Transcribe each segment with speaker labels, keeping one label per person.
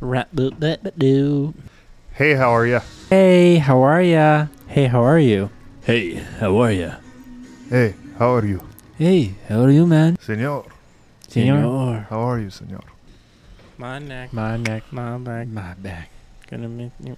Speaker 1: Rap boop that but do.
Speaker 2: Hey, how are you?
Speaker 1: Hey, how are ya? Hey, how are you?
Speaker 3: Hey, how are ya?
Speaker 2: Hey, how are you?
Speaker 1: Hey, how are you, man?
Speaker 2: Senor,
Speaker 1: Senor.
Speaker 2: how are you, senor?
Speaker 4: My neck,
Speaker 1: My neck,
Speaker 4: my back,
Speaker 1: my back.
Speaker 4: gonna make you.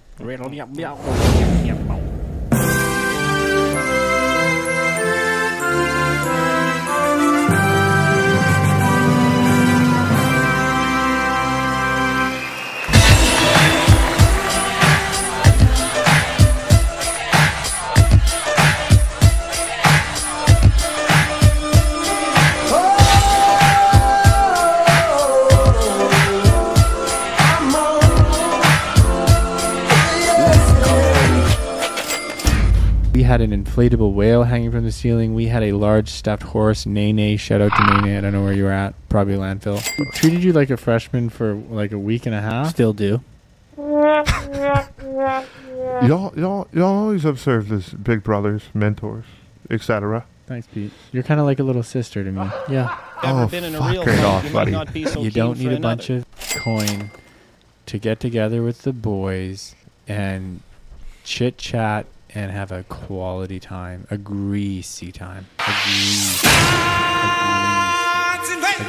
Speaker 5: We had an inflatable whale hanging from the ceiling. We had a large stuffed horse, Nene. Shout out to Nene. I don't know where you were at. Probably landfill. We treated you like a freshman for like a week and a half.
Speaker 1: Still do.
Speaker 2: Y'all, y'all, y'all always observe this big brothers, mentors, etc.
Speaker 5: Thanks, Pete. You're kind of like a little sister to me.
Speaker 1: Yeah.
Speaker 2: Oh,
Speaker 4: Ever been in a
Speaker 2: fuck
Speaker 4: real
Speaker 2: it
Speaker 4: fight,
Speaker 2: off,
Speaker 4: you
Speaker 2: buddy.
Speaker 4: might not be so
Speaker 5: you
Speaker 4: keen
Speaker 5: don't need
Speaker 4: for
Speaker 5: a bunch
Speaker 4: another.
Speaker 5: of coin to get together with the boys and chit chat and have a quality time, a greasy time. A greasy, a greasy,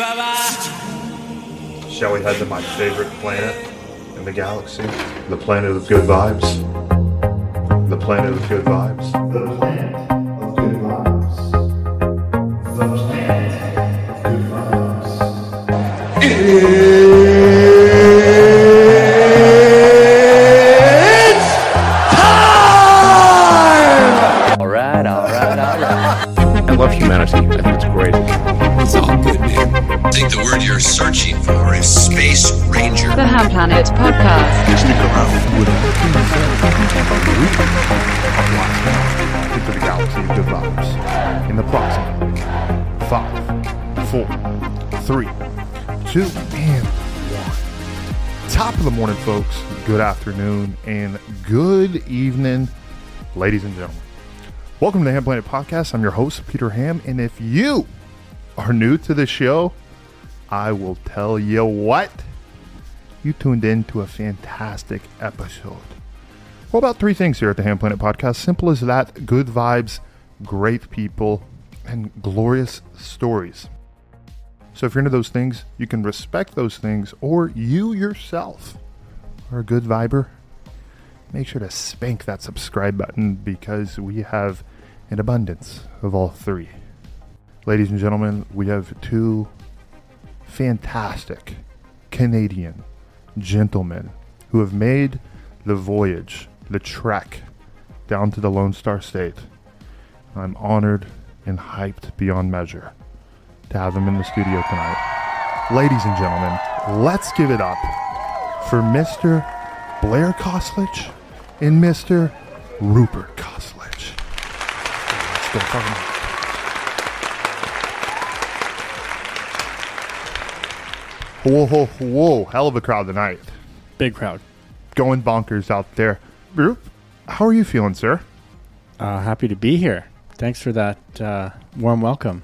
Speaker 5: a greasy.
Speaker 6: Shall we head to my favorite planet in the galaxy? The planet of good vibes. The planet of good vibes. The planet of good vibes. The planet of good vibes.
Speaker 7: I love humanity. I think it's great.
Speaker 8: It's all good, man. I think the word you're searching for is Space Ranger.
Speaker 9: The Ham Planet Podcast.
Speaker 2: Into the galaxy of good vibes. In the proximity. Five, four, three, two, and one. Top of the morning, folks. Good afternoon and good evening, ladies and gentlemen. Welcome to the Ham Planet Podcast. I'm your host, Peter Ham. And if you are new to the show, I will tell you what. You tuned in to a fantastic episode. Well, about three things here at the Ham Planet Podcast. Simple as that good vibes, great people, and glorious stories. So if you're into those things, you can respect those things, or you yourself are a good viber. Make sure to spank that subscribe button because we have an abundance of all three. Ladies and gentlemen, we have two fantastic Canadian gentlemen who have made the voyage, the trek down to the Lone Star State. I'm honored and hyped beyond measure to have them in the studio tonight. Ladies and gentlemen, let's give it up for Mr. Blair Koslich and Mr. Rupert Koslich. Let's go fucking Whoa, whoa, whoa. Hell of a crowd tonight.
Speaker 5: Big crowd.
Speaker 2: Going bonkers out there. Rup, how are you feeling, sir?
Speaker 5: Uh, happy to be here. Thanks for that uh, warm welcome.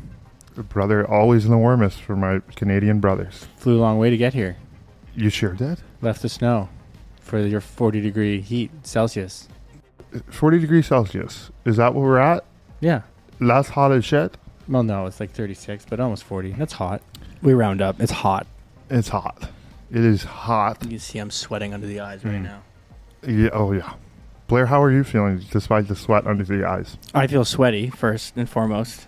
Speaker 2: Brother, always the warmest for my Canadian brothers.
Speaker 5: Flew a long way to get here.
Speaker 2: You sure did?
Speaker 5: Left the snow for your 40 degree heat Celsius.
Speaker 2: 40 degrees Celsius. Is that where we're at?
Speaker 5: Yeah.
Speaker 2: That's hot as shit.
Speaker 5: Well, no, it's like 36, but almost 40. That's hot.
Speaker 1: We round up. It's hot.
Speaker 2: It's hot. It is hot.
Speaker 1: You can see I'm sweating under the eyes
Speaker 5: Hmm.
Speaker 1: right now.
Speaker 2: Yeah, oh, yeah. Blair, how are you feeling despite the sweat under the eyes?
Speaker 1: I feel sweaty first and foremost.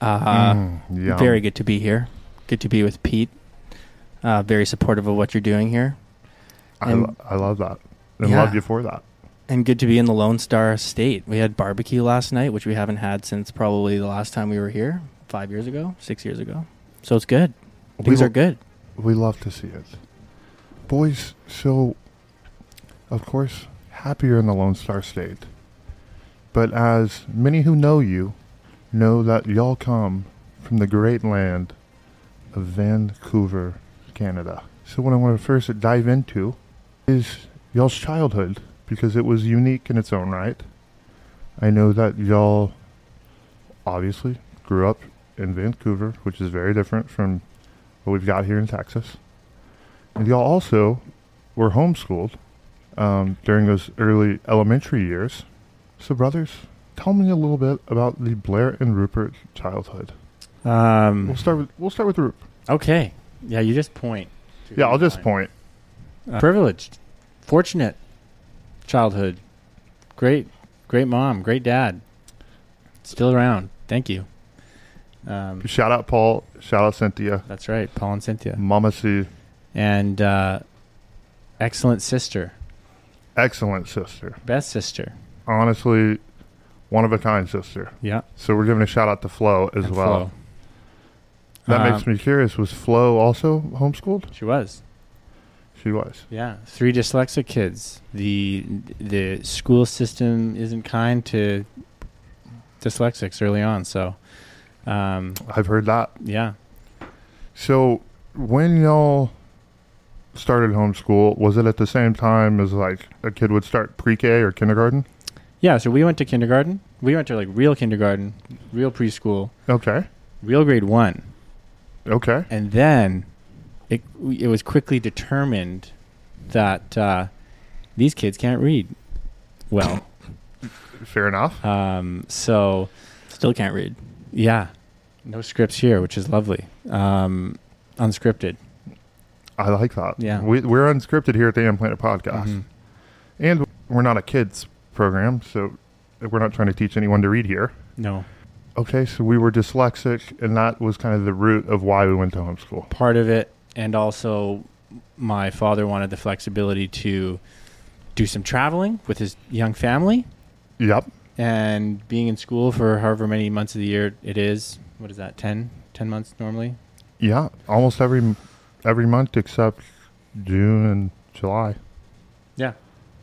Speaker 1: Uh,
Speaker 2: Mm,
Speaker 5: Hmm.
Speaker 2: yum.
Speaker 1: Very good to be here. Good to be with Pete. Uh, very supportive of what you're doing here,
Speaker 2: I,
Speaker 1: and-
Speaker 2: lo- I love that. And
Speaker 1: Yeah.
Speaker 2: love you for that.
Speaker 1: and good to be in the Lone Star State. We had barbecue last night, which we haven't had since probably the last time we were here five years ago, six years ago. So it's good. Things
Speaker 2: lo-
Speaker 1: are good.
Speaker 2: We love to see it. Boys, so, of course, happier in the Lone Star State. But as many who know you know that y'all come from the great land of Vancouver, Canada. So, what I want to first dive into is y'all's childhood because it was unique in its own right. I know that y'all obviously grew up in Vancouver, which is very different from what we've got here in Texas. y'all also were homeschooled um, during those early elementary years. So, brothers, tell me a little bit about the Blair and Rupert childhood. We'll
Speaker 5: Um,
Speaker 2: start with we'll start with Rupert.
Speaker 5: okay. Yeah, you just point. to
Speaker 2: Yeah,
Speaker 5: the
Speaker 2: I'll just
Speaker 5: line.
Speaker 2: point.
Speaker 5: Uh, privileged, fortunate childhood. Great, great mom, great dad. Still around. Thank you. Um,
Speaker 2: Shout out Paul. Shout out Cynthia.
Speaker 5: that's right, Paul and Cynthia.
Speaker 2: Mama C.
Speaker 5: And uh, excellent sister,
Speaker 2: Excellent sister.
Speaker 5: best sister.
Speaker 2: Honestly, one of a kind sister.
Speaker 5: Yeah.
Speaker 2: So we're giving a shout out to Flo as
Speaker 5: and
Speaker 2: well.
Speaker 5: Flo.
Speaker 2: That
Speaker 5: Um,
Speaker 2: makes me curious. Was Flo also homeschooled?
Speaker 5: She was.
Speaker 2: She was.
Speaker 5: Yeah, three dyslexic kids. The the school system isn't kind to dyslexics early on, so um,
Speaker 2: I've heard that.
Speaker 5: yeah.
Speaker 2: So when y'all started homeschool, was it at the same time as like a kid would start pre-K or kindergarten?
Speaker 5: Yeah, so we went to kindergarten. We went to like real kindergarten, real preschool,
Speaker 2: Okay.
Speaker 5: real grade 1.
Speaker 2: Okay.
Speaker 5: And then it it was quickly determined that uh, these kids can't read well.
Speaker 2: Fair enough.
Speaker 5: Um, so
Speaker 1: Still can't read.
Speaker 5: yeah, no scripts here, which is lovely. Um, unscripted.
Speaker 2: I like that.
Speaker 5: Yeah.
Speaker 2: We, we're unscripted here at the Am Planet podcast.
Speaker 5: Mhm.
Speaker 2: And we're not a kids program, so we're not trying to teach anyone to read here.
Speaker 5: No.
Speaker 2: Okay, so we were dyslexic, and that was kind of the root of why we went to homeschool.
Speaker 5: part of it and also my father wanted the flexibility to do some traveling with his young family
Speaker 2: Yep.
Speaker 5: and being in school for however many months of the year it is what is that 10 10 months normally
Speaker 2: Yeah. Almost every m- every month except June and July.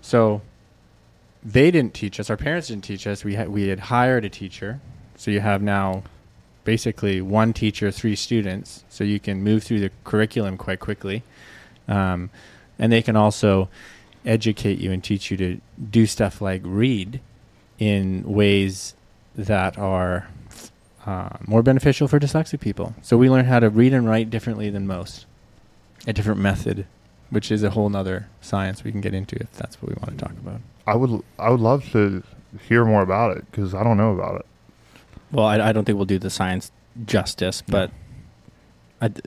Speaker 5: so they didn't teach us our parents didn't teach us we had we had hired a teacher so you have now basically one teacher three students so you can move through the curriculum quite quickly um, and they can also educate you and teach you to do stuff like read in ways that are uh, more beneficial for dyslexic people so we learn how to read and write differently than most a different method which is a whole nother science we can get into if that's what we want to talk about
Speaker 2: I would I would love to hear more about it because I don't know about it.
Speaker 1: Well, I, I don't think we'll do the science justice, but I d-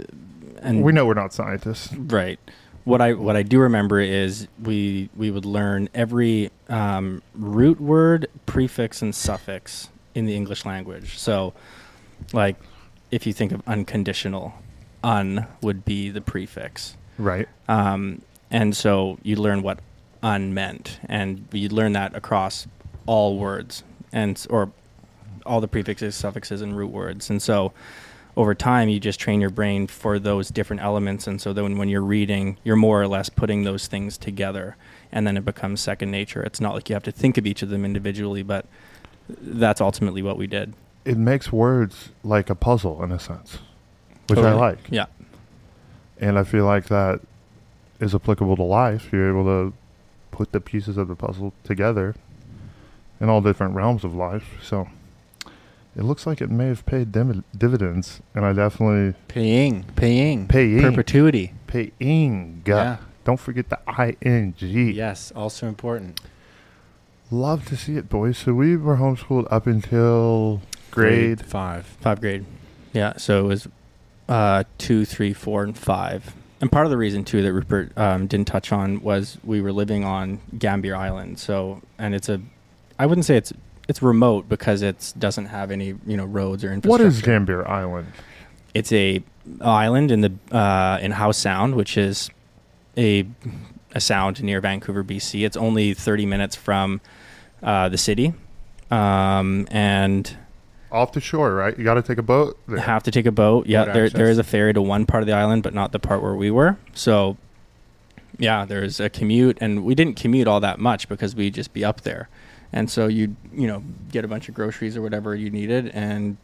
Speaker 1: and
Speaker 2: we know we're not scientists.
Speaker 1: Right. What I what I do remember is we we would learn every um, root word, prefix, and suffix in the English language. So, like, if you think of unconditional, un would be the prefix,
Speaker 2: Right.
Speaker 1: um, and so you learn what un meant, and you learn that across all words and s- or all the prefixes, suffixes, and root words, and so over time you just train your brain for those different elements, and so then when you're reading, you're more or less putting those things together, and then it becomes second nature. It's not like you have to think of each of them individually, but that's ultimately what we did.
Speaker 2: It makes words like a puzzle in a sense, which I
Speaker 1: Totally.
Speaker 2: like.
Speaker 1: Yeah.
Speaker 2: And I feel like that is applicable to life. You're able to put the pieces of the puzzle together in all different realms of life. So it looks like it may have paid dim- dividends, and I definitely
Speaker 5: paying paying
Speaker 2: Paying.
Speaker 5: perpetuity
Speaker 2: paying.
Speaker 5: Yeah.
Speaker 2: Don't forget the I N G.
Speaker 5: yes also important
Speaker 2: Love to see it, boys. So we were homeschooled up until grade.
Speaker 5: five
Speaker 1: Five grade. Yeah, so it was uh, two, three, four, and five. And part of the reason too that Rupert um, didn't touch on was we were living on Gambier Island. So, and it's a, I wouldn't say it's it's remote because it's doesn't have any you know roads or
Speaker 2: What
Speaker 1: infrastructure.
Speaker 2: is Gambier Island?
Speaker 1: It's a island in the uh, in Howe Sound, which is a a sound near Vancouver, BC. It's only thirty minutes from uh, the city, um, and
Speaker 2: Off the shore, right? You got to take a boat. there.
Speaker 1: have to take a boat. Yeah,
Speaker 5: Boat
Speaker 1: there, there
Speaker 5: access.
Speaker 1: is a ferry to one part of the island, but not the part where we were. So, yeah, there's a commute, and we didn't commute all that much because we'd just be up there, and so you'd you know get a bunch of groceries or whatever you needed and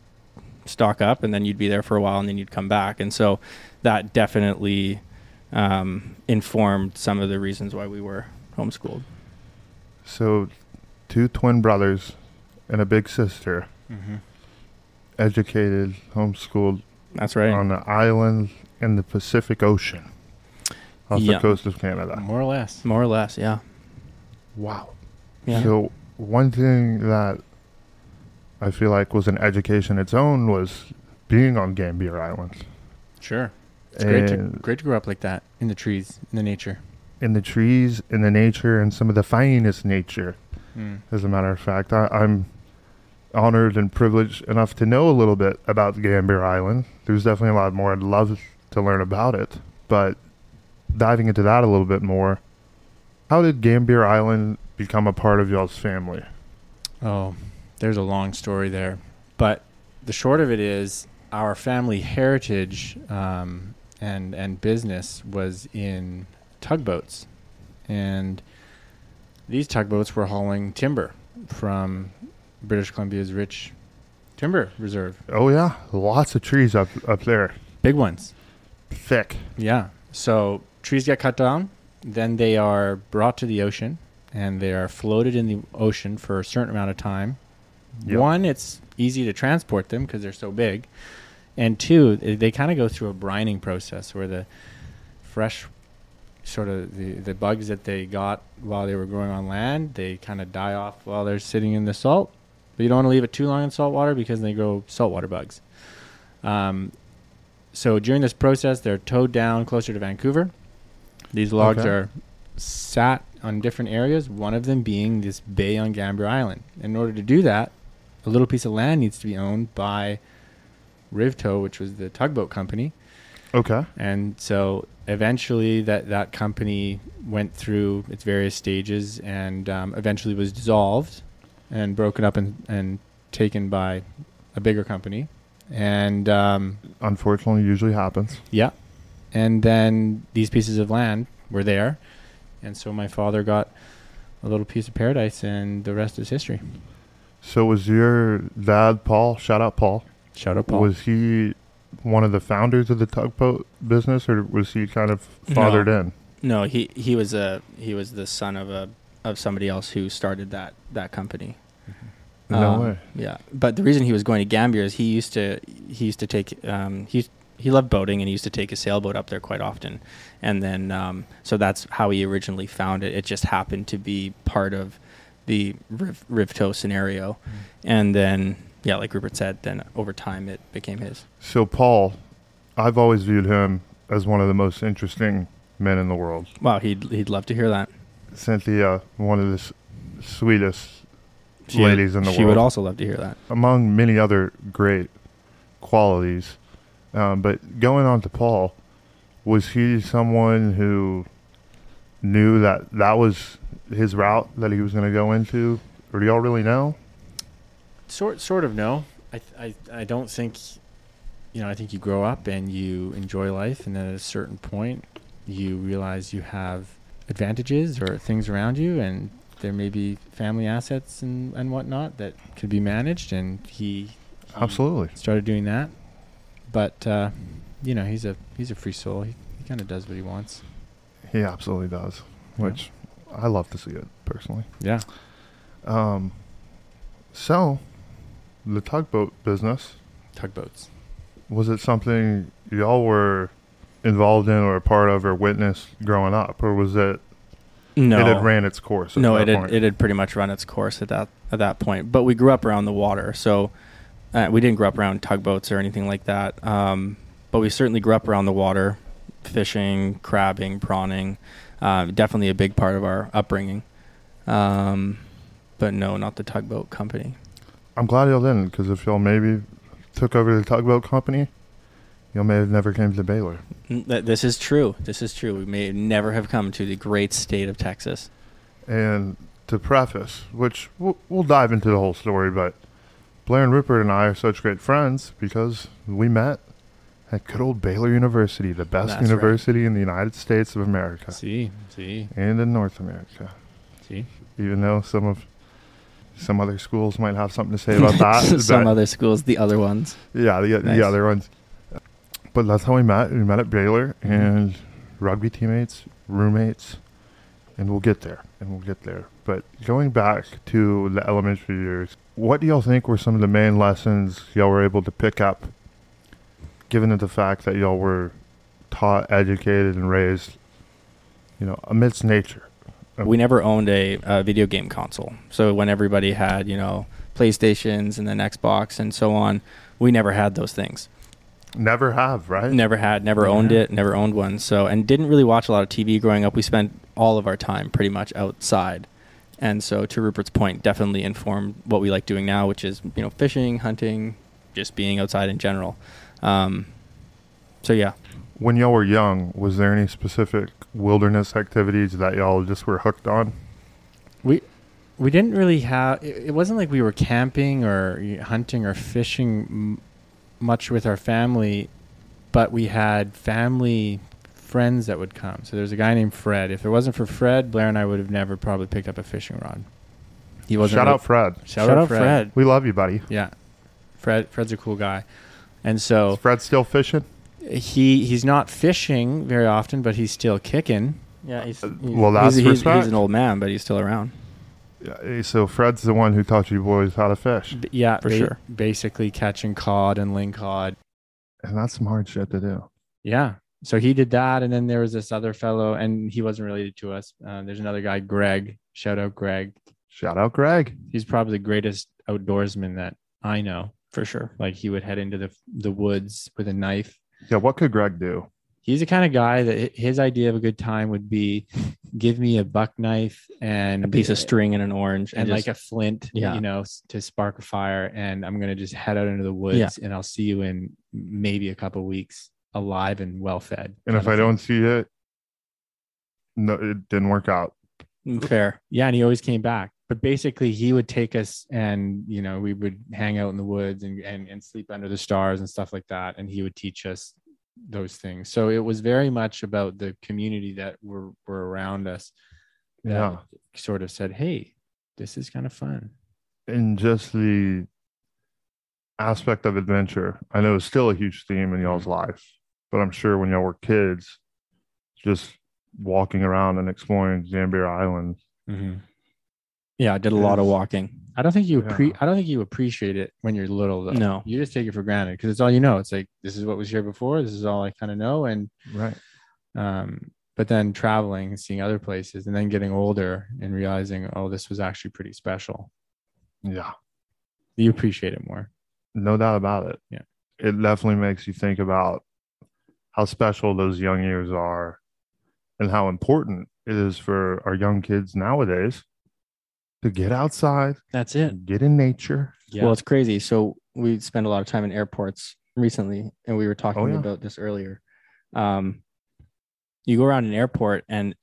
Speaker 1: stock up, and then you'd be there for a while, and then you'd come back, and so that definitely um, informed some of the reasons why we were homeschooled.
Speaker 2: So, two twin brothers and a big sister, educated, homeschooled
Speaker 1: That's right.
Speaker 2: on an island in the Pacific Ocean. off
Speaker 1: Yeah.
Speaker 2: the coast of Canada.
Speaker 5: More or
Speaker 2: Mm.
Speaker 5: less.
Speaker 1: More or less, yeah.
Speaker 2: Wow.
Speaker 1: Yeah.
Speaker 2: So one thing that I feel like was an education its own was being on Gambier Islands.
Speaker 5: Sure. It's great to,
Speaker 2: And-
Speaker 5: great to grow up like that in the trees, in the nature.
Speaker 2: in the trees, in the nature, and some of the finest nature.
Speaker 5: Mm.
Speaker 2: As a matter of fact, I, I'm honored and privileged enough to know a little bit about Gambier Island. There's definitely a lot more I'd love to learn about it, but diving into that a little bit more, how did Gambier Island become a part of y'all's family?
Speaker 5: Oh, there's a long story there. But the short of it is our family heritage um, and, and business was in tugboats. And these tugboats were hauling timber from British Columbia's rich timber reserve.
Speaker 2: Oh yeah, lots of trees up up there,
Speaker 5: Big ones.
Speaker 2: thick.
Speaker 5: Yeah. So trees get cut down, then they are brought to the ocean and they are floated in the ocean for a certain amount of time.
Speaker 2: Yep.
Speaker 5: One, it's easy to transport them because they're so big. And two, eh, they kind of go through a brining process where the fresh sort of the, the bugs that they got while they were growing on land, they kind of die off while they're sitting in the salt. But you don't want to leave it too long in salt water because they grow saltwater bugs. Um, so during this process, they're towed down closer to Vancouver. These logs
Speaker 2: Okay.
Speaker 5: are sat on different areas, one of them being this bay on Gambier Island. In order to do that, a little piece of land needs to be owned by Rivtow, which was the tugboat company.
Speaker 2: Okay.
Speaker 5: And so eventually that, that company went through its various stages and um, eventually was dissolved and broken up and, and taken by a bigger company. And um,
Speaker 2: Unfortunately, usually happens.
Speaker 5: yeah. And then these pieces of land were there. And so my father got a little piece of paradise, and the rest is history.
Speaker 2: So was your dad Paul? Shout out Paul.
Speaker 5: Shout out, Paul.
Speaker 2: Was he one of the founders of the tugboat business, or was he kind of fathered in?
Speaker 1: No, he he was a he was the son of a of somebody else who started that that company.
Speaker 2: Mm-hmm. No
Speaker 1: Um,
Speaker 2: way.
Speaker 1: Yeah, but the reason he was going to Gambier is he used to he used to take um, he he loved boating and he used to take his sailboat up there quite often, and then um, so that's how he originally found it. It just happened to be part of the Riv- Rivto scenario,
Speaker 2: Mm.
Speaker 1: and then yeah, like Rupert said, then over time it became his.
Speaker 2: So Paul, I've always viewed him as one of the most interesting men in the world.
Speaker 1: Wow, he'd he'd love to hear that.
Speaker 2: Cynthia, one of the s- sweetest
Speaker 1: would-
Speaker 2: ladies in the
Speaker 1: She would
Speaker 2: world.
Speaker 1: also love to hear that.
Speaker 2: among many other great qualities. Um, but going on to Paul, was he someone who knew that that was his route that he was going to go into? Or do y'all really know?
Speaker 5: Sort, sort of, no. I, th- I, I don't think, you know, I think you grow up and you enjoy life, and then at a certain point, you realize you have advantages or things around you, and there may be family assets and, and whatnot that could be managed. And he, he
Speaker 2: Absolutely.
Speaker 5: started doing that. But uh, you know, he's a he's a free soul. He, he kind of does what he wants.
Speaker 2: He absolutely does,
Speaker 5: Yeah.
Speaker 2: which I love to see it personally.
Speaker 5: Yeah.
Speaker 2: Um, so, the tugboat business,
Speaker 5: Tugboats.
Speaker 2: was it something y'all were involved in or a part of or witnessed growing up? Or was it,
Speaker 1: No,
Speaker 2: it had ran its course? at
Speaker 1: no,
Speaker 2: that
Speaker 1: it had,
Speaker 2: point?
Speaker 1: it had pretty much run its course at that at that point. But we grew up around the water, so uh, we didn't grow up around tugboats or anything like that. Um, but we certainly grew up around the water, fishing, crabbing, prawning. Uh, definitely a big part of our upbringing. Um, but no, not the tugboat company.
Speaker 2: I'm glad y'all didn't, because if y'all maybe took over the tugboat company, y'all may have never came to Baylor.
Speaker 1: N- th- This is true. This is true. We may never have come to the great state of Texas.
Speaker 2: And to preface, which we'll, we'll dive into the whole story, but Blair and Rupert and I are such great friends because we met at good old Baylor University, the best
Speaker 1: That's right.
Speaker 2: university in the United States of America
Speaker 5: See, see,
Speaker 2: and in North America.
Speaker 5: see.
Speaker 2: Even though some of some other schools might have something to say about that,
Speaker 1: Some
Speaker 2: but-
Speaker 1: other schools, the other ones.
Speaker 2: Yeah, the,
Speaker 1: Nice.
Speaker 2: the other ones. But that's how we met. We met at Baylor
Speaker 1: Mm-hmm.
Speaker 2: and rugby teammates, roommates, and we'll get there. And we'll get there. But going back to the elementary years, what do y'all think were some of the main lessons y'all were able to pick up, given that the fact that y'all were taught, educated, and raised you know, amidst nature.
Speaker 1: We never owned a, uh video game console. So when everybody had, you know, PlayStations and then Xbox and so on, we never had those things.
Speaker 2: Never have, right?
Speaker 1: Never had, never owned
Speaker 5: Yeah.
Speaker 1: it, never owned one. So and didn't really watch a lot of TV growing up. We spent all of our time pretty much outside. And so to Rupert's point, definitely informed what we like doing now, which is, you know, fishing, hunting, just being outside in general. Um, so yeah.
Speaker 2: When y'all were young, was there any specific wilderness activities that y'all just were hooked on?
Speaker 5: we we didn't really have it, it wasn't like we were camping or y- hunting or fishing m- much with our family but we had family friends that would come so there's a guy named fred if it wasn't for fred blair and i would have never probably picked up a fishing rod he wasn't
Speaker 2: Shout
Speaker 5: really-
Speaker 2: out Fred.
Speaker 5: shout, out fred.
Speaker 2: We love you, buddy.
Speaker 5: yeah fred fred's a cool guy and so
Speaker 2: Is Fred still fishing?
Speaker 5: he he's not fishing very often but he's still kicking
Speaker 1: Yeah, he's,
Speaker 2: well, that's
Speaker 1: he's, he's,
Speaker 2: respect.
Speaker 1: an old man, but he's still around.
Speaker 2: Yeah, So Fred's the one who taught you boys how to fish,
Speaker 5: B- yeah
Speaker 1: For
Speaker 5: ba-
Speaker 1: sure.
Speaker 5: basically catching cod and ling cod
Speaker 2: and that's some hard shit to do.
Speaker 5: Yeah. So he did that. And then there was this other fellow, and he wasn't related to us. Uh, there's another guy, Greg. Shout out, Greg.
Speaker 2: Shout out Greg.
Speaker 5: He's probably the greatest outdoorsman that I know.
Speaker 1: For sure.
Speaker 5: Like he would head into the, the woods with a knife.
Speaker 2: Yeah, what could Greg do?
Speaker 5: He's the kind of guy that hi- his idea of a good time would be give me a buck knife and
Speaker 1: A piece of string and an orange
Speaker 5: and like
Speaker 1: just-
Speaker 5: a flint,
Speaker 1: Yeah.
Speaker 5: you know, s- to spark a fire. And I'm going to just head out into the woods and I'll see you in maybe a couple weeks alive and well fed.
Speaker 2: And if I don't see it, no, it didn't work out.
Speaker 1: Mm, fair.
Speaker 5: Yeah, and he always came back. But basically, he would take us, and you know, we would hang out in the woods and and, and sleep under the stars and stuff like that. And he would teach us those things. So it was very much about the community that were were around us. That
Speaker 2: Yeah.
Speaker 5: sort of said, "Hey, this is kind of fun."
Speaker 2: And just the aspect of adventure, I know is still a huge theme in y'all's life, but I'm sure when y'all were kids, just walking around and exploring Zambier Island. Mm-hmm.
Speaker 1: Yeah, I did a lot of
Speaker 2: Yes.
Speaker 1: walking.
Speaker 5: I don't think you appre-
Speaker 2: Yeah.
Speaker 5: I don't think you appreciate it when you're little though.
Speaker 1: No.
Speaker 5: you just take it for granted because it's all you know. It's like this is what was here before. This is all I kind of know, and
Speaker 2: Right.
Speaker 5: um, but then traveling and seeing other places and then getting older and realizing oh this was actually pretty special
Speaker 2: Yeah.
Speaker 5: you appreciate it more
Speaker 2: No doubt about it.
Speaker 5: Yeah.
Speaker 2: It definitely makes you think about how special those young years are and how important it is for our young kids nowadays to get outside,
Speaker 5: that's it
Speaker 2: get in nature.
Speaker 5: yeah
Speaker 1: Well, it's crazy. So we spend a lot of time in airports recently, and we were talking
Speaker 2: Oh, yeah.
Speaker 1: about this earlier. Um, you go around an airport, and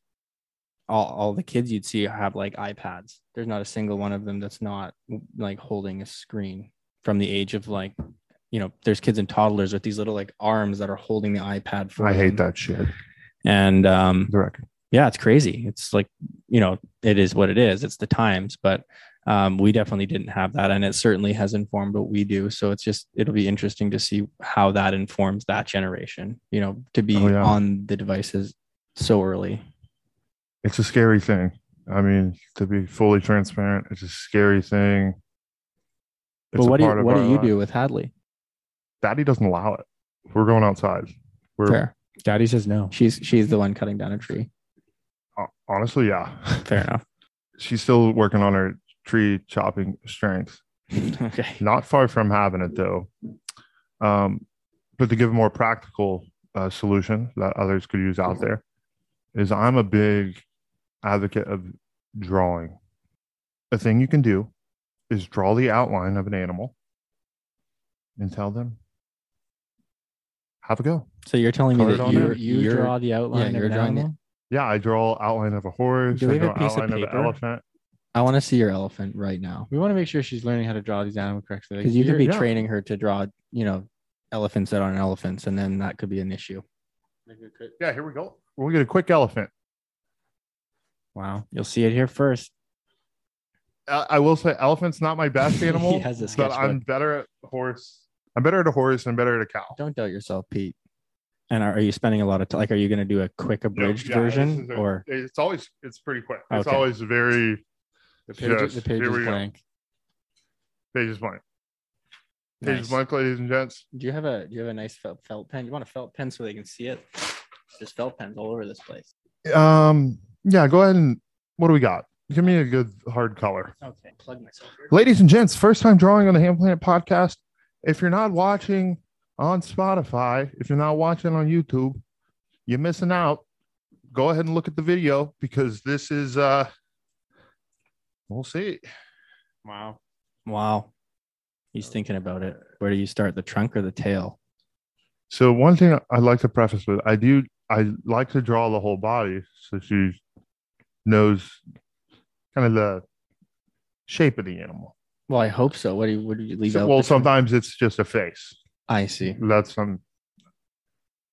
Speaker 1: all, all the kids you'd see have like iPads. There's not a single one of them that's not like holding a screen from the age of like, you know, there's kids and toddlers with these little like arms that are holding the iPad. For
Speaker 2: I hate
Speaker 1: them.
Speaker 2: that shit.
Speaker 1: And um,
Speaker 2: The record.
Speaker 1: yeah, it's crazy. It's like, you know, it is what it is. It's the times, but um, we definitely didn't have that. And it certainly has informed what we do. So it's just, it'll be interesting to see how that informs that generation, you know, to be
Speaker 2: Oh, yeah.
Speaker 1: on the devices so early.
Speaker 2: It's a scary thing. I mean, to be fully transparent, it's a scary thing. It's
Speaker 1: but
Speaker 2: a
Speaker 1: what do
Speaker 2: part
Speaker 1: you,
Speaker 2: of
Speaker 1: what do
Speaker 2: our
Speaker 1: you
Speaker 2: life.
Speaker 1: do with Hadley?
Speaker 2: Daddy doesn't allow it. We're going outside. We're
Speaker 1: Fair.
Speaker 5: daddy says no
Speaker 1: She's, she's the one cutting down a tree.
Speaker 2: hon- honestly, yeah.
Speaker 1: Fair enough.
Speaker 2: She's still working on her tree chopping strength.
Speaker 1: okay.
Speaker 2: not far from having it though. Um, but to give a more practical uh, solution that others could use out there is I'm a big advocate of drawing. A thing you can do is draw the outline of an animal and tell them, have a go.
Speaker 1: So you're telling me
Speaker 2: Colored
Speaker 1: that
Speaker 2: on
Speaker 1: you're,
Speaker 2: there?
Speaker 5: you
Speaker 1: you're-
Speaker 5: draw the outline
Speaker 1: yeah,
Speaker 5: of
Speaker 1: you're
Speaker 5: an
Speaker 1: drawing the-
Speaker 5: animal?
Speaker 2: Yeah, I draw outline of a horse,
Speaker 1: Do we
Speaker 2: I
Speaker 1: have a
Speaker 2: draw
Speaker 1: piece of
Speaker 2: outline of an
Speaker 1: paper?
Speaker 2: elephant.
Speaker 1: I want to see your elephant right now.
Speaker 5: we want to make sure she's learning how to draw these animals correctly Like,
Speaker 1: Because you could
Speaker 5: you're-
Speaker 1: be
Speaker 2: yeah.
Speaker 1: training her to draw, you know, elephants that aren't elephants, and then that could be an issue.
Speaker 2: Yeah, here we go. We'll get a quick elephant.
Speaker 5: wow you'll see it here first
Speaker 2: I I will say elephant's not my best
Speaker 1: He
Speaker 2: animal,
Speaker 1: has a
Speaker 2: but I'm
Speaker 1: sketchbook.
Speaker 2: better at horse. I'm better at a horse and better at a cow.
Speaker 1: Don't doubt yourself, Pete. And are, are you spending a lot of time? Like, are you going to do a quick abridged version, or
Speaker 2: it's always it's pretty quick. It's
Speaker 1: Okay.
Speaker 2: always very
Speaker 5: the page,
Speaker 2: Yes,
Speaker 5: the page
Speaker 2: here
Speaker 5: is
Speaker 2: we go.
Speaker 5: blank
Speaker 2: pages blank. Pages
Speaker 1: Nice.
Speaker 2: blank, ladies and gents.
Speaker 1: do you have a do you have a nice felt, felt pen? You want a felt pen so they can see it? There's felt pens all over this place.
Speaker 2: Um, yeah, go ahead and what do we got? Give me a good hard color.
Speaker 1: Okay, plug myself.
Speaker 2: Ladies and gents, first time drawing on the Ham Planet podcast. If you're not watching on Spotify, if you're not watching on YouTube, you're missing out. Go ahead and look at the video because this is uh we'll see.
Speaker 4: Wow.
Speaker 1: Wow. He's thinking about it. Where do you start, the trunk or the tail?
Speaker 2: So one thing I'd like to preface with I do I like to draw the whole body so she knows kind of the shape of the animal.
Speaker 1: Well, I hope so. What do you, what do you leave
Speaker 2: So-
Speaker 1: out?
Speaker 2: well,
Speaker 1: the trunk?
Speaker 2: sometimes it's just a face.
Speaker 1: I see.
Speaker 2: That's some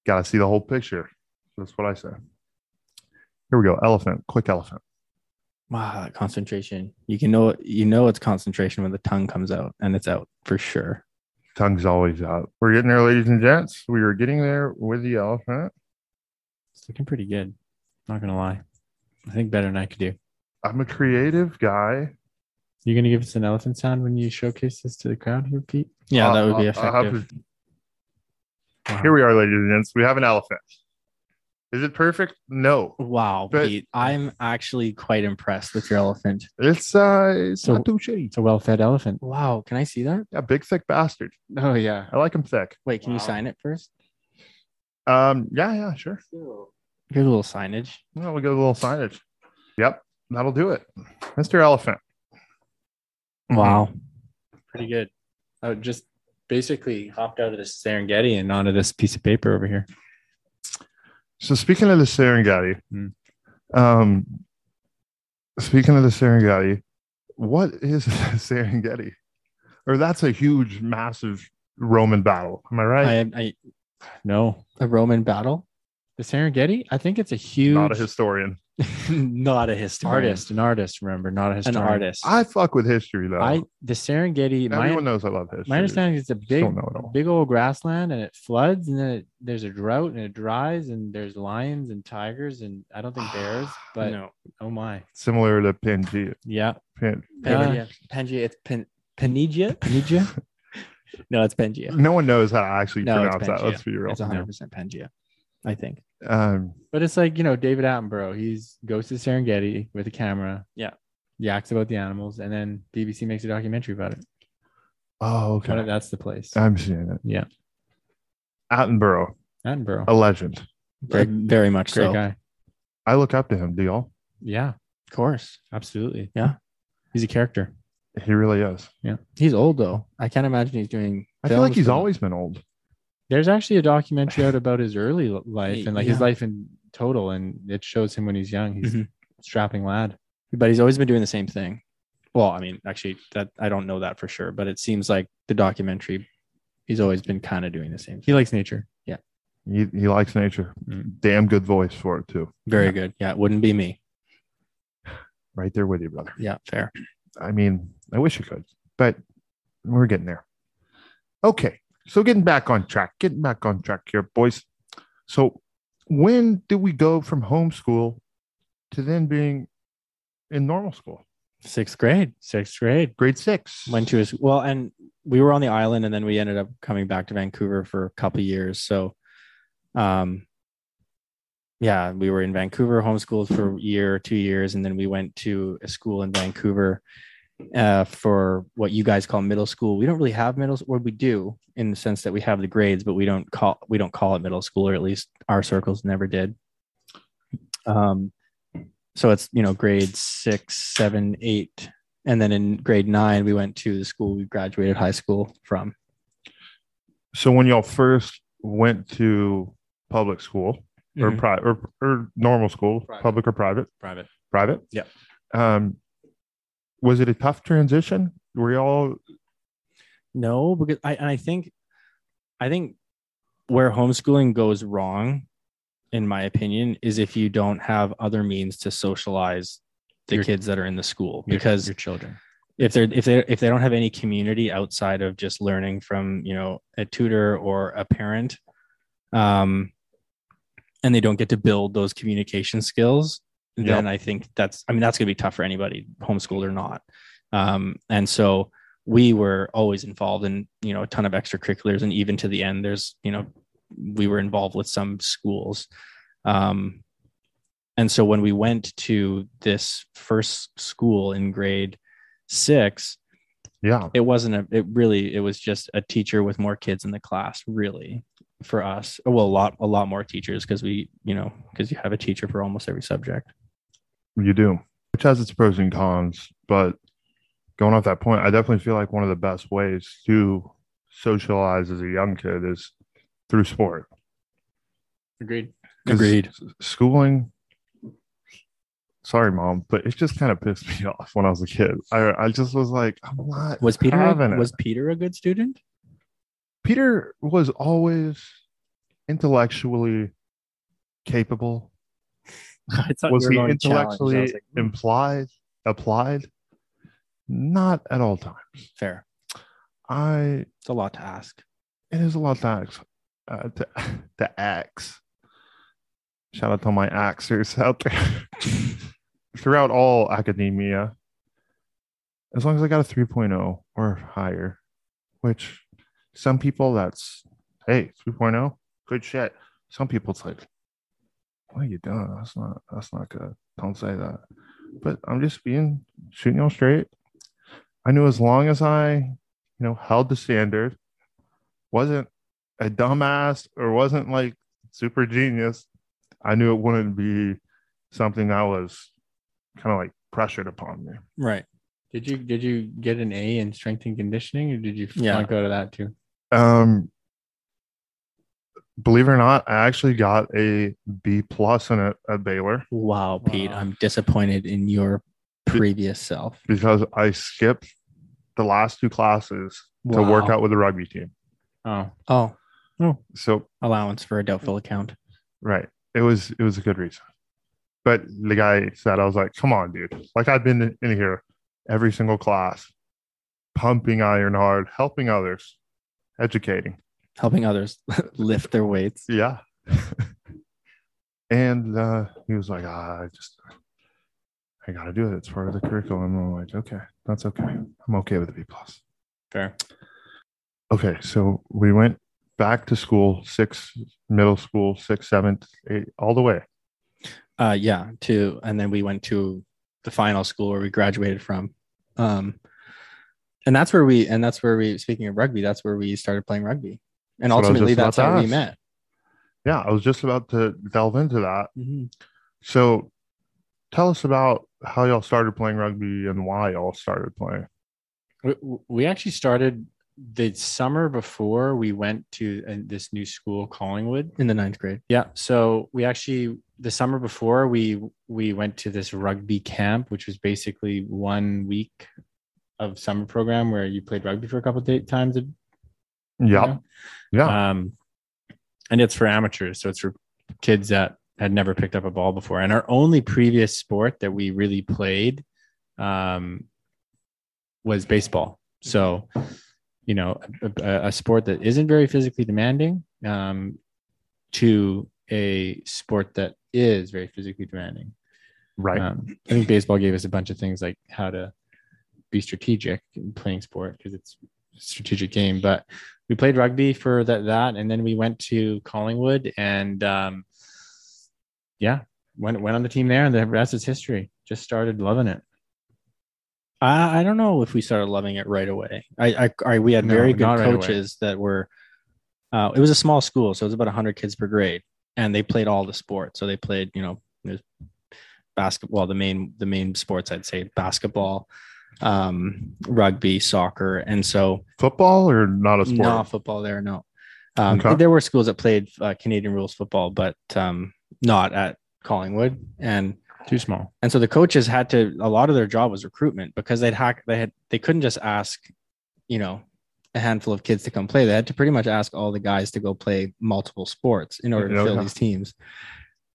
Speaker 2: gotta see the whole picture. That's what I say. Here we go. Elephant, quick elephant.
Speaker 1: Wow, concentration. You can know you know it's concentration when the tongue comes out, and it's out for sure.
Speaker 2: Tongue's always out. We're getting there, ladies and gents. We are getting there with the elephant.
Speaker 5: It's looking pretty good. Not gonna lie. I think better than I could do.
Speaker 2: I'm a creative guy.
Speaker 5: You gonna give us an elephant sound when you showcase this to the crowd here, Pete?
Speaker 1: Yeah, that
Speaker 2: I'll-
Speaker 1: would be
Speaker 2: I'll- I'll have
Speaker 1: effective.
Speaker 2: to-
Speaker 5: Wow.
Speaker 2: Here we are, ladies and gents. We have an elephant. Is it perfect? No.
Speaker 1: Wow,
Speaker 2: But-
Speaker 1: Pete, I'm actually quite impressed with your elephant.
Speaker 2: It's uh it's
Speaker 5: So-
Speaker 2: not too shitty.
Speaker 5: It's a well-fed elephant.
Speaker 1: Wow, can I see that?
Speaker 2: Yeah, big thick bastard.
Speaker 1: Oh yeah.
Speaker 2: I like him thick.
Speaker 1: Wait, can you
Speaker 4: Wow.
Speaker 1: sign it first?
Speaker 2: Um, yeah, yeah, sure.
Speaker 1: Here's a little signage.
Speaker 2: Well, we'll get a little signage. Yep, that'll do it. Mr. Elephant.
Speaker 1: Wow.
Speaker 5: Pretty good. I just basically hopped out of the Serengeti and onto this piece of paper over here.
Speaker 2: So speaking of the Serengeti,
Speaker 5: Hmm.
Speaker 2: um, speaking of the Serengeti, what is the Serengeti? Or that's a huge, massive Roman battle. Am I right?
Speaker 1: I, I
Speaker 5: No,
Speaker 1: a Roman battle?
Speaker 5: the Serengeti. I think it's a huge
Speaker 2: Not a historian.
Speaker 1: Not a historian.
Speaker 5: artist, an artist. Remember, not a
Speaker 1: An
Speaker 5: historian.
Speaker 1: artist.
Speaker 2: I fuck with history though.
Speaker 5: I the Serengeti.
Speaker 2: Everyone
Speaker 5: My,
Speaker 2: knows I love history.
Speaker 5: my understanding is it's a
Speaker 2: Just
Speaker 5: big,
Speaker 2: don't know it all.
Speaker 5: big old grassland, and it floods, and then it, there's a drought, and it dries, and there's lions and tigers, and I don't think bears, but
Speaker 1: no.
Speaker 5: oh my,
Speaker 2: Similar to Pangea.
Speaker 5: Uh, yeah,
Speaker 2: Pan-
Speaker 1: Pangea. Pangea. It's Pen- Panigia.
Speaker 5: Panija.
Speaker 1: No, it's Pangea.
Speaker 2: No one knows how to actually
Speaker 1: No, it's
Speaker 2: pronounce that.
Speaker 1: Pangea.
Speaker 2: Let's be real.
Speaker 1: It's 100% Pangea, I think.
Speaker 2: Um,
Speaker 5: But it's like, you know, David Attenborough, he's goes to Serengeti with a camera.
Speaker 1: Yeah.
Speaker 5: Yaks about the animals, and then BBC makes a documentary about it.
Speaker 2: oh,
Speaker 5: Kind of
Speaker 2: okay.
Speaker 5: That's the place.
Speaker 1: Uh,
Speaker 2: I'm seeing it.
Speaker 5: Yeah.
Speaker 2: Attenborough,
Speaker 5: Attenborough.
Speaker 2: a legend.
Speaker 1: Very, very much
Speaker 5: Great
Speaker 1: so.
Speaker 5: guy.
Speaker 2: I look up to him. Do y'all?
Speaker 5: Yeah,
Speaker 1: Of course.
Speaker 5: absolutely.
Speaker 1: Yeah.
Speaker 5: He's a character.
Speaker 2: He really is.
Speaker 1: He's old though. I can't imagine he's doing.
Speaker 2: I feel like
Speaker 1: films
Speaker 2: he's
Speaker 1: for-
Speaker 2: always been old.
Speaker 5: There's actually a documentary out about his early li- life and like his
Speaker 1: Yeah.
Speaker 5: life in total, and it shows him when he's young. He's
Speaker 1: Mhm.
Speaker 5: a strapping lad.
Speaker 1: but he's always been doing the same thing. Well, I mean, actually, that I don't know that for sure, but it seems like the documentary, he's always been kind of doing the same. thing.
Speaker 5: He likes nature.
Speaker 2: He, he likes nature.
Speaker 5: Mm.
Speaker 2: Damn good voice for it too.
Speaker 1: Very good. Yeah, it wouldn't be me.
Speaker 2: Right there with you, brother.
Speaker 1: Yeah, fair.
Speaker 2: I mean, I wish you could, but we're getting there. Okay, so getting back on track, getting back on track here, boys. So, when did we go from homeschool to then being in normal school?
Speaker 1: Sixth grade.
Speaker 5: Sixth grade.
Speaker 2: Grade six.
Speaker 1: Went to his well, and we were on the island, and then we ended up coming back to Vancouver for a couple years. So, um, yeah, we were in Vancouver, homeschooled for a year, two years, and then we went to a school in Vancouver uh, for what you guys call middle school. We don't really have middle, or we do in the sense that we have the grades, but we don't call we don't call it middle school, or at least our circles never did. Um, so it's you know grade six, seven, eight, and then in grade nine we went to the school we graduated high school from.
Speaker 2: so, when y'all first went to public school or
Speaker 1: Mhm.
Speaker 2: private or, or normal school,
Speaker 1: Private.
Speaker 2: public or private,
Speaker 1: Private.
Speaker 2: private.
Speaker 1: Yep.
Speaker 2: Um, was it a tough transition? Were y'all
Speaker 1: No, because I and I think I think where homeschooling goes wrong, in my opinion, is if you don't have other means to socialize the
Speaker 5: Your-
Speaker 1: kids that are in the school
Speaker 5: Your-
Speaker 1: because
Speaker 5: your children.
Speaker 1: if they're if they if they don't have any community outside of just learning from you know a tutor or a parent um and they don't get to build those communication skills then i think that's i mean that's going to be tough for anybody homeschooled or not um and so we were always involved in you know a ton of extracurriculars and even to the end there's you know we were involved with some schools um And so when we went to this first school in grade six,
Speaker 2: Yeah.
Speaker 1: it wasn't a it really it was just a teacher with more kids in the class really for us well a lot a lot more teachers because we you know because you have a teacher for almost every subject
Speaker 2: You do, which has its pros and cons. But going off that point, I definitely feel like one of the best ways to socialize as a young kid is through sport.
Speaker 4: Agreed.
Speaker 2: 'Cause
Speaker 5: Agreed.
Speaker 2: s- Schooling. Sorry, mom, but it just kind of pissed me off when I was a kid. I, I just was like, I'm not.
Speaker 1: was peter
Speaker 2: having it.
Speaker 1: was peter a good student
Speaker 2: Peter was always intellectually capable.
Speaker 1: I thought
Speaker 2: was
Speaker 1: you were
Speaker 2: he
Speaker 1: going
Speaker 2: intellectually
Speaker 1: challenge. I was like, mm,
Speaker 2: implied applied not at all times
Speaker 1: fair
Speaker 2: i
Speaker 1: it's a lot to ask
Speaker 2: it is a lot to ask uh, to, to axe shout out to my axers out there throughout all academia as long as i got a 3.0 or higher which some people that's hey 3.0 good shit some people it's like what are you doing that's not that's not good don't say that but i'm just being shooting y'all straight i knew as long as i you know held the standard wasn't a dumbass or wasn't like super genius i knew it wouldn't be something that was kind of like pressured upon me
Speaker 1: right
Speaker 5: Did you did you get an A in strength and conditioning, or did you
Speaker 1: Yeah.
Speaker 5: flunk out of that too?
Speaker 2: um believe it or not i actually got a b plus in it at baylor
Speaker 1: wow pete
Speaker 5: Wow.
Speaker 1: i'm disappointed in your previous self
Speaker 2: because i skipped the last two classes to work
Speaker 1: Wow.
Speaker 2: out with the rugby team
Speaker 5: Oh,
Speaker 1: oh
Speaker 2: so
Speaker 1: allowance for a doubtful account
Speaker 2: right it was it was a good reason but the guy said i was like come on dude like i've been in here every single class pumping iron hard helping others educating
Speaker 1: helping others lift their weights
Speaker 2: Yeah. and uh, he was like, ah, I just, I got to do it. It's part of the curriculum. I'm like, okay, that's okay. I'm okay with the B plus.
Speaker 1: fair
Speaker 2: Okay, so we went back to school, six middle school, six, seventh, eight, all the way.
Speaker 1: uh yeah to and then we went to the final school where we graduated from um and that's where we and that's where we speaking of rugby that's where we started playing rugby and
Speaker 2: That's what I was
Speaker 1: ultimately
Speaker 2: just
Speaker 1: that's
Speaker 2: about
Speaker 1: how
Speaker 2: to
Speaker 1: we met
Speaker 2: Yeah, I was just about to delve into that.
Speaker 1: Mm-hmm.
Speaker 2: So, tell us about how y'all started playing rugby and why y'all started playing.
Speaker 5: we, we actually started the summer before we went to uh, this new school, Collingwood.
Speaker 1: in the ninth grade
Speaker 5: Yeah. So we actually the summer before we we went to this rugby camp, which was basically one week of summer program where you played rugby for a couple of day, times. a-
Speaker 2: Yeah, yeah,
Speaker 5: Um, and it's for amateurs, so it's for kids that had never picked up a ball before. And our only previous sport that we really played um, was baseball. So, you know, a, a- a sport that isn't very physically demanding um, to a sport that is very physically demanding.
Speaker 2: right.
Speaker 5: Um, I think baseball gave us a bunch of things like how to be strategic in playing sport because it's a strategic game. But we played rugby for that, that, and then we went to Collingwood and um, yeah, went went on the team there, and the rest is history. Just started loving it.
Speaker 1: I, I don't know if we started loving it right away. I, I, I we had
Speaker 5: No,
Speaker 1: very good
Speaker 5: not right away.
Speaker 1: coaches that were. Uh, it was a small school, so it was about hundred kids per grade, and they played all the sports. So they played, you know, there's basketball. The main the main sports I'd say basketball, um, rugby, soccer, and so
Speaker 2: Football or not a sport?
Speaker 1: no football there. No, um,
Speaker 2: Okay.
Speaker 1: there were schools that played uh, Canadian rules football, but um, not at Collingwood and.
Speaker 5: Too small.
Speaker 1: And so the coaches had to a lot of their job was recruitment because they'd hack they had they couldn't just ask, you know, a handful of kids to come play. They had to pretty much ask all the guys to go play multiple sports in order to fill
Speaker 2: Yeah.
Speaker 1: these teams.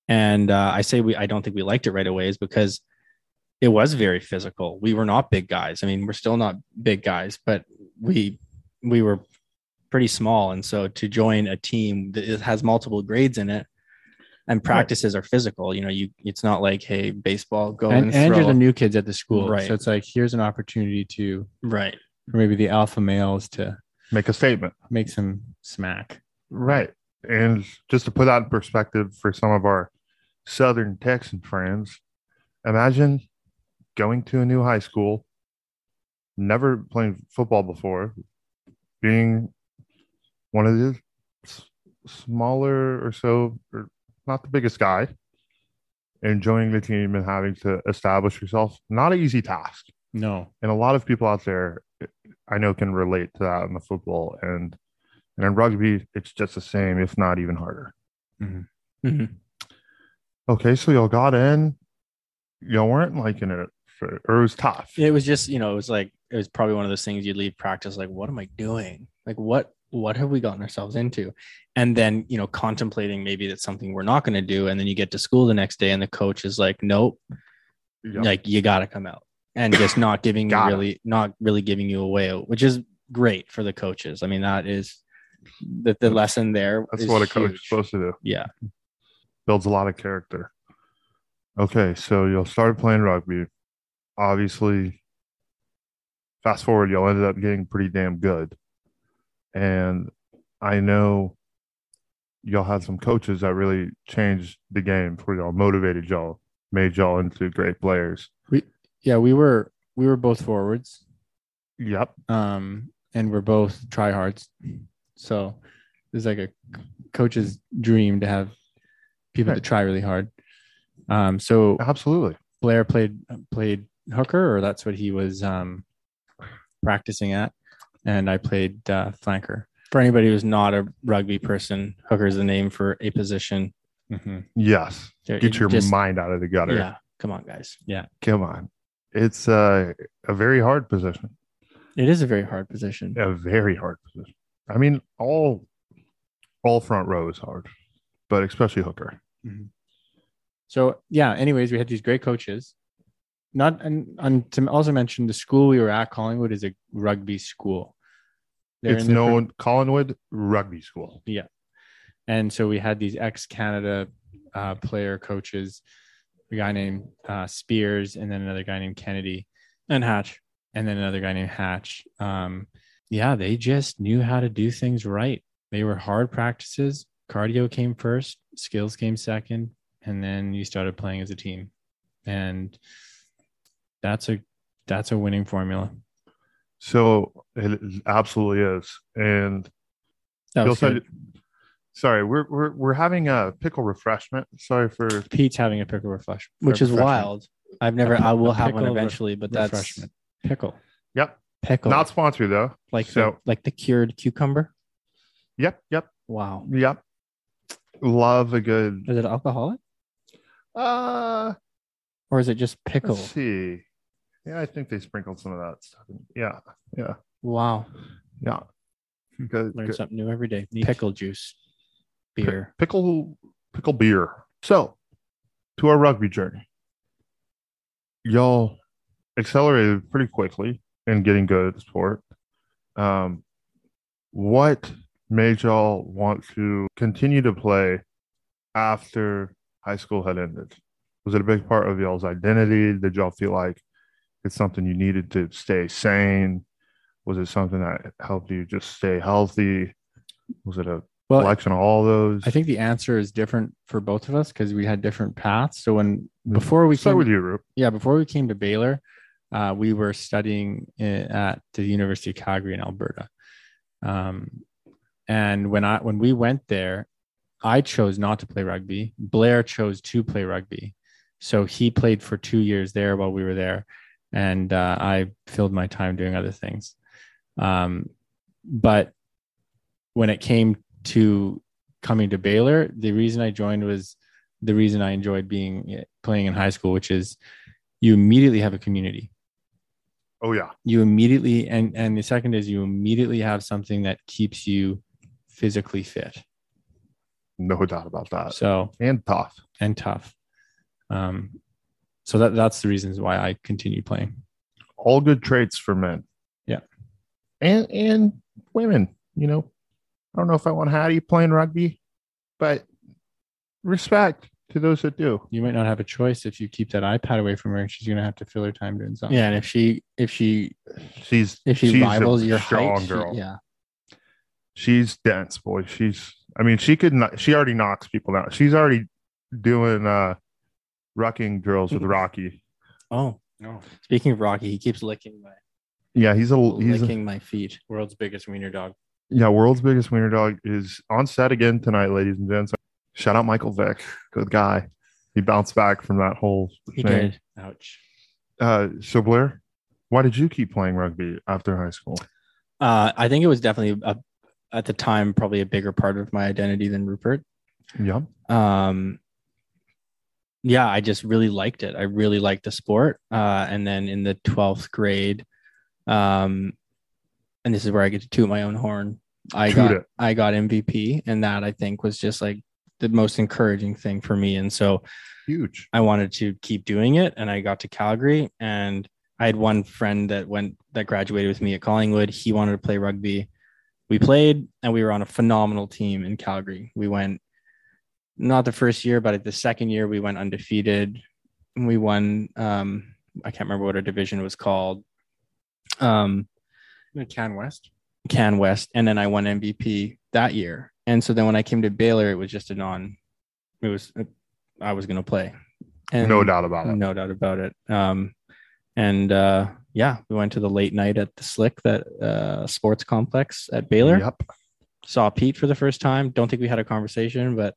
Speaker 1: And uh, I say we I don't think we liked it right away is because it was very physical. We were not big guys. I mean, we're still not big guys, but we we were pretty small. And so to join a team that is- has multiple grades in it and practices are physical, you know, you it's not like, hey, baseball, go
Speaker 5: And,
Speaker 1: and,
Speaker 5: and
Speaker 1: throw.
Speaker 5: you're the new kids at the school,
Speaker 1: Right.
Speaker 5: so it's like here's an opportunity to
Speaker 1: right.
Speaker 5: for maybe the alpha males to
Speaker 2: Make a statement.
Speaker 5: make some smack.
Speaker 2: Right. And just to put that in perspective for some of our Southern Texan friends. Imagine going to a new high school, never playing football before, being one of the s- smaller or so, or not the biggest guy, and joining the team and having to establish yourself. Not an easy task.
Speaker 5: No.
Speaker 2: And a lot of people out there, I know, can relate to that in the football and and in rugby, it's just the same, if not even harder.
Speaker 1: Mhm.
Speaker 2: Okay, so y'all got in, y'all weren't liking it, for, or it was tough.
Speaker 1: It was just, you know, it was like it was probably one of those things you leave practice like, what am I doing? Like what what have we gotten ourselves into? And then, you know, contemplating maybe that's something we're not gonna do. And then you get to school the next day and the coach is like, Nope,
Speaker 2: Yeah.
Speaker 1: like you gotta come out. And just not giving you
Speaker 2: Gotta.
Speaker 1: really not really giving you away, which is great for the coaches. I mean, that is the, the lesson there.
Speaker 2: That's
Speaker 1: is
Speaker 2: what a coach is
Speaker 1: huge.
Speaker 2: supposed to do.
Speaker 1: Yeah.
Speaker 2: Builds a lot of character. Okay, so y'all started playing rugby. Obviously, fast forward, y'all ended up getting pretty damn good. And I know y'all had some coaches that really changed the game for y'all, motivated y'all, made y'all into great players.
Speaker 5: Yeah, we were we were both forwards.
Speaker 2: Yep.
Speaker 5: um, and we're both tryhards. So it's like a coach's dream to have people that try really hard. Um, so
Speaker 2: Absolutely.
Speaker 5: Blair played played hooker, or that's what he was um, practicing at, and I played uh, flanker.
Speaker 1: For anybody who's not a rugby person, hooker is the name for a position.
Speaker 5: Mm-hmm.
Speaker 2: Yes.
Speaker 1: There-
Speaker 2: Get
Speaker 1: it
Speaker 2: your
Speaker 1: just-
Speaker 2: mind out of the gutter.
Speaker 1: Yeah, come on, guys.
Speaker 2: Come on. It's uh, a very hard position.
Speaker 1: It is a very hard position.
Speaker 2: a very hard position. I mean, all all front row is hard, but especially hooker.
Speaker 5: So yeah. Anyways, we had these great coaches. Not and, and to also mention the school we were at, Collingwood, is a rugby school. They're
Speaker 2: it's
Speaker 5: in the pre-
Speaker 2: known Collinwood Rugby School.
Speaker 5: And so we had these ex Canada uh, player coaches, a guy named uh, Spears, and then another guy named Kennedy,
Speaker 1: And Hatch.
Speaker 5: and then another guy named Hatch. Um, yeah, they just knew how to do things right. They were hard practices. Cardio came first, skills came second, and then you started playing as a team. And that's a that's a winning formula.
Speaker 2: So it absolutely is. And
Speaker 5: That
Speaker 2: Bill
Speaker 5: was
Speaker 2: said,
Speaker 5: good.
Speaker 2: sorry, we're, we're we're having a pickle refreshment. Sorry for
Speaker 5: Pete's having a pickle refresh,
Speaker 1: Which is
Speaker 5: refreshment.
Speaker 1: wild. I've never I will have one
Speaker 5: pickle ref-
Speaker 1: eventually, but that's
Speaker 5: refreshment. Pickle.
Speaker 2: yep.
Speaker 1: pickle.
Speaker 2: Not sponsored though.
Speaker 1: like the,
Speaker 2: so.
Speaker 1: like the cured cucumber.
Speaker 2: Yep, yep,
Speaker 1: Wow.
Speaker 2: yep. Love a good
Speaker 1: Is it alcoholic?
Speaker 2: uh
Speaker 1: Or is it just pickle?
Speaker 2: let's see. Yeah, I think they sprinkled some of that stuff. in. Yeah, yeah,
Speaker 1: Wow.
Speaker 2: yeah. Good,
Speaker 1: Learn
Speaker 2: good.
Speaker 1: something new every day. Pickle juice. Beer.
Speaker 2: pickle pickle beer. So, to our rugby journey, y'all accelerated pretty quickly in getting good at the sport. Um, what made y'all want to continue to play after high school had ended? Was it a big part of y'all's identity? Did y'all feel like it's something you needed to stay sane? Was it something that helped you just stay healthy? Was it a
Speaker 5: Well,
Speaker 2: collection of all those?
Speaker 5: I think the answer is different for both of us because we had different paths. So when before we
Speaker 2: Mm-hmm. start
Speaker 5: came,
Speaker 2: with you, Roop.
Speaker 5: yeah, before we came to Baylor, uh, we were studying i- at the University of Calgary in Alberta. Um, and when I when we went there, I chose not to play rugby. Blair chose to play rugby, so he played for two years there while we were there, and uh, I filled my time doing other things. Um, but when it came to coming to Baylor, the reason I joined was the reason I enjoyed being playing in high school, which is you immediately have a community.
Speaker 2: Oh yeah,
Speaker 5: You immediately and and the second is you immediately have something that keeps you physically fit.
Speaker 2: no doubt about
Speaker 1: Uh,
Speaker 2: that.
Speaker 5: So
Speaker 2: and tough.
Speaker 5: and tough. Um, so that that's the reasons why I continue playing.
Speaker 2: All good traits for men.
Speaker 5: Yeah.
Speaker 2: and and women. You know, I don't know if I want Hattie playing rugby, but respect to those that do.
Speaker 5: You might not have a choice if you keep that iPad away from her. She's gonna have to fill her time doing something.
Speaker 1: Yeah, and if she if she
Speaker 2: She's
Speaker 1: if she
Speaker 2: she's a
Speaker 1: rivals your
Speaker 2: strong
Speaker 1: height, she-
Speaker 2: girl.
Speaker 1: yeah.
Speaker 2: She's dense, boy. She's. I mean, she could. Not, she already knocks people out. She's already doing uh rucking drills with Rocky.
Speaker 1: Oh,
Speaker 4: No,
Speaker 1: speaking of Rocky, he keeps licking my
Speaker 2: Yeah, he's a he's a,
Speaker 1: licking my feet. World's biggest wiener dog.
Speaker 2: yeah, world's biggest wiener dog is on set again tonight, ladies and gents. Shout out Michael Vick, good guy. He bounced back from that whole
Speaker 1: He
Speaker 2: thing.
Speaker 1: did. Ouch.
Speaker 2: Uh, so Blair, why did you keep playing rugby after high school?
Speaker 1: Uh, I think it was definitely a, at the time probably a bigger part of my identity than Rupert.
Speaker 2: Yeah,
Speaker 1: um yeah i just really liked it i really liked the sport uh and then in the 12th grade um and this is where i get to toot my own horn i
Speaker 2: Toot
Speaker 1: got
Speaker 2: it.
Speaker 1: i got mvp and that i think was just like the most encouraging thing for me and so
Speaker 2: huge.
Speaker 1: I wanted to keep doing it. And I got to Calgary and I had one friend that went that graduated with me at Collingwood. He wanted to play rugby. We played and we were on a phenomenal team in Calgary. We went not the first year, but at the second year, we went undefeated. And we won um I can't remember what our division was called. Um
Speaker 4: Can West.
Speaker 1: Can West, and then I won MVP that year. And so then when I came to Baylor, it was just a non. It was I was going to play, and
Speaker 2: No doubt about it.
Speaker 1: no doubt about it. Um, and uh, yeah, we went to the late night at the Slick, that uh, sports complex at Baylor.
Speaker 2: Yep.
Speaker 1: Saw Pete for the first time. Don't think we had a conversation, but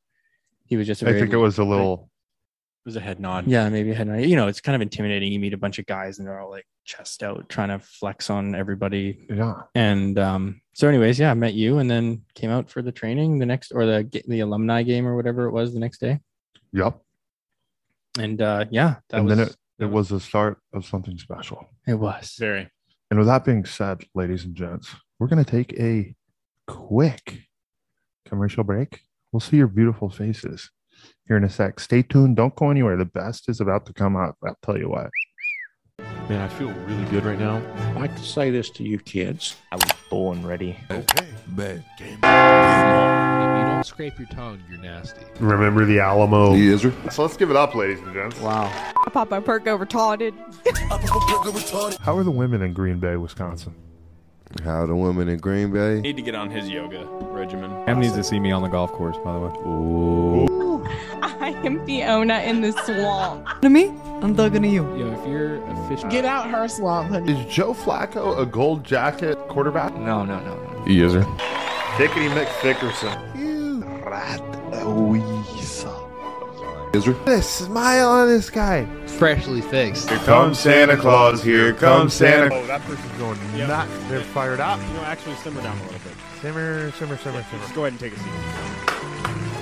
Speaker 1: he was just. A
Speaker 2: I
Speaker 1: very
Speaker 2: think it was a little
Speaker 5: It was a head nod.
Speaker 1: yeah, maybe I had an- you know it's kind of intimidating. You meet a bunch of guys and they're all like chest out, trying to flex on everybody.
Speaker 2: yeah.
Speaker 1: And um, so, anyways, yeah, I met you, and then came out for the training the next or the ga- the alumni game or whatever it was the next day.
Speaker 2: Yep.
Speaker 1: And uh, yeah, that
Speaker 2: And
Speaker 1: was
Speaker 2: then It was the start of something special.
Speaker 1: it was
Speaker 4: Very.
Speaker 2: And with that being said, ladies and gents, we're going to take a quick commercial break. We'll see your beautiful faces here in a sec. Stay tuned. Don't go anywhere. The best is about to come up. I'll tell you what.
Speaker 7: Man, I feel really good right now. I'd like to say this to you kids. I was born ready.
Speaker 8: Man.
Speaker 10: If you don't scrape your tongue, you're nasty.
Speaker 2: Remember the Alamo.
Speaker 8: He is
Speaker 2: So let's give it up, ladies and gents.
Speaker 1: wow.
Speaker 11: I pop my perk over taunted.
Speaker 2: How are the women in Green Bay, Wisconsin?
Speaker 8: How the women in Green Bay?
Speaker 4: Need to get on his yoga regimen.
Speaker 5: Em needs to see me on the golf course, by the way.
Speaker 11: I am Fiona in the swamp.
Speaker 9: To me, I'm talking to you.
Speaker 5: Yo, if you're a fish,
Speaker 10: out her swamp, honey.
Speaker 2: Is Joe Flacco a gold jacket quarterback?
Speaker 9: No, no, no, no.
Speaker 7: He is her.
Speaker 2: Dickety Mick Thickerson. You rat weasel.
Speaker 8: Is her?
Speaker 2: This smile on this guy.
Speaker 10: Freshly fixed.
Speaker 2: Here comes Santa Claus. Here comes Santa. Oh, that person's going nuts. They're fired up.
Speaker 4: You know, actually, simmer down a little bit.
Speaker 2: Simmer, simmer, simmer,
Speaker 4: Just
Speaker 2: simmer.
Speaker 4: go ahead and take a seat.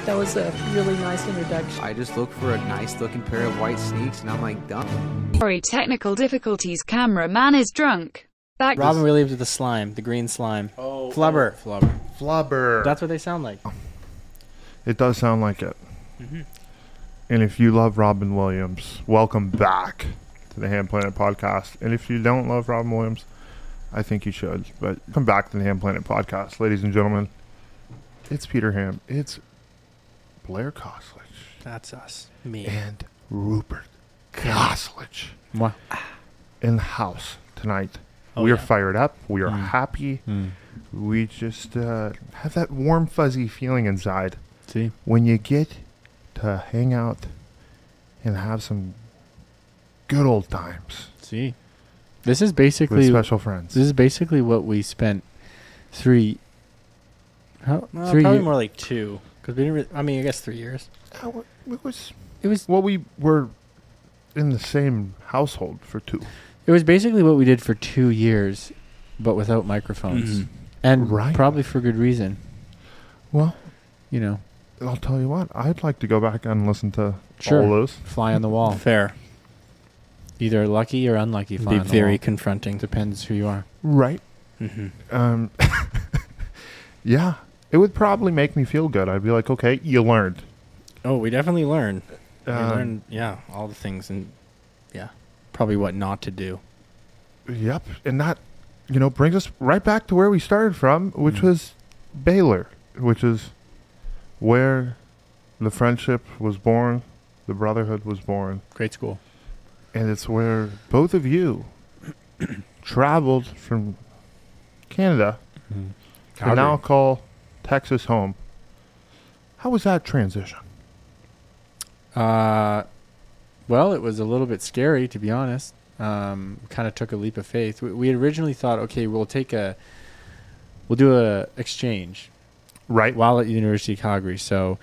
Speaker 11: That was a really nice introduction.
Speaker 10: I just look for a nice looking pair of white sneaks, and I'm like, dumb.
Speaker 9: Sorry, technical difficulties. Cameraman is drunk. Back.
Speaker 1: Robin really with the slime, the green slime. Oh, flubber, flubber.
Speaker 2: Flubber. Oh.
Speaker 1: That's what they sound like.
Speaker 2: it does sound like it. Mm-hmm. And if you love Robin Williams, welcome back to the Hand Planet podcast. And if you don't love Robin Williams, I think you should. But come back to the Hand Planet podcast, ladies and gentlemen. It's Peter Ham. It's Blair Coslich
Speaker 1: That's us. Me.
Speaker 2: and Rupert Coslich.
Speaker 5: Mwah.
Speaker 2: in the house tonight.
Speaker 1: Oh,
Speaker 2: we are
Speaker 1: yeah.
Speaker 2: fired up. We are happy.
Speaker 5: Mm.
Speaker 2: We just uh, have that warm, fuzzy feeling inside
Speaker 5: see,
Speaker 2: when you get to hang out and have some good old times
Speaker 5: see, this is
Speaker 2: with
Speaker 5: basically
Speaker 2: special friends.
Speaker 5: this is basically what we spent three. How
Speaker 1: Well,
Speaker 5: three?
Speaker 1: Uh, probably
Speaker 5: ye-
Speaker 1: more like two because we didn't. Really, I mean, I guess three years.
Speaker 2: Uh, wha- It was,
Speaker 5: It was
Speaker 2: well, we were in the same household for two.
Speaker 5: it was basically what we did for two years, but without microphones,
Speaker 1: Mhm.
Speaker 5: and
Speaker 2: Right.
Speaker 5: probably for good reason.
Speaker 2: Well,
Speaker 5: You know,
Speaker 2: I'll tell you what, I'd like to go back and listen to
Speaker 5: Sure.
Speaker 2: all those.
Speaker 5: fly on the wall.
Speaker 1: Fair.
Speaker 5: Either lucky or unlucky. Fly
Speaker 1: Be
Speaker 5: on the
Speaker 1: very
Speaker 5: wall.
Speaker 1: confronting.
Speaker 5: depends who you are.
Speaker 2: Right.
Speaker 1: Mm-hmm.
Speaker 2: Um, yeah, it would probably make me feel good. I'd be like, okay, you learned.
Speaker 1: Oh, we definitely learn. We
Speaker 2: Um,
Speaker 1: learn, yeah, all the things and yeah, probably what not to do.
Speaker 2: Yep, and that, you know, brings us right back to where we started from, which was Baylor, which is where the friendship was born, the brotherhood was born,
Speaker 5: Great school.
Speaker 2: and it's where both of you traveled from Canada to now call Texas home. How was that transition?
Speaker 5: Uh, well, it was a little bit scary to be honest. Um, kind of took a leap of faith. We, we had originally thought, okay, we'll take a, we'll do a exchange,
Speaker 2: right?
Speaker 5: While at University of Calgary, so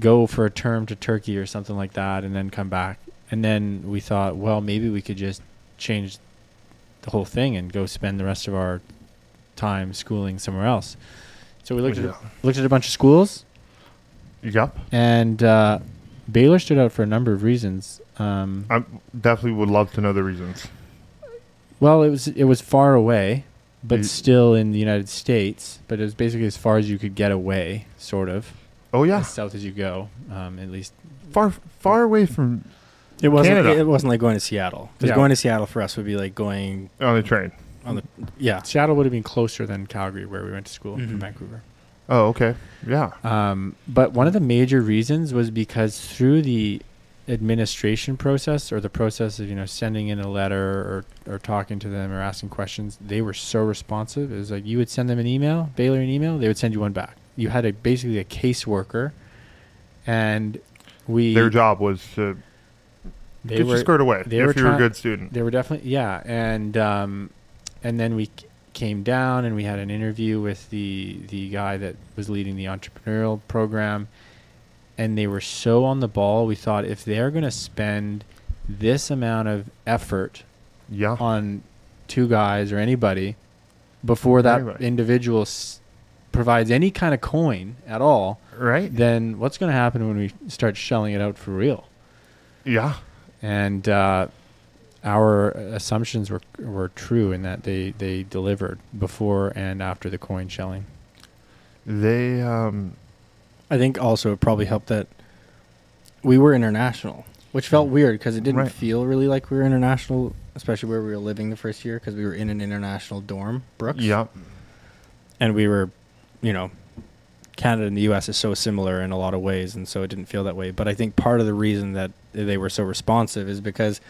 Speaker 5: go for a term to Turkey or something like that, and then come back. And then we thought, well, maybe we could just change the whole thing and go spend the rest of our time schooling somewhere else. So we looked
Speaker 2: Yeah.
Speaker 5: at looked at a bunch of schools.
Speaker 2: Yep.
Speaker 5: And uh, Baylor stood out for a number of reasons. Um,
Speaker 2: I definitely would love to know the reasons.
Speaker 5: Well, it was it was far away, but
Speaker 2: Mm.
Speaker 5: still in the United States. But it was basically as far as you could get away, sort of.
Speaker 2: Oh yeah,
Speaker 5: as south as you go, um, at least.
Speaker 2: Far far away from
Speaker 1: It wasn't.
Speaker 2: Canada.
Speaker 1: It wasn't like going to Seattle. Because
Speaker 5: Yeah.
Speaker 1: going to Seattle for us would be like going
Speaker 2: on the train.
Speaker 1: On the yeah. Mm-hmm.
Speaker 5: Seattle would have been closer than Calgary, where we went to school in Vancouver.
Speaker 2: Oh, okay. Yeah.
Speaker 5: Um, but one of the major reasons was because through the administration process or the process of you know sending in a letter or, or talking to them or asking questions, they were so responsive. It was like you would send them an email, Baylor an email, they would send you one back. You had a basically a caseworker, and we
Speaker 2: Their job was to
Speaker 5: they
Speaker 2: get
Speaker 5: were-
Speaker 2: you squared away
Speaker 5: They
Speaker 2: if
Speaker 5: were
Speaker 2: you're
Speaker 5: try-
Speaker 2: a good student.
Speaker 5: They were definitely yeah, and um, and then we c- came down and we had an interview with the the guy that was leading the entrepreneurial program, and they were so on the ball. We thought if they're going to spend this amount of effort,
Speaker 2: yeah,
Speaker 5: on two guys or anybody before that
Speaker 2: Anybody.
Speaker 5: individual s- provides any kind of coin at all,
Speaker 2: right?
Speaker 5: Then what's going to happen when we start shelling it out for real?
Speaker 2: Yeah.
Speaker 5: and uh, our assumptions were were true in that they they delivered before and after the coin shelling.
Speaker 2: They. Um,
Speaker 1: I think also it probably helped that we were international, which felt weird because it didn't
Speaker 2: Right.
Speaker 1: feel really like we were international, especially where we were living the first year because we were in an international dorm, Brooks.
Speaker 2: Yep.
Speaker 1: And we were, you know, Canada and the U.S. is so similar in a lot of ways, and so it didn't feel that way. But I think part of the reason that they were so responsive is because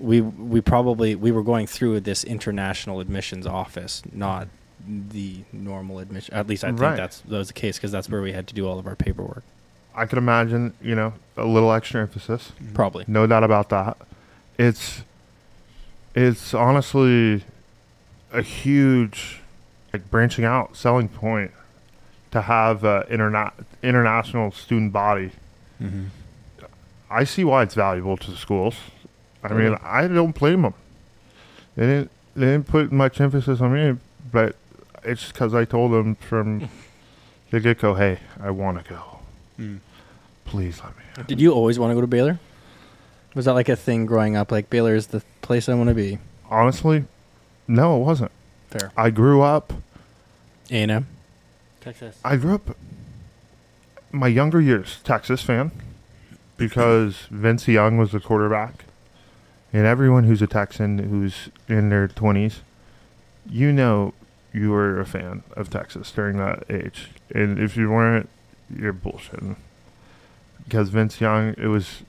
Speaker 1: we we probably we were going through this international admissions office, not the normal admission. At least I think
Speaker 2: Right.
Speaker 1: that's that was the case because that's where we had to do all of our paperwork.
Speaker 2: I could imagine, you know, a little extra emphasis.
Speaker 1: Probably.
Speaker 2: No doubt about that. It's it's honestly a huge like branching out selling point to have a interna- international student body.
Speaker 5: Mhm.
Speaker 2: I see why it's valuable to the schools. I mean,
Speaker 5: Mhm.
Speaker 2: I don't blame them. They didn't they didn't put much emphasis on me, but it's because I told them from the get go, hey, I want to go. Please let me.
Speaker 1: Did you always want to go to Baylor? Was that like a thing growing up? Like Baylor is the place I want to be.
Speaker 2: Honestly, no, it wasn't.
Speaker 1: Fair.
Speaker 2: I grew up.
Speaker 1: A and M. Texas.
Speaker 2: I grew up my younger years Texas fan because Vince Young was the quarterback, and everyone who's a Texan who's in their twenties, you know, you were a fan of Texas during that age, and if you weren't, you're bullshitting. Because Vince Young, it was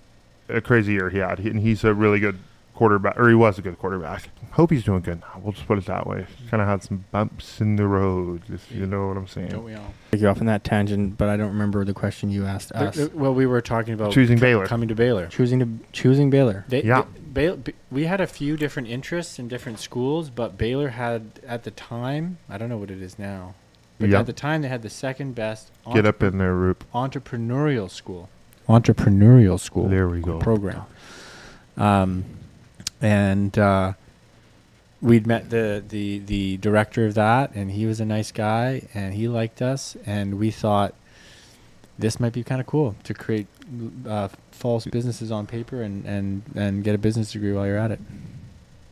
Speaker 2: a crazy year he had, and he's a really good quarterback, or he was a good quarterback. Hope he's doing good now. We'll just put it that way. Kind of had some bumps in the road, if you know what I'm saying.
Speaker 5: Don't we all?
Speaker 1: Take you off on that tangent, but I don't remember the question you asked us.
Speaker 5: Uh, well, we were talking
Speaker 1: Oh,
Speaker 5: about
Speaker 2: Choosing Baylor.
Speaker 5: coming to Baylor.
Speaker 1: choosing to choosing Baylor.
Speaker 5: They,
Speaker 2: Yeah.
Speaker 5: they- Baylor, B- we had a few different interests in different schools, but Baylor had at the time I don't know what it is now, but
Speaker 2: Yeah.
Speaker 5: at the time they had the second best
Speaker 2: Get
Speaker 5: entre-
Speaker 2: up in there, Roop.
Speaker 5: entrepreneurial school. Entrepreneurial school.
Speaker 2: There we go.
Speaker 5: program. Um, and uh, we'd met the, the the director of that, and he was a nice guy, and he liked us, and we thought this might be kind of cool to create uh, false businesses on paper and, and, and get a business degree while you're at it.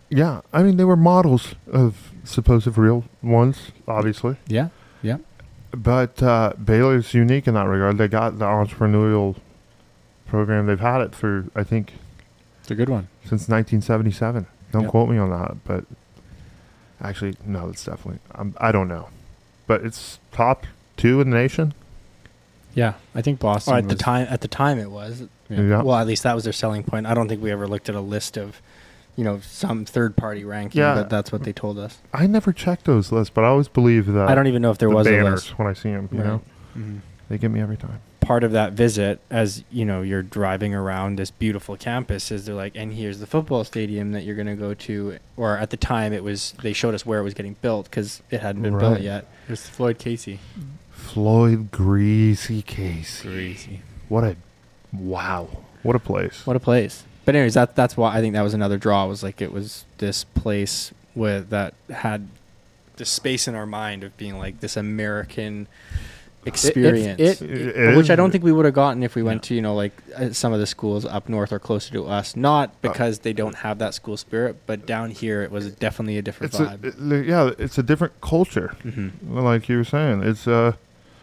Speaker 2: Yeah, I mean they were models of supposed real ones, obviously.
Speaker 5: Yeah, yeah.
Speaker 2: But uh, Baylor's unique in that regard. They got the entrepreneurial program. They've had it for I think
Speaker 5: It's a good one.
Speaker 2: since 1977. Don't
Speaker 5: Yep.
Speaker 2: quote me on that, but actually, no, it's definitely I'm, I don't know, but it's top two in the nation.
Speaker 5: Yeah, I think Boston.
Speaker 1: Or at the
Speaker 5: was-
Speaker 1: time, at the time it was.
Speaker 5: Yeah.
Speaker 2: Yeah.
Speaker 1: Well, at least that was their selling point. I don't think we ever looked at a list of, you know, some third party ranking.
Speaker 2: Yeah.
Speaker 1: but that's what they told us.
Speaker 2: I never checked those lists, but I always believe that
Speaker 1: I don't even know if there
Speaker 2: Uh, the
Speaker 1: was a
Speaker 2: banners
Speaker 1: list.
Speaker 2: when I see them. You
Speaker 1: Right. Mm-hmm.
Speaker 2: know,
Speaker 5: Mhm.
Speaker 2: they get me every time.
Speaker 1: part of that visit, as you know, you're driving around this beautiful campus, is they're like, and here's the football stadium that you're going to go to. Or at the time, it was they showed us where it was getting built because it hadn't been built
Speaker 5: Right.
Speaker 1: yet.
Speaker 5: There's Floyd Casey.
Speaker 2: Floyd Greasy Casey.
Speaker 5: Greasy.
Speaker 2: What a wow. What a place.
Speaker 1: What a place. But anyways, that that's why I think that was another draw. Was like it was this place where that had this space in our mind of being like this American experience,
Speaker 5: it-
Speaker 2: it
Speaker 1: which
Speaker 2: is-
Speaker 1: I don't think we would have gotten if we went to you know like uh, some of the schools up north or closer to us. Not because they don't have that school spirit, but down here it was definitely a different
Speaker 2: It's a,
Speaker 1: vibe.
Speaker 2: it- yeah, it's a different culture.
Speaker 1: Mm-hmm.
Speaker 2: Like you were saying, it's uh,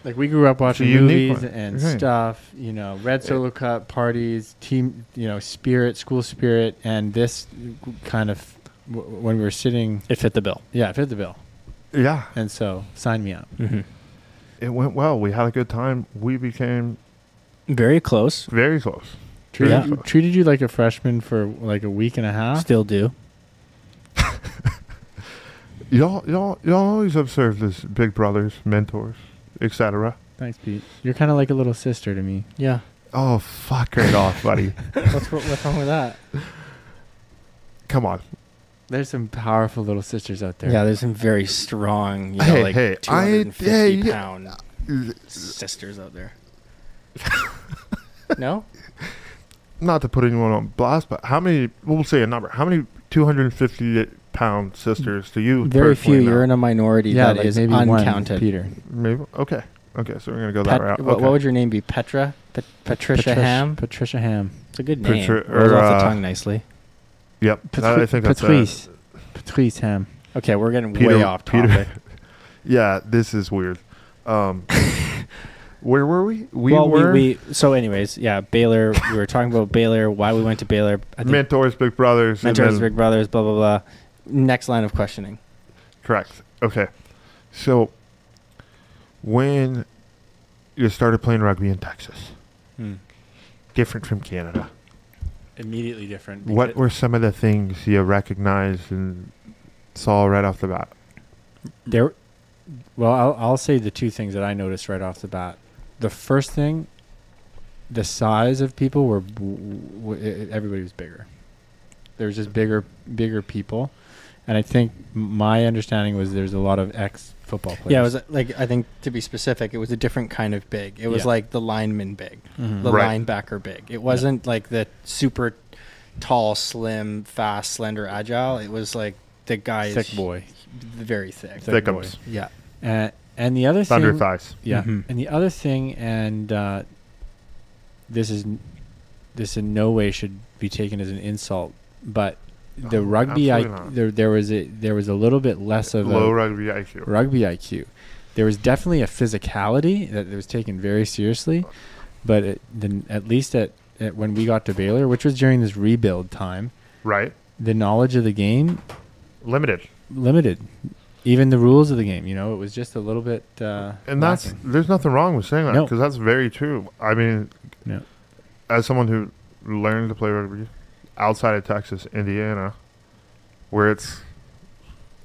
Speaker 5: Like we grew up watching
Speaker 2: unique
Speaker 5: movies
Speaker 2: one.
Speaker 5: and
Speaker 2: Right.
Speaker 5: stuff, you know, Red Solo Cup parties, team, you know, spirit, school spirit, and this kind of w- when we were sitting,
Speaker 1: it fit the bill.
Speaker 5: yeah, it fit the bill,
Speaker 2: yeah,
Speaker 5: and so sign me up.
Speaker 1: Mm-hmm.
Speaker 2: it went well. We had a good time. We became
Speaker 1: Very close.
Speaker 2: very close.
Speaker 5: Treated,
Speaker 1: Yeah.
Speaker 5: you, treated you like a freshman for like a week and a half.
Speaker 1: Still do.
Speaker 2: Y'all, y'all, y'all always observe this big brothers, mentors, etc.
Speaker 5: Thanks, Pete. You're kind of like a little sister to me.
Speaker 1: Yeah.
Speaker 2: Oh, fuck right off, buddy.
Speaker 5: What's wr- what's wrong with that?
Speaker 2: Come on.
Speaker 5: There's some powerful little sisters out there.
Speaker 1: Yeah, there's some very strong, you know,
Speaker 2: Hey,
Speaker 1: like
Speaker 2: hey, I-
Speaker 1: 250
Speaker 2: hey, yeah.
Speaker 1: pound sisters out there. no?
Speaker 2: Not to put anyone on blast, but how many? We'll say a number. How many 250 pound sisters do you?
Speaker 1: Very few.
Speaker 2: personally know?
Speaker 1: You're in a minority
Speaker 5: Yeah,
Speaker 1: that is
Speaker 5: like maybe one,
Speaker 1: uncounted.
Speaker 5: Peter.
Speaker 2: Maybe. Okay. Okay. So we're gonna go
Speaker 1: Pat-
Speaker 2: that route.
Speaker 1: what,
Speaker 2: okay.
Speaker 1: what would your name be? Petra? Pat- Patricia, Ham?
Speaker 5: Patricia Ham.
Speaker 1: It's a good name.
Speaker 2: Petra-
Speaker 1: Rolls
Speaker 2: or,
Speaker 1: off
Speaker 2: uh,
Speaker 1: the tongue nicely.
Speaker 2: Yep. that- I think that's uh,
Speaker 5: Patrice. Patrice Ham.
Speaker 1: Okay, we're getting
Speaker 2: Peter-
Speaker 1: way off
Speaker 2: Peter-
Speaker 1: topic.
Speaker 2: Yeah. This is weird. Um, where were we? We
Speaker 1: well,
Speaker 2: were
Speaker 1: we, we so anyways, yeah, Baylor. we were talking about Baylor, why we went to Baylor. I think
Speaker 2: mentors, big brothers, and
Speaker 1: mentors,
Speaker 2: then-
Speaker 1: Big Brothers, blah blah blah. Next line of questioning.
Speaker 2: Correct. Okay. So when you started playing rugby in Texas,
Speaker 5: Hmm.
Speaker 2: different from Canada,
Speaker 5: Immediately different.
Speaker 2: what were some of the things you recognized and saw right off the bat?
Speaker 5: There, well, I'll, I'll say the two things that I noticed right off the bat. The first thing, the size of people were w- w- e, everybody was bigger. There was just bigger, bigger people, and I think my understanding was there's a lot of ex football players.
Speaker 1: Yeah, it was uh, like I think to be specific, it was a different kind of big. It was
Speaker 5: Yeah.
Speaker 1: like the lineman big,
Speaker 5: Mhm.
Speaker 1: the
Speaker 2: Right.
Speaker 1: linebacker big. It wasn't like the super tall, slim, fast, slender, agile. It was like the guy is
Speaker 5: thick boy,
Speaker 1: very thick.
Speaker 5: Thick boy.
Speaker 2: Thickums,
Speaker 1: Yeah,
Speaker 5: and, and the other
Speaker 2: thunder
Speaker 5: thing,
Speaker 2: thighs.
Speaker 5: Yeah.
Speaker 1: Mhm.
Speaker 5: And the other thing, and uh, this is n- this in no way should be taken as an insult, but the
Speaker 2: Oh,
Speaker 5: rugby I,
Speaker 2: absolutely not.
Speaker 5: there there was a there was a little bit less of
Speaker 2: Low
Speaker 5: a
Speaker 2: rugby IQ.
Speaker 5: rugby IQ. There was definitely a physicality that was taken very seriously, but it, then at least at, at when we got to Baylor, which was during this rebuild time,
Speaker 2: Right.
Speaker 5: the knowledge of the game
Speaker 2: Limited.
Speaker 5: limited. Even the rules of the game, you know, it was just a little bit. Uh,
Speaker 2: And that's
Speaker 5: lacking.
Speaker 2: there's nothing wrong with saying that
Speaker 5: No.
Speaker 2: because that's very true. I mean,
Speaker 5: Yeah.
Speaker 2: as someone who learned to play rugby outside of Texas, Indiana, where it's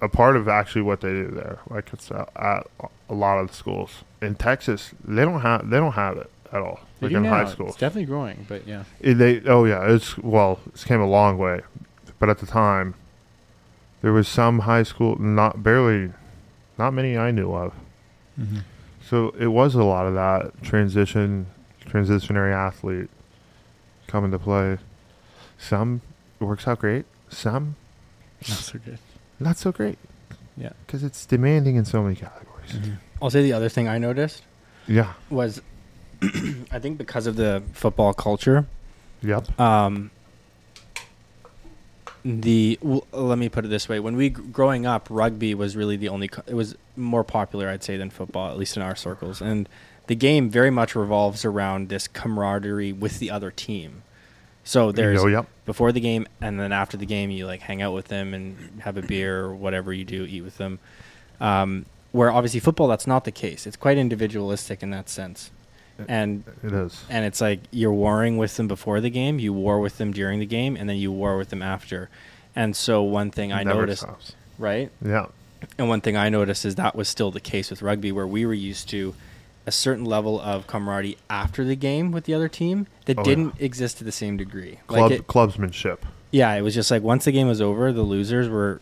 Speaker 2: a part of actually what they do there, like it's uh, at a lot of the schools in Texas, they don't have they don't have it at all.
Speaker 5: They
Speaker 2: Like
Speaker 5: do
Speaker 2: in high
Speaker 5: now.
Speaker 2: school,
Speaker 5: It's definitely growing, but yeah.
Speaker 2: It- they oh yeah, it's well, it's came a long way, but at the time, there was some high school, not barely, not many I knew of.
Speaker 1: Mm-hmm.
Speaker 2: So it was a lot of that transition, transitionary athlete coming to play. Some works out great, some
Speaker 5: Not so good.
Speaker 2: not so great.
Speaker 5: Yeah.
Speaker 2: because it's demanding in so many categories.
Speaker 1: I'll say the other thing I noticed
Speaker 2: Yeah.
Speaker 1: was, I think because of the football culture,
Speaker 2: Yep.
Speaker 1: um, the w let me put it this way: when we gr- growing up, rugby was really the only. co- It was more popular, I'd say, than football, at least in our circles. And the game very much revolves around this camaraderie with the other team. So there's
Speaker 2: Oh, yep.
Speaker 1: before the game, and then after the game, you like hang out with them and have a beer or whatever you do, eat with them. Um, where obviously football, that's not the case. It's quite individualistic in that sense. And
Speaker 2: It is.
Speaker 1: and it's like you're warring with them before the game, you war with them during the game, and then you war with them after. And so one thing I
Speaker 2: Never
Speaker 1: noticed,
Speaker 2: stops.
Speaker 1: right?
Speaker 2: Yeah.
Speaker 1: And one thing I noticed is that was still the case with rugby, where we were used to a certain level of camaraderie after the game with the other team that
Speaker 2: Oh, yeah.
Speaker 1: didn't exist to the same degree.
Speaker 2: Club
Speaker 1: it-
Speaker 2: clubsmanship.
Speaker 1: yeah, it was just like once the game was over, the losers were.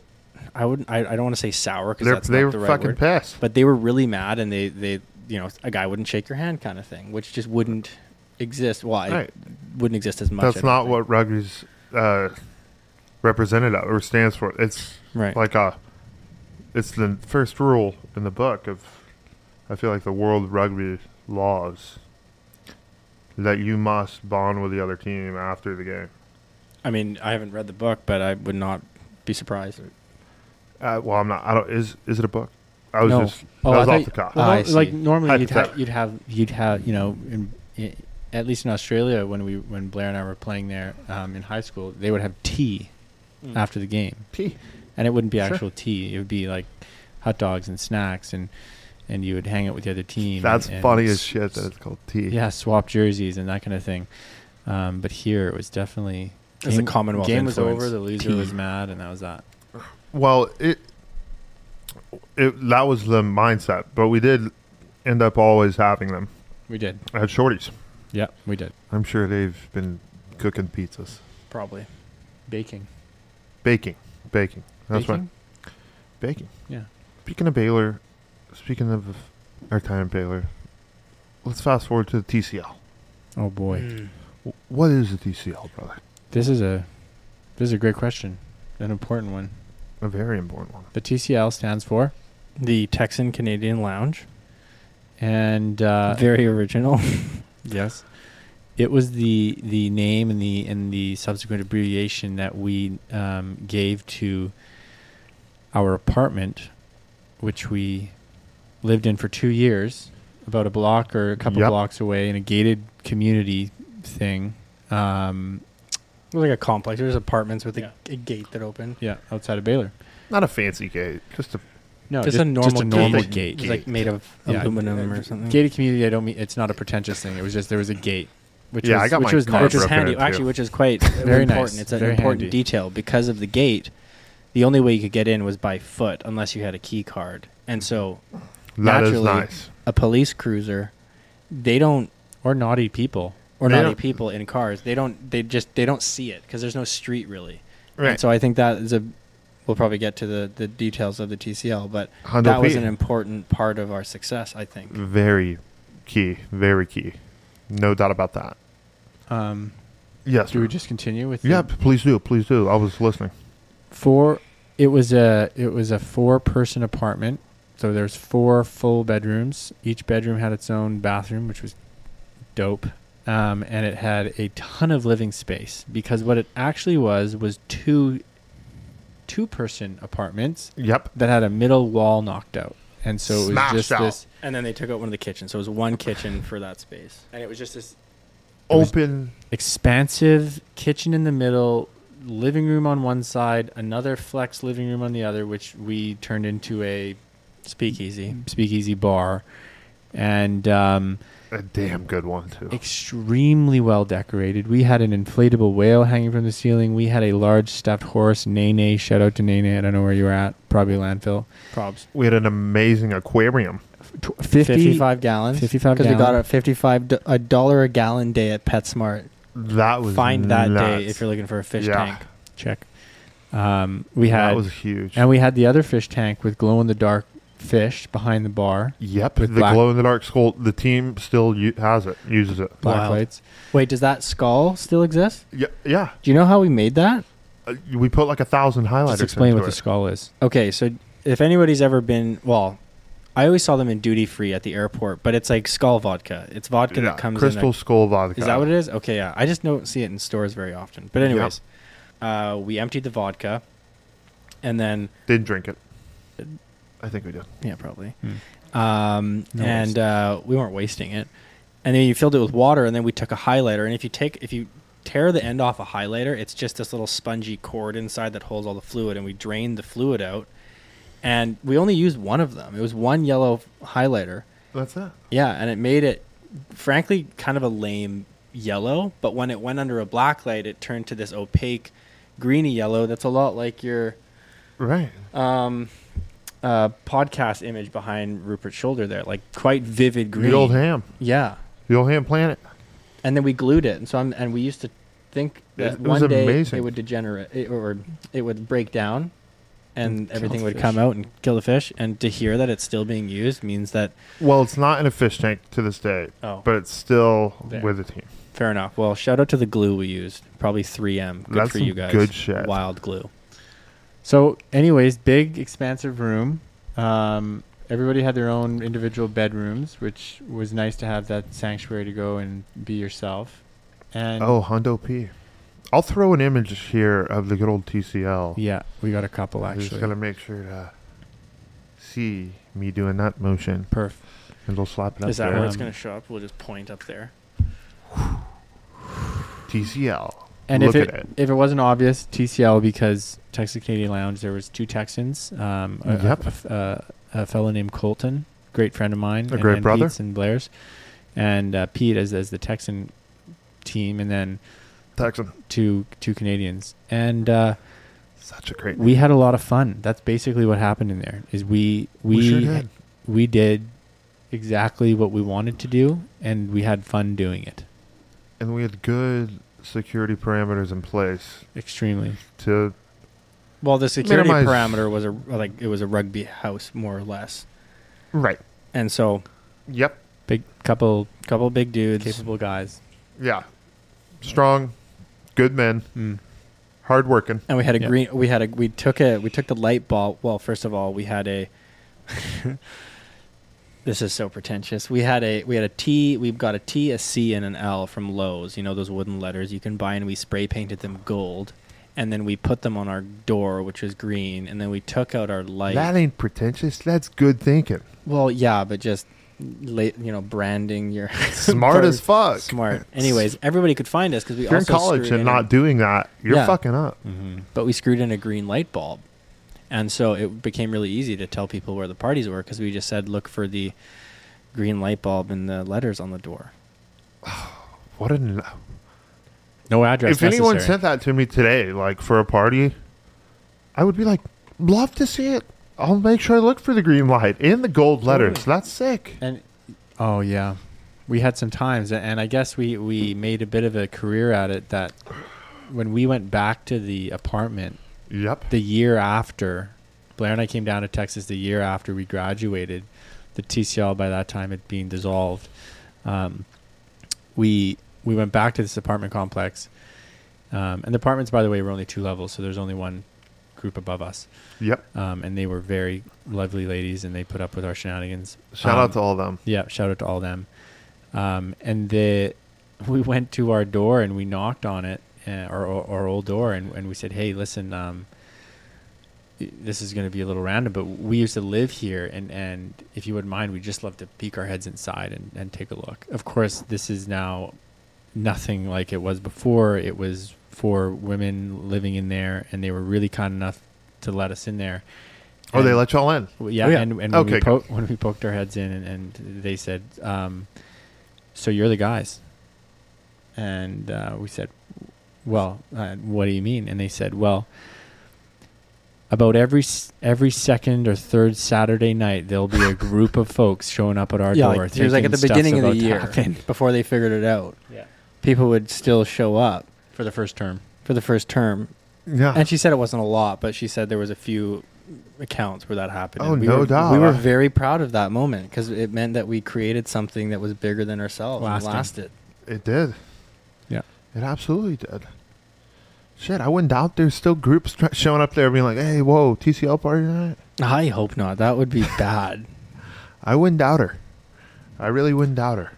Speaker 1: I wouldn't. I, I don't want to say sour because
Speaker 2: They're-
Speaker 1: that's
Speaker 2: they
Speaker 1: not
Speaker 2: were
Speaker 1: the right
Speaker 2: fucking
Speaker 1: word.
Speaker 2: pissed.
Speaker 1: But they were really mad, and they they you know a guy wouldn't shake your hand kind of thing, which just wouldn't exist. Well, it
Speaker 2: Right.
Speaker 1: wouldn't exist as much. I
Speaker 2: That's
Speaker 1: don't
Speaker 2: not
Speaker 1: think.
Speaker 2: what rugby's uh, represented or stands for. It's
Speaker 1: Right.
Speaker 2: like a, it's the first rule in the book of, I feel like the world rugby laws. That you must bond with the other team after the game.
Speaker 1: I mean, I haven't read the book, but I would not be surprised.
Speaker 2: Uh, well, I'm not. I don't. Is is it a book? I was
Speaker 5: No.
Speaker 2: just.
Speaker 5: Oh,
Speaker 2: that
Speaker 5: I
Speaker 2: was
Speaker 5: thought
Speaker 2: off
Speaker 5: you-
Speaker 2: the cuff.
Speaker 5: well, like normally you'd
Speaker 2: Hypothetical.
Speaker 5: have, you'd have you'd have you know in, i at least in Australia when we when Blair and I were playing there um, in high school they would have tea
Speaker 1: Mm.
Speaker 5: after the game
Speaker 2: Hmm. tea
Speaker 5: and it wouldn't be
Speaker 1: Sure.
Speaker 5: actual tea it would be like hot dogs and snacks and and you would hang out with the other team
Speaker 2: That's
Speaker 5: and- and
Speaker 2: funny
Speaker 5: s-
Speaker 2: as shit. That it's called tea.
Speaker 5: yeah swap jerseys and that kind of thing um, but here it was definitely
Speaker 1: It's a Commonwealth
Speaker 5: game
Speaker 1: influence.
Speaker 5: was over the loser
Speaker 1: Tea.
Speaker 5: was mad and that was that
Speaker 2: Well, it, it that was the mindset, but we did end up always having them
Speaker 5: we did
Speaker 2: at Shorty's.
Speaker 5: yeah we did
Speaker 2: I'm sure they've been cooking pizzas,
Speaker 1: Probably.
Speaker 5: baking
Speaker 2: baking, baking. That's
Speaker 5: baking
Speaker 2: what baking.
Speaker 5: yeah
Speaker 2: Speaking of Baylor, speaking of our time at Baylor, let's fast forward to the TCL.
Speaker 5: oh boy.
Speaker 1: Mm.
Speaker 2: Wh- What is the TCL, brother?
Speaker 5: This is a this is a great question, an important one.
Speaker 2: A very important one.
Speaker 5: The TCL stands for,
Speaker 1: The Texan Canadian Lounge,
Speaker 5: and uh,
Speaker 1: very original.
Speaker 5: yes, it was the the name and the and the subsequent abbreviation that we um, gave to our apartment, which we lived in for two years, about a block or a couple
Speaker 2: Yep.
Speaker 5: blocks away in a gated community thing. Um,
Speaker 1: It was like a complex. There's apartments with a, a gate that opened.
Speaker 5: yeah, outside of Baylor.
Speaker 2: Not a fancy gate, just a
Speaker 5: No,
Speaker 1: just, a normal
Speaker 5: normal
Speaker 1: gate. It was
Speaker 5: gate.
Speaker 1: like made of
Speaker 5: Yeah,
Speaker 1: aluminum
Speaker 5: uh,
Speaker 1: or something.
Speaker 5: Gated community. I don't mean it's not a pretentious thing. It was just there was a gate, which
Speaker 2: Yeah,
Speaker 5: was,
Speaker 2: I got
Speaker 5: which
Speaker 2: my
Speaker 5: was
Speaker 2: car
Speaker 5: nice.
Speaker 1: which is
Speaker 2: broke in
Speaker 1: handy
Speaker 2: it,
Speaker 1: actually
Speaker 2: too.
Speaker 1: which is quite
Speaker 5: Very
Speaker 1: important
Speaker 5: nice,
Speaker 1: it's an
Speaker 5: very
Speaker 1: important
Speaker 5: handy.
Speaker 1: detail because of the gate the only way you could get in was by foot unless you had a key card and so
Speaker 2: That is
Speaker 1: naturally
Speaker 2: nice.
Speaker 1: a police cruiser they don't
Speaker 5: or naughty people.
Speaker 1: or
Speaker 2: They
Speaker 1: naughty
Speaker 2: don't-
Speaker 1: people in cars they don't they just they don't see it because there's no street really
Speaker 2: Right.
Speaker 1: and so i think that is a we'll probably get to the the details of the tcl but
Speaker 2: 100
Speaker 1: that was
Speaker 2: feet.
Speaker 1: an important part of our success i think
Speaker 2: Very key, very key. No doubt about that.
Speaker 5: Um,
Speaker 2: Yes.
Speaker 5: do we
Speaker 2: sir.
Speaker 5: just continue with? the-
Speaker 2: Yeah, p- please do, please do. I was listening.
Speaker 5: four. It was a it was a four person apartment. So there's four full bedrooms. Each bedroom had its own bathroom, which was dope. Um, and it had a ton of living space because what it actually was was two two person apartments
Speaker 2: Yep.
Speaker 5: that had a middle wall knocked out. And so it was
Speaker 2: Smashed
Speaker 5: just
Speaker 2: out.
Speaker 5: this
Speaker 1: and then they took out one of the kitchens so it was one kitchen for that space and it was just this
Speaker 5: was-
Speaker 2: Open.
Speaker 5: expansive kitchen in the middle, living room on one side, another flex living room on the other, which we turned into a
Speaker 1: speakeasy
Speaker 5: speakeasy bar, and um,
Speaker 2: A damn good one too.
Speaker 5: extremely well decorated. We had an inflatable whale hanging from the ceiling. We had a large stuffed horse, Nene. Shout out to Nene. I don't know where you were at. Probably landfill.
Speaker 1: props
Speaker 2: We had an amazing aquarium.
Speaker 5: Tw- 50,
Speaker 1: 55 gallons.
Speaker 5: 55
Speaker 1: Because we got
Speaker 5: gallon.
Speaker 1: a 55 do- a dollar a gallon day at PetSmart.
Speaker 2: That was
Speaker 1: Find that day
Speaker 2: nuts.
Speaker 1: if you're looking for a fish
Speaker 2: Yeah.
Speaker 1: tank.
Speaker 5: check. Um, we had
Speaker 2: that was huge.
Speaker 5: and we had the other fish tank with glow in the dark fish behind the bar.
Speaker 2: yep, the
Speaker 5: with black-
Speaker 2: glow in the dark skull. The team still u- has it, uses it.
Speaker 5: black
Speaker 1: Wild.
Speaker 5: lights.
Speaker 1: Wait, does that skull still exist?
Speaker 2: Yeah, yeah.
Speaker 1: Do you know how we made that?
Speaker 2: Uh, we put like a thousand highlighters.
Speaker 5: Let's explain
Speaker 2: into
Speaker 5: what the
Speaker 2: it.
Speaker 5: skull is.
Speaker 1: Okay, so if anybody's ever been, well, I always saw them in duty free at the airport, but it's like skull vodka. It's vodka
Speaker 2: yeah,
Speaker 1: that comes
Speaker 2: crystal
Speaker 1: in.
Speaker 2: skull
Speaker 1: A,
Speaker 2: vodka.
Speaker 1: is that what it is? Okay, yeah. I just don't see it in stores very often. But
Speaker 2: Yep.
Speaker 1: anyways, uh, we emptied the vodka, and then
Speaker 2: Didn't drink it. I think we did.
Speaker 1: Yeah, probably. Um,
Speaker 5: No
Speaker 1: and
Speaker 5: waste.
Speaker 1: uh, we weren't wasting it. And then you filled it with water, and then we took a highlighter. And if you take, if you tear the end off a highlighter, it's just this little spongy cord inside that holds all the fluid. And we drained the fluid out. And we only used one of them. It was one yellow highlighter.
Speaker 2: That's it.
Speaker 1: Yeah, and it made it, frankly, kind of a lame yellow. But when it went under a black light, it turned to this opaque greeny yellow that's a lot like your
Speaker 2: Right.
Speaker 1: um, uh, podcast image behind Rupert's shoulder there, like quite vivid green.
Speaker 2: old ham.
Speaker 1: Yeah.
Speaker 2: The old ham planet.
Speaker 1: And then we glued it, and so I'm, and we used to think
Speaker 2: Yeah,
Speaker 1: that
Speaker 2: it was
Speaker 1: one day
Speaker 2: amazing.
Speaker 1: it would degenerate, it, or it would break down, and
Speaker 2: Mm, kill
Speaker 1: everything
Speaker 2: the
Speaker 1: would
Speaker 2: fish.
Speaker 1: come out and kill the fish. And to hear that it's still being used means that
Speaker 2: Well, it's not in a fish tank to this day,
Speaker 1: Oh.
Speaker 2: but it's still
Speaker 1: There.
Speaker 2: with the team.
Speaker 1: fair enough. Well, shout out to the glue we used, probably 3M. Good
Speaker 2: That's
Speaker 1: for
Speaker 2: some
Speaker 1: you guys.
Speaker 2: good shit.
Speaker 1: Wild glue.
Speaker 5: So, anyways, big expansive room. Um, everybody had their own individual bedrooms, which was nice to have that sanctuary to go and be yourself. And
Speaker 2: oh, Hondo P. I'll throw an image here of the good old TCL.
Speaker 5: yeah, we got a couple
Speaker 2: I just
Speaker 5: actually.
Speaker 2: gotta make sure to see me doing that motion.
Speaker 5: Perf.
Speaker 2: And they'll slap it up
Speaker 1: Is that
Speaker 2: there.
Speaker 1: where it's going to show up? We'll just point up there.
Speaker 2: TCL.
Speaker 5: And
Speaker 2: Look
Speaker 5: if it,
Speaker 2: at it.
Speaker 5: if it wasn't obvious, TCL because Texas Canadian Lounge, there was two Texans. Um, a,
Speaker 2: Yep.
Speaker 5: a f- uh, a fellow named Colton, great friend of mine,
Speaker 2: A great
Speaker 5: and
Speaker 2: brother.
Speaker 5: Pete's and Blair's, and uh, Pete as as the Texan team, and then
Speaker 2: Texan.
Speaker 5: two two Canadians, and uh,
Speaker 2: Such a great.
Speaker 5: we had a lot of fun. That's basically what happened in there. Is we we
Speaker 2: We sure did.
Speaker 5: we did exactly what we wanted to do, and we had fun doing it.
Speaker 2: and we had good security parameters in place
Speaker 5: Extremely.
Speaker 2: to
Speaker 1: Well, the security
Speaker 2: Minimize-
Speaker 1: parameter was a like it was a rugby house more or less,
Speaker 2: right.
Speaker 1: and so
Speaker 2: Yep.
Speaker 5: Big couple
Speaker 1: couple big dudes.
Speaker 5: capable guys.
Speaker 2: Yeah. Strong, good men,
Speaker 5: Mm.
Speaker 2: hard working.
Speaker 1: And we had a
Speaker 5: Yeah.
Speaker 1: green. We had a. We took a. We took the light bulb. Well, first of all, we had a. this is so pretentious. We had a. We had a T. We've got a T, a C, and an L from Lowe's. You know those wooden letters you can buy, and we spray painted them gold, and then we put them on our door, which was green, and then we took out our light.
Speaker 2: That ain't pretentious. That's good thinking.
Speaker 1: well, yeah, but just. Late, you know, branding your
Speaker 2: Smart as fuck.
Speaker 1: Smart. Anyways, everybody could find us because we
Speaker 2: If you're in
Speaker 1: also
Speaker 2: college
Speaker 1: screwed Mm-hmm.
Speaker 2: and
Speaker 1: in
Speaker 2: not doing that, you're
Speaker 1: Yeah.
Speaker 2: fucking up.
Speaker 1: but we screwed in a green light bulb. And so it became really easy to tell people where the parties were because we just said, look for the green light bulb and the letters on the door.
Speaker 2: What a. n-
Speaker 5: No address.
Speaker 2: If anyone
Speaker 5: necessary.
Speaker 2: sent that to me today, like for a party, I would be like, love to see it. I'll make sure I look for the green light in the gold letters. That's sick.
Speaker 5: And oh yeah, we had some times, a- and I guess we we made a bit of a career at it. That when we went back to the apartment
Speaker 2: Yep.
Speaker 5: the year after, Blair and I came down to Texas the year after we graduated. The TCL by that time had been dissolved. Um, we we went back to this apartment complex, um, and the apartments, by the way, were only two levels, so there's only one group above us.
Speaker 2: Yep.
Speaker 5: Um, and they were very lovely ladies, and they put up with our shenanigans.
Speaker 2: Shout
Speaker 5: Um,
Speaker 2: out to all of them.
Speaker 5: yeah, shout out to all them. Um, and the we went to our door and we knocked on it, uh, our our old door, and, and we said, "Hey, listen, um, i- this is going to be a little random, but we used to live here, and and if you wouldn't mind, we'd just love to peek our heads inside and and take a look. Of course, this is now nothing like it was before. It was for women living in there, and they were really kind enough to let us in there.
Speaker 2: Oh, they
Speaker 5: And-
Speaker 2: let y'all in.
Speaker 5: well, Yeah,
Speaker 2: Oh, yeah.
Speaker 5: and, and
Speaker 2: Okay,
Speaker 5: when, we po- when we poked our heads in, and, and they said, um, "So you're the guys," and uh, we said, "Well, uh, what do you mean?" And they said, "Well, about every s- every second or third Saturday night, there'll be a group of folks showing up at our
Speaker 1: yeah,
Speaker 5: door.
Speaker 1: like, it was like at
Speaker 5: thinking
Speaker 1: the beginning of
Speaker 5: stuff's
Speaker 1: the year
Speaker 5: about to happen."
Speaker 1: before they figured it out.
Speaker 5: Yeah.
Speaker 1: People would still show up
Speaker 5: for the first term.
Speaker 1: for the first term.
Speaker 2: Yeah.
Speaker 5: Uh-huh.
Speaker 1: And she said it wasn't a lot, but she said there was a few accounts where that happened.
Speaker 2: Oh,
Speaker 1: And we
Speaker 2: no
Speaker 1: were,
Speaker 2: doubt.
Speaker 1: We were very proud of that moment because it meant that we created something that was bigger than ourselves
Speaker 5: Lasting.
Speaker 1: and lasted.
Speaker 2: It did.
Speaker 5: Yeah.
Speaker 2: It absolutely did. Shit, I went out. There's still groups tr- showing up there being like, hey, whoa, TCL party tonight?
Speaker 1: I hope not. That would be bad.
Speaker 2: I wouldn't doubt her. I really wouldn't doubt her.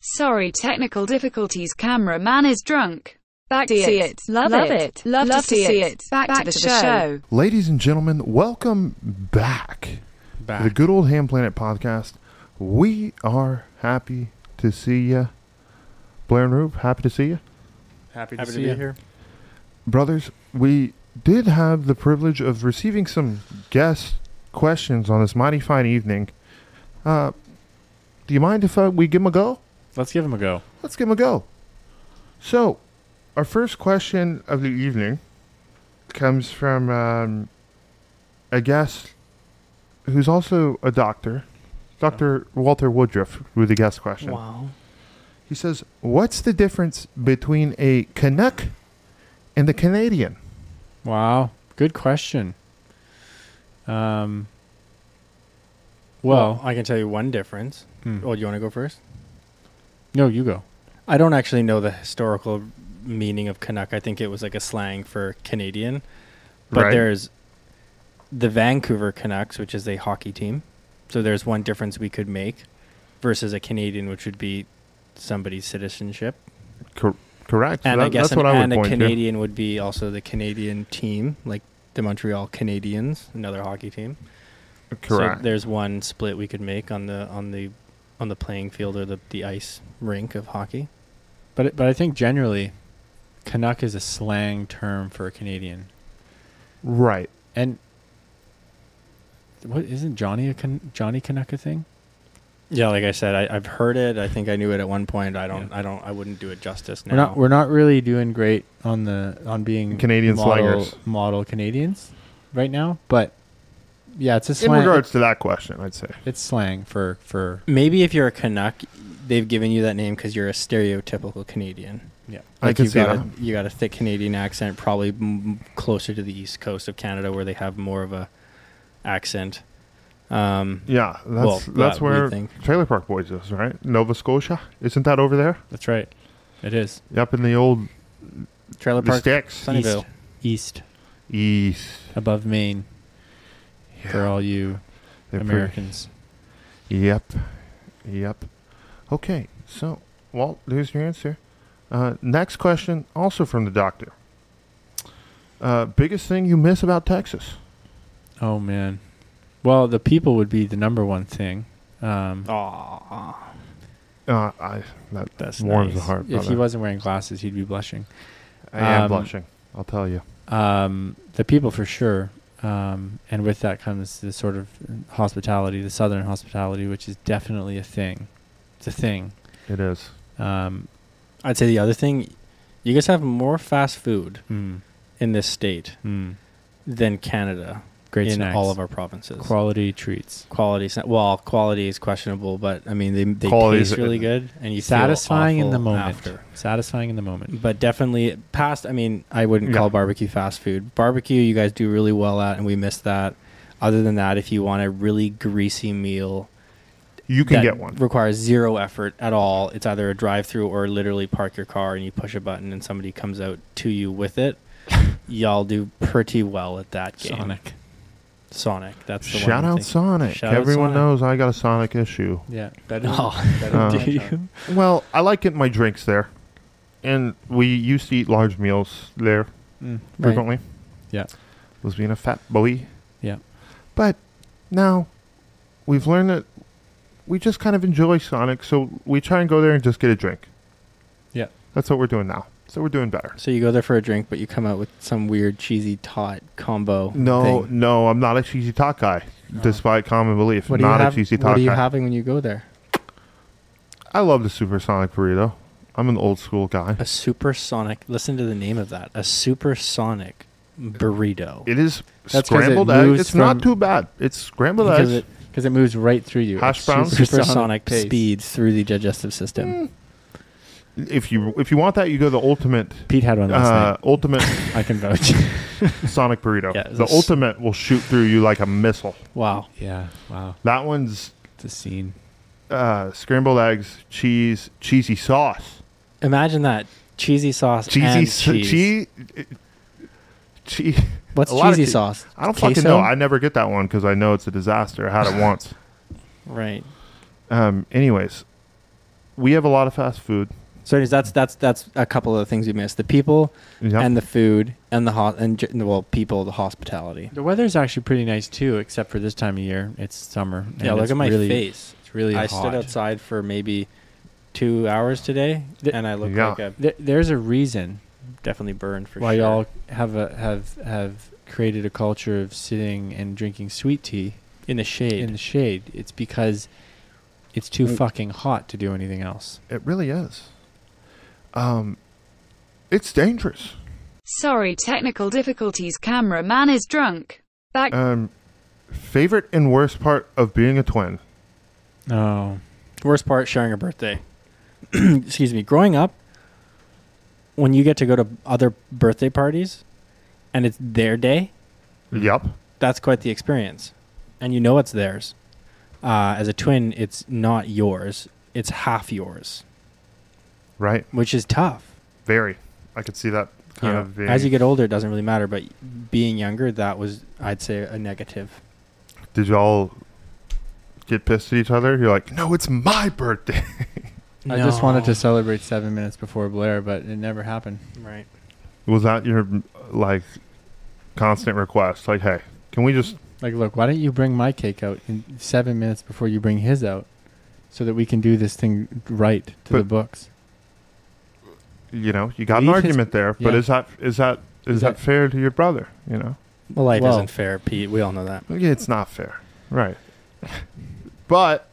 Speaker 9: Sorry, technical difficulties. Cameraman is drunk. Back to see it. Love, it. Love, to see it. Back, to, the, show.
Speaker 2: Ladies and gentlemen, welcome back, to the
Speaker 5: Back.
Speaker 2: Good Old Ham Planet podcast. We are happy to see you. Blair and Rube, happy to see you.
Speaker 5: Happy
Speaker 1: Happy to be here.
Speaker 2: Brothers, we did have the privilege of receiving some guest questions on this mighty fine evening. Uh, do you mind if uh, we give them a go?
Speaker 5: Let's give them a go.
Speaker 2: Let's give them a go. So, our first question of the evening comes from um, a guest who's also a doctor, Dr. Walter Woodruff, with a guest question.
Speaker 1: Wow.
Speaker 2: He says, What's the difference between a Canuck and a Canadian?
Speaker 5: Wow, good question. Um, well,
Speaker 1: I can tell you one difference.
Speaker 5: Hmm.
Speaker 1: Oh, do you want to go first?
Speaker 5: no, you go.
Speaker 1: I don't actually know the historical meaning of Canuck. I think it was like a slang for Canadian. But
Speaker 2: Right.
Speaker 1: there's the Vancouver Canucks, which is a hockey team. So there's one difference we could make versus a Canadian, which would be somebody's citizenship.
Speaker 2: Cor- correct. So
Speaker 1: And I
Speaker 2: that-
Speaker 1: guess
Speaker 2: that's what
Speaker 1: an,
Speaker 2: I would
Speaker 1: and a
Speaker 2: point to.
Speaker 1: Canadian would be also the Canadian team, like the Montreal Canadiens, another hockey team.
Speaker 2: Correct.
Speaker 1: So there's one split we could make on the on the on the playing field or the, the ice rink of hockey.
Speaker 5: But it- but I think generally, Canuck is a slang term for a Canadian.
Speaker 2: Right.
Speaker 5: And what isn't Johnny a Can- Johnny Canuck a thing?
Speaker 1: Yeah, like I said, I, I've heard it. I think I knew it at one point. I don't. I don't. I wouldn't do it justice now.
Speaker 5: We're not we're not really doing great on the on being
Speaker 2: Canadian
Speaker 5: model,
Speaker 2: slangers.
Speaker 5: model Canadians right now, but yeah, it's a
Speaker 2: In
Speaker 5: slang.
Speaker 2: regards to that question, I'd say.
Speaker 5: it's slang for for
Speaker 1: Maybe if you're a Canuck, they've given you that name because you're a stereotypical Canadian.
Speaker 5: Yeah.
Speaker 2: I
Speaker 1: like
Speaker 2: can
Speaker 1: you've
Speaker 2: see
Speaker 1: got a, you got a thick Canadian accent, probably m- closer to the east coast of Canada where they have more of a accent. Um,
Speaker 2: Yeah, that's
Speaker 1: well,
Speaker 2: that's
Speaker 1: that we
Speaker 2: where
Speaker 1: think.
Speaker 2: Trailer Park Boys is, right? Nova Scotia, isn't that over there?
Speaker 5: That's right. It is
Speaker 2: Up in the old
Speaker 1: Trailer
Speaker 2: the
Speaker 1: Park
Speaker 2: sticks,
Speaker 1: Sunnyvale.
Speaker 5: east
Speaker 2: east.
Speaker 5: above Maine for all you
Speaker 2: They're pretty-
Speaker 5: Americans.
Speaker 2: Yep, yep. Okay, so Walt, there's your answer. Uh, next question, also from the doctor. Uh, biggest thing you miss about Texas?
Speaker 5: Oh man. Well, the people would be the number one thing. Um,
Speaker 1: Aw.
Speaker 2: Uh, I that
Speaker 1: That's
Speaker 2: warms the
Speaker 1: nice.
Speaker 2: heart.
Speaker 5: if he
Speaker 2: brother.
Speaker 5: wasn't wearing glasses, he'd be blushing.
Speaker 2: I am
Speaker 5: um,
Speaker 2: blushing. I'll tell you.
Speaker 5: Um, the people for sure. Um, and with that comes the sort of hospitality, the southern hospitality, which is definitely a thing. It's a thing.
Speaker 2: It is.
Speaker 5: Um,
Speaker 1: I'd say the other thing, you guys have more fast food
Speaker 5: mm,
Speaker 1: in this state
Speaker 5: mm,
Speaker 1: than Canada
Speaker 5: great
Speaker 1: in
Speaker 5: snacks.
Speaker 1: all of our provinces.
Speaker 5: quality treats.
Speaker 1: quality. sna- Well, quality is questionable, but I mean, they they
Speaker 2: Quality
Speaker 1: taste
Speaker 2: is-
Speaker 1: really good, and you feel
Speaker 5: Satisfying in
Speaker 1: awful
Speaker 5: the moment.
Speaker 1: After. Mm.
Speaker 5: Satisfying in the moment.
Speaker 1: But definitely past. I mean, I wouldn't
Speaker 2: Yeah.
Speaker 1: call barbecue fast food. Barbecue, you guys do really well at, and we miss that. Other than that, if you want a really greasy meal,
Speaker 2: You can
Speaker 1: that
Speaker 2: get one.
Speaker 1: Requires zero effort at all. It's either a drive-through or literally park your car and you push a button and somebody comes out to you with it. Y'all do pretty well at that game.
Speaker 5: Sonic.
Speaker 1: Sonic. That's the
Speaker 2: Shout
Speaker 1: one. I'm
Speaker 2: out
Speaker 1: thinking.
Speaker 2: Sonic.
Speaker 1: Shout out
Speaker 2: Everyone
Speaker 1: Sonic.
Speaker 2: knows I got a Sonic issue.
Speaker 5: Yeah. Better than-
Speaker 1: Oh,
Speaker 5: better than
Speaker 2: Uh,
Speaker 5: Dutch
Speaker 1: do
Speaker 5: Oven.
Speaker 1: you?
Speaker 2: Well, I like getting my drinks there, and we used to eat large meals there
Speaker 5: Mm.
Speaker 2: frequently.
Speaker 5: Yeah.
Speaker 2: was being a fat boy.
Speaker 5: Yeah.
Speaker 2: but now we've learned that we just kind of enjoy Sonic, so we try and go there and just get a drink.
Speaker 5: Yeah.
Speaker 2: that's what we're doing now. So we're doing better.
Speaker 1: So you go there for a drink, but you come out with some weird cheesy tot combo.
Speaker 2: No,
Speaker 1: thing. Uh-huh.
Speaker 2: no, I'm not a cheesy talk guy, despite common belief.
Speaker 1: What do you
Speaker 2: not a
Speaker 1: have,
Speaker 2: cheesy
Speaker 1: What
Speaker 2: talk
Speaker 1: are you
Speaker 2: guy.
Speaker 1: having when you go there?
Speaker 2: I love the supersonic burrito. I'm an old school guy.
Speaker 1: A supersonic. Listen to the name of that. A supersonic burrito.
Speaker 2: It is
Speaker 5: That's 'cause it
Speaker 2: scrambled eggs.
Speaker 5: moves
Speaker 2: It's not
Speaker 5: from-
Speaker 2: too bad. It's scrambled
Speaker 5: because
Speaker 2: eggs.
Speaker 5: it because it moves right through you.
Speaker 2: Hash
Speaker 5: It's
Speaker 2: browns?
Speaker 1: supersonic
Speaker 5: pace.
Speaker 1: speed through the digestive
Speaker 2: Hmm.
Speaker 1: system.
Speaker 2: if you if you want that, you go the ultimate
Speaker 5: Pete had one last
Speaker 2: uh, ultimate
Speaker 5: night. I can vouch.
Speaker 2: sonic burrito.
Speaker 1: Yeah,
Speaker 2: the
Speaker 1: that's-
Speaker 2: ultimate will shoot through you like a missile.
Speaker 1: Wow.
Speaker 5: yeah. Wow.
Speaker 2: That one's
Speaker 5: It's a scene.
Speaker 2: uh, scrambled eggs, cheese, cheesy sauce,
Speaker 1: Imagine that cheesy sauce
Speaker 2: cheesy
Speaker 1: and
Speaker 2: s-
Speaker 1: cheese.
Speaker 2: chee- chee-
Speaker 1: What's
Speaker 2: a lot of
Speaker 1: cheesy
Speaker 2: chee-
Speaker 1: sauce?
Speaker 2: I don't fucking
Speaker 1: Queso?
Speaker 2: know. I never get that one because I know it's a disaster. I had it once.
Speaker 1: right.
Speaker 2: Um, anyways, we have a lot of fast food.
Speaker 1: So anyways, that's that's that's a couple of the things we missed: the people
Speaker 2: Yep.
Speaker 1: and the food and the hot and j- well, people, the hospitality.
Speaker 5: The weather's actually pretty nice too, except for this time of year. It's summer. and
Speaker 1: yeah, look
Speaker 5: it's
Speaker 1: at my
Speaker 5: really-
Speaker 1: face.
Speaker 5: It's really
Speaker 1: I
Speaker 5: hot.
Speaker 1: stood outside for maybe two hours today,
Speaker 5: The-
Speaker 1: and I look
Speaker 2: Yeah.
Speaker 1: like a
Speaker 5: There, there's a reason
Speaker 1: definitely burned for
Speaker 5: While
Speaker 1: sure.
Speaker 5: y'all have a, have have created a culture of sitting and drinking sweet tea
Speaker 1: in the shade.
Speaker 5: In the shade, it's because it's too
Speaker 2: Mm.
Speaker 5: fucking hot to do anything else.
Speaker 2: It really is. Um, it's dangerous.
Speaker 9: Sorry, technical difficulties. Cameraman is drunk. Back
Speaker 2: Um, favorite and worst part of being a twin.
Speaker 5: Oh.
Speaker 1: Worst part, sharing a birthday. Excuse me. Growing up, when you get to go to other birthday parties and it's their day,
Speaker 2: Yep.
Speaker 1: that's quite the experience. And you know it's theirs. Uh, as a twin, it's not yours, it's half yours.
Speaker 2: Right.
Speaker 1: Which is tough.
Speaker 2: Very. I could see that kind
Speaker 1: Yeah.
Speaker 2: of being.
Speaker 1: As you get older, it doesn't really matter. But being younger, that was, I'd say, a negative.
Speaker 2: Did y'all get pissed at each other? You're like, no, it's my birthday.
Speaker 5: I just wanted to celebrate seven minutes before Blair, but it never happened.
Speaker 1: Right.
Speaker 2: Was that your like constant request? Like, hey, can we just?
Speaker 5: Like, look, why don't you bring my cake out in seven minutes before you bring his out, so that we can do this thing right to the
Speaker 2: But-
Speaker 5: books?
Speaker 2: You know, you got an
Speaker 5: Leave his-
Speaker 2: argument there, but
Speaker 5: yeah.
Speaker 2: is that is that is, that, fair to your brother? You know,
Speaker 1: Well, life
Speaker 5: Well-
Speaker 1: isn't fair, Pete. We all know that.
Speaker 2: Okay, it's not fair, right? But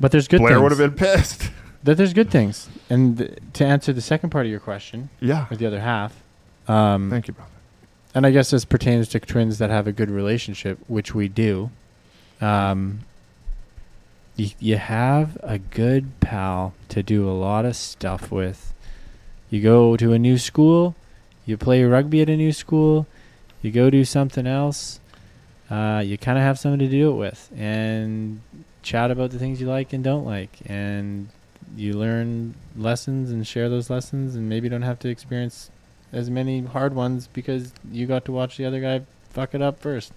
Speaker 5: But there's good.
Speaker 2: Blair
Speaker 5: things.
Speaker 2: would have been pissed.
Speaker 5: That there's good things, and th- to answer the second part of your question,
Speaker 2: Yeah. Mm.
Speaker 5: or the other half. Um,
Speaker 2: Thank you, brother.
Speaker 5: And I guess this pertains to twins that have a good relationship, which we do. Um, you, you have a good pal to do a lot of stuff with. You go to a new school, you play rugby at a new school, you go do something else. Uh, you kind of have someone to do it with and chat about the things you like and don't like. And you learn lessons and share those lessons, and maybe don't have to experience as many hard ones because you got to watch the other guy fuck it up first.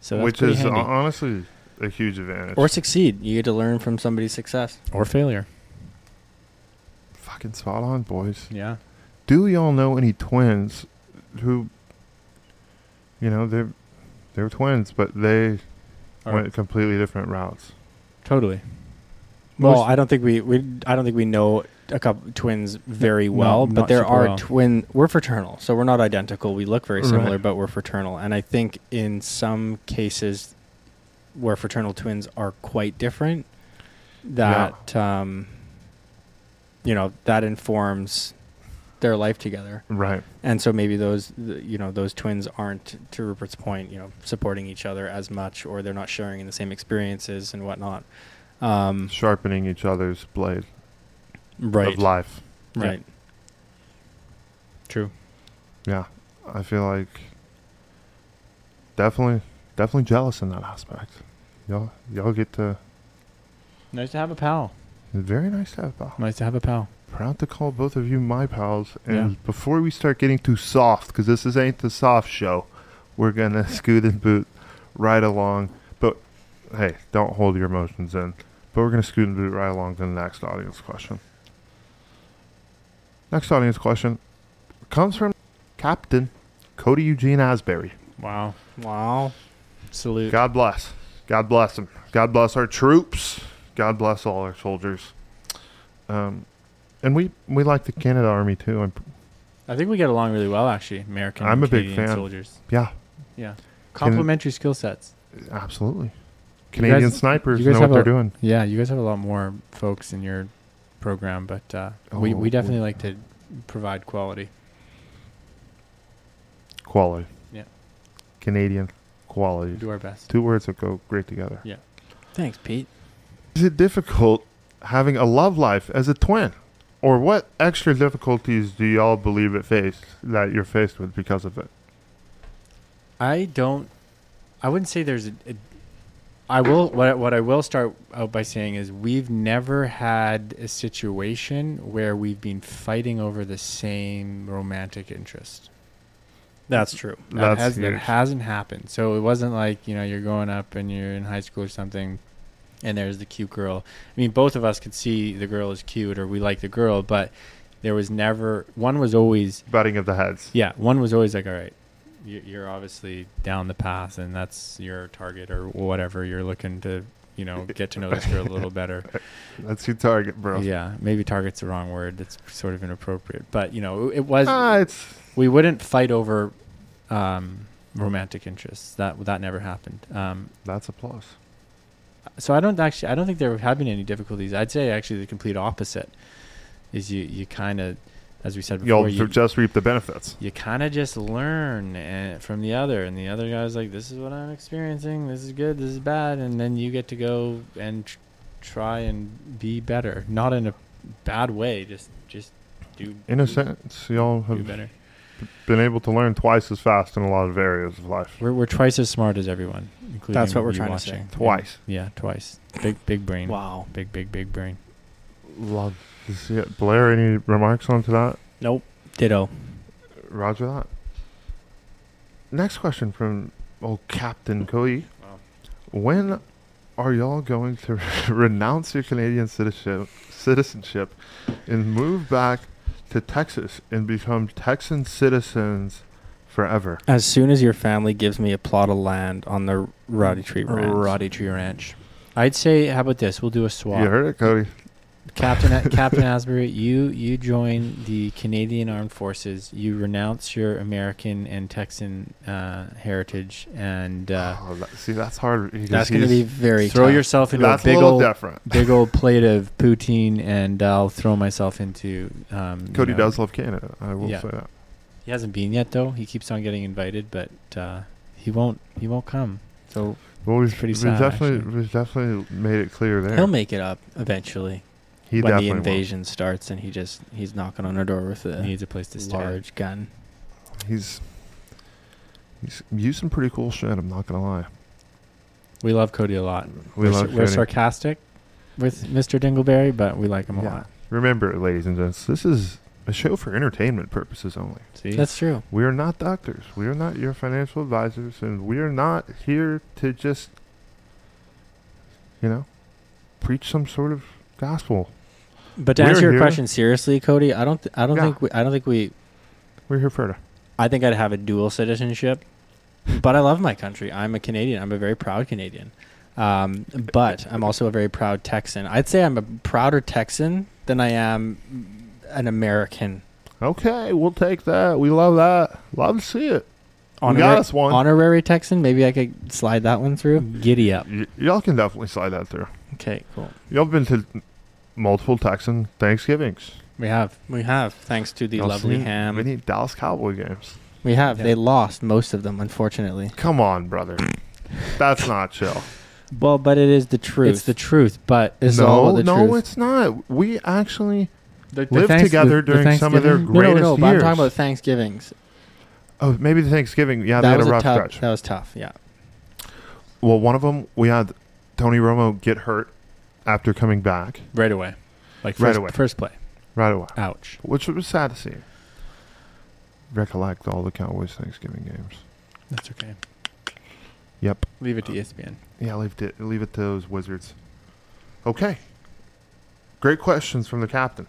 Speaker 5: So that's
Speaker 2: Which
Speaker 5: pretty
Speaker 2: is
Speaker 5: handy.
Speaker 2: honestly a huge advantage.
Speaker 1: Or succeed. You get to learn from somebody's success.
Speaker 5: or failure.
Speaker 2: Fucking spot on, boys.
Speaker 5: Yeah.
Speaker 2: Do y'all know any twins who, you know, they're they're twins, but they
Speaker 5: Are-
Speaker 2: went completely different routes.
Speaker 5: Totally.
Speaker 1: Well,
Speaker 5: Most-
Speaker 1: I don't think we, we I don't think we know a couple twins very
Speaker 5: No,
Speaker 1: well,
Speaker 5: not
Speaker 1: but there
Speaker 5: super
Speaker 1: are
Speaker 5: well.
Speaker 1: twin. We're fraternal, so we're not identical. We look very similar,
Speaker 2: Right.
Speaker 1: but we're fraternal. And I think in some cases where fraternal twins are quite different, that um, you know that informs their life together.
Speaker 2: Right.
Speaker 1: And so maybe those, th- you know, those twins aren't, to Rupert's point, you know, supporting each other as much, or they're not sharing in the same experiences and whatnot. Um,
Speaker 2: Sharpening each other's blade
Speaker 1: right.
Speaker 2: of life.
Speaker 1: Right.
Speaker 5: True.
Speaker 2: Yeah. I feel like definitely definitely jealous in that aspect. Y'all y'all get to
Speaker 5: Nice to have a pal.
Speaker 2: very nice to have a pal.
Speaker 5: Nice to have a pal.
Speaker 2: Proud to call both of you my pals. And
Speaker 5: Yeah.
Speaker 2: before we start getting too soft, because this is ain't the soft show, we're gonna scoot and boot right along. But hey, don't hold your emotions in. But we're gonna scoot and boot right along to the next audience question. Next audience question comes from Captain Cody Eugene Asbury.
Speaker 5: Wow.
Speaker 1: Wow.
Speaker 5: Salute.
Speaker 2: God bless. God bless them. God bless our troops. God bless all our soldiers. Um, and we we like the Canada Army too. I'm,
Speaker 5: I think we get along really well, actually. American.
Speaker 2: I'm
Speaker 5: and
Speaker 2: a big
Speaker 5: Canadian
Speaker 2: fan.
Speaker 5: Soldiers.
Speaker 2: yeah,
Speaker 5: Yeah. Complementary skill sets.
Speaker 2: absolutely.
Speaker 5: You
Speaker 2: Canadian
Speaker 5: guys-
Speaker 2: snipers
Speaker 5: you guys
Speaker 2: know what
Speaker 5: have
Speaker 2: they're
Speaker 5: a-
Speaker 2: doing.
Speaker 5: Yeah, you guys have a lot more folks in your program, but uh, we,
Speaker 2: Oh,
Speaker 5: we definitely
Speaker 2: we-
Speaker 5: like to provide quality.
Speaker 2: Quality.
Speaker 5: Yeah.
Speaker 2: Canadian quality.
Speaker 5: Do our best.
Speaker 2: Two words that go great together.
Speaker 5: Yeah.
Speaker 1: Thanks, Pete.
Speaker 2: Is it difficult having a love life as a twin? Or what extra difficulties do y'all believe it faced that you're faced with because of it?
Speaker 5: I don't. I wouldn't say there's a. a I will. What, I- what I will start out by saying is we've never had a situation where we've been fighting over the same romantic interest.
Speaker 1: That's true.
Speaker 5: That,
Speaker 2: That's
Speaker 5: has, that
Speaker 2: huge.
Speaker 5: hasn't happened. So it wasn't like, you know, you're growing up and you're in high school or something and there's the cute girl. I mean, both of us could see the girl is cute or we like the girl, but there was never, one was always,
Speaker 2: Butting of the heads.
Speaker 5: yeah, one was always like, all right, you- you're obviously down the path and that's your target or whatever you're looking to you know, get to know this girl a little better.
Speaker 2: That's your target, bro.
Speaker 5: Yeah, maybe target's the wrong word. That's sort of inappropriate. But you know, it was.
Speaker 2: Ah, it's-
Speaker 5: we wouldn't fight over um, romantic interests. That that never happened. Um,
Speaker 2: That's applause.
Speaker 5: So I don't actually. I don't think there have been any difficulties. I'd say actually the complete opposite is you. You kind of, as we said
Speaker 2: You'll
Speaker 5: before, you,
Speaker 2: just reap the benefits.
Speaker 5: you kind of just learn eh, from the other, and the other guy's like, "This is what I'm experiencing. This is good. This is bad," and then you get to go and tr- try and be better, not in a bad way. Just, just do
Speaker 2: In a sense, y'all
Speaker 5: do
Speaker 2: have
Speaker 5: better.
Speaker 2: been able to learn twice as fast in a lot of areas of life.
Speaker 5: We're we're twice as smart as everyone. Including
Speaker 1: That's what we're
Speaker 5: you
Speaker 1: trying to
Speaker 5: watching.
Speaker 1: say.
Speaker 2: Twice.
Speaker 5: Yeah, twice. Big big brain.
Speaker 1: Wow.
Speaker 5: Big big big brain.
Speaker 2: Love. Blair, any remarks onto that?
Speaker 1: Nope. Ditto.
Speaker 2: Roger that. Next question from old Captain Cody. When are y'all going to renounce your Canadian citizenship, citizenship and move back to Texas and become Texan citizens forever?
Speaker 1: As soon as your family gives me a plot of land on the Roddy Tree Ranch.
Speaker 5: Roddy Tree Ranch. I'd say, how about this? We'll do a swap.
Speaker 2: You heard it, Cody.
Speaker 5: Captain Captain Asbury, you you join the Canadian Armed Forces. You renounce your American and Texan uh, heritage, and uh,
Speaker 2: Oh, that, see, that's hard. because
Speaker 1: That's going to
Speaker 2: he's-
Speaker 1: be very
Speaker 5: throw
Speaker 1: tough.
Speaker 5: yourself into
Speaker 2: That's a
Speaker 5: a big
Speaker 2: little
Speaker 5: old
Speaker 2: different.
Speaker 5: big old plate of poutine, and I'll throw myself into. Um, you
Speaker 2: Cody
Speaker 5: know-
Speaker 2: does love Canada. I will
Speaker 5: Yeah.
Speaker 2: say that.
Speaker 5: He hasn't been yet though. He keeps on getting invited, but uh, he won't. He won't come. So
Speaker 2: Well, we've,
Speaker 5: pretty
Speaker 2: we've
Speaker 5: sad,
Speaker 2: definitely
Speaker 5: actually.
Speaker 2: we've definitely made it clear there.
Speaker 1: He'll make it up eventually.
Speaker 2: he
Speaker 1: when the
Speaker 2: definitely
Speaker 1: invasion starts and he just he's knocking on our door with
Speaker 5: he
Speaker 1: a
Speaker 5: needs a place to stay.
Speaker 1: large gun.
Speaker 2: will. He's he's used some pretty cool shit. I'm not gonna lie.
Speaker 5: We love Cody a lot.
Speaker 2: We
Speaker 5: are
Speaker 2: love
Speaker 5: we're
Speaker 2: Cody.
Speaker 5: sarcastic with Mr. Dingleberry, but we like him a
Speaker 2: Yeah.
Speaker 5: lot.
Speaker 2: Remember, ladies and gents, this is a show for entertainment purposes only.
Speaker 5: See, that's true.
Speaker 2: We are not doctors. We are not your financial advisors, and we are not here to just, you know, preach some sort of gospel.
Speaker 1: But to
Speaker 2: We're
Speaker 1: answer your
Speaker 2: here.
Speaker 1: question seriously, Cody, I don't th- I don't
Speaker 2: Yeah.
Speaker 1: think we I don't think we
Speaker 2: We're here for it.
Speaker 1: I think I'd have a dual citizenship. but I love my country. I'm a Canadian. I'm a very proud Canadian. Um, but I'm also a very proud Texan. I'd say I'm a prouder Texan than I am an American.
Speaker 2: Okay, we'll take that. We love that. Love to see it. We got us one.
Speaker 1: Honorary Texan. Maybe I could slide that one through.
Speaker 5: Giddy up.
Speaker 2: Y- y'all can definitely slide that through.
Speaker 1: Okay, cool.
Speaker 2: Y'all been to multiple Texan Thanksgivings.
Speaker 5: We have.
Speaker 1: We have, thanks to the
Speaker 2: Y'all
Speaker 1: lovely
Speaker 2: seen
Speaker 1: ham.
Speaker 2: Many Dallas Cowboy games.
Speaker 1: We have.
Speaker 5: Yeah.
Speaker 1: They lost most of them, unfortunately.
Speaker 2: Come on, brother. That's not chill.
Speaker 1: Well, but it is the truth.
Speaker 5: It's the truth, but
Speaker 1: It's
Speaker 2: no,
Speaker 1: all the
Speaker 2: no,
Speaker 1: truth.
Speaker 2: it's not. We actually
Speaker 5: the,
Speaker 2: lived together during some of their
Speaker 5: Thanksgiving-
Speaker 1: no, no,
Speaker 2: greatest
Speaker 1: no. But I'm
Speaker 2: years.
Speaker 1: talking about Thanksgivings.
Speaker 2: oh, maybe the Thanksgiving. Yeah, they
Speaker 1: that
Speaker 2: had a
Speaker 1: was
Speaker 2: rough
Speaker 1: tough.
Speaker 2: stretch.
Speaker 1: That was tough. Yeah.
Speaker 2: Well, one of them we had Tony Romo get hurt after coming back
Speaker 5: right away, like
Speaker 2: Right
Speaker 5: first,
Speaker 2: away.
Speaker 5: first play.
Speaker 2: right away,
Speaker 5: Ouch.
Speaker 2: which was sad to see. Recollect all the Cowboys Thanksgiving games.
Speaker 5: That's okay.
Speaker 2: Yep.
Speaker 5: Leave it to E ESPN.
Speaker 2: Yeah, leave it leave it to those wizards. Okay. Great questions from the captain.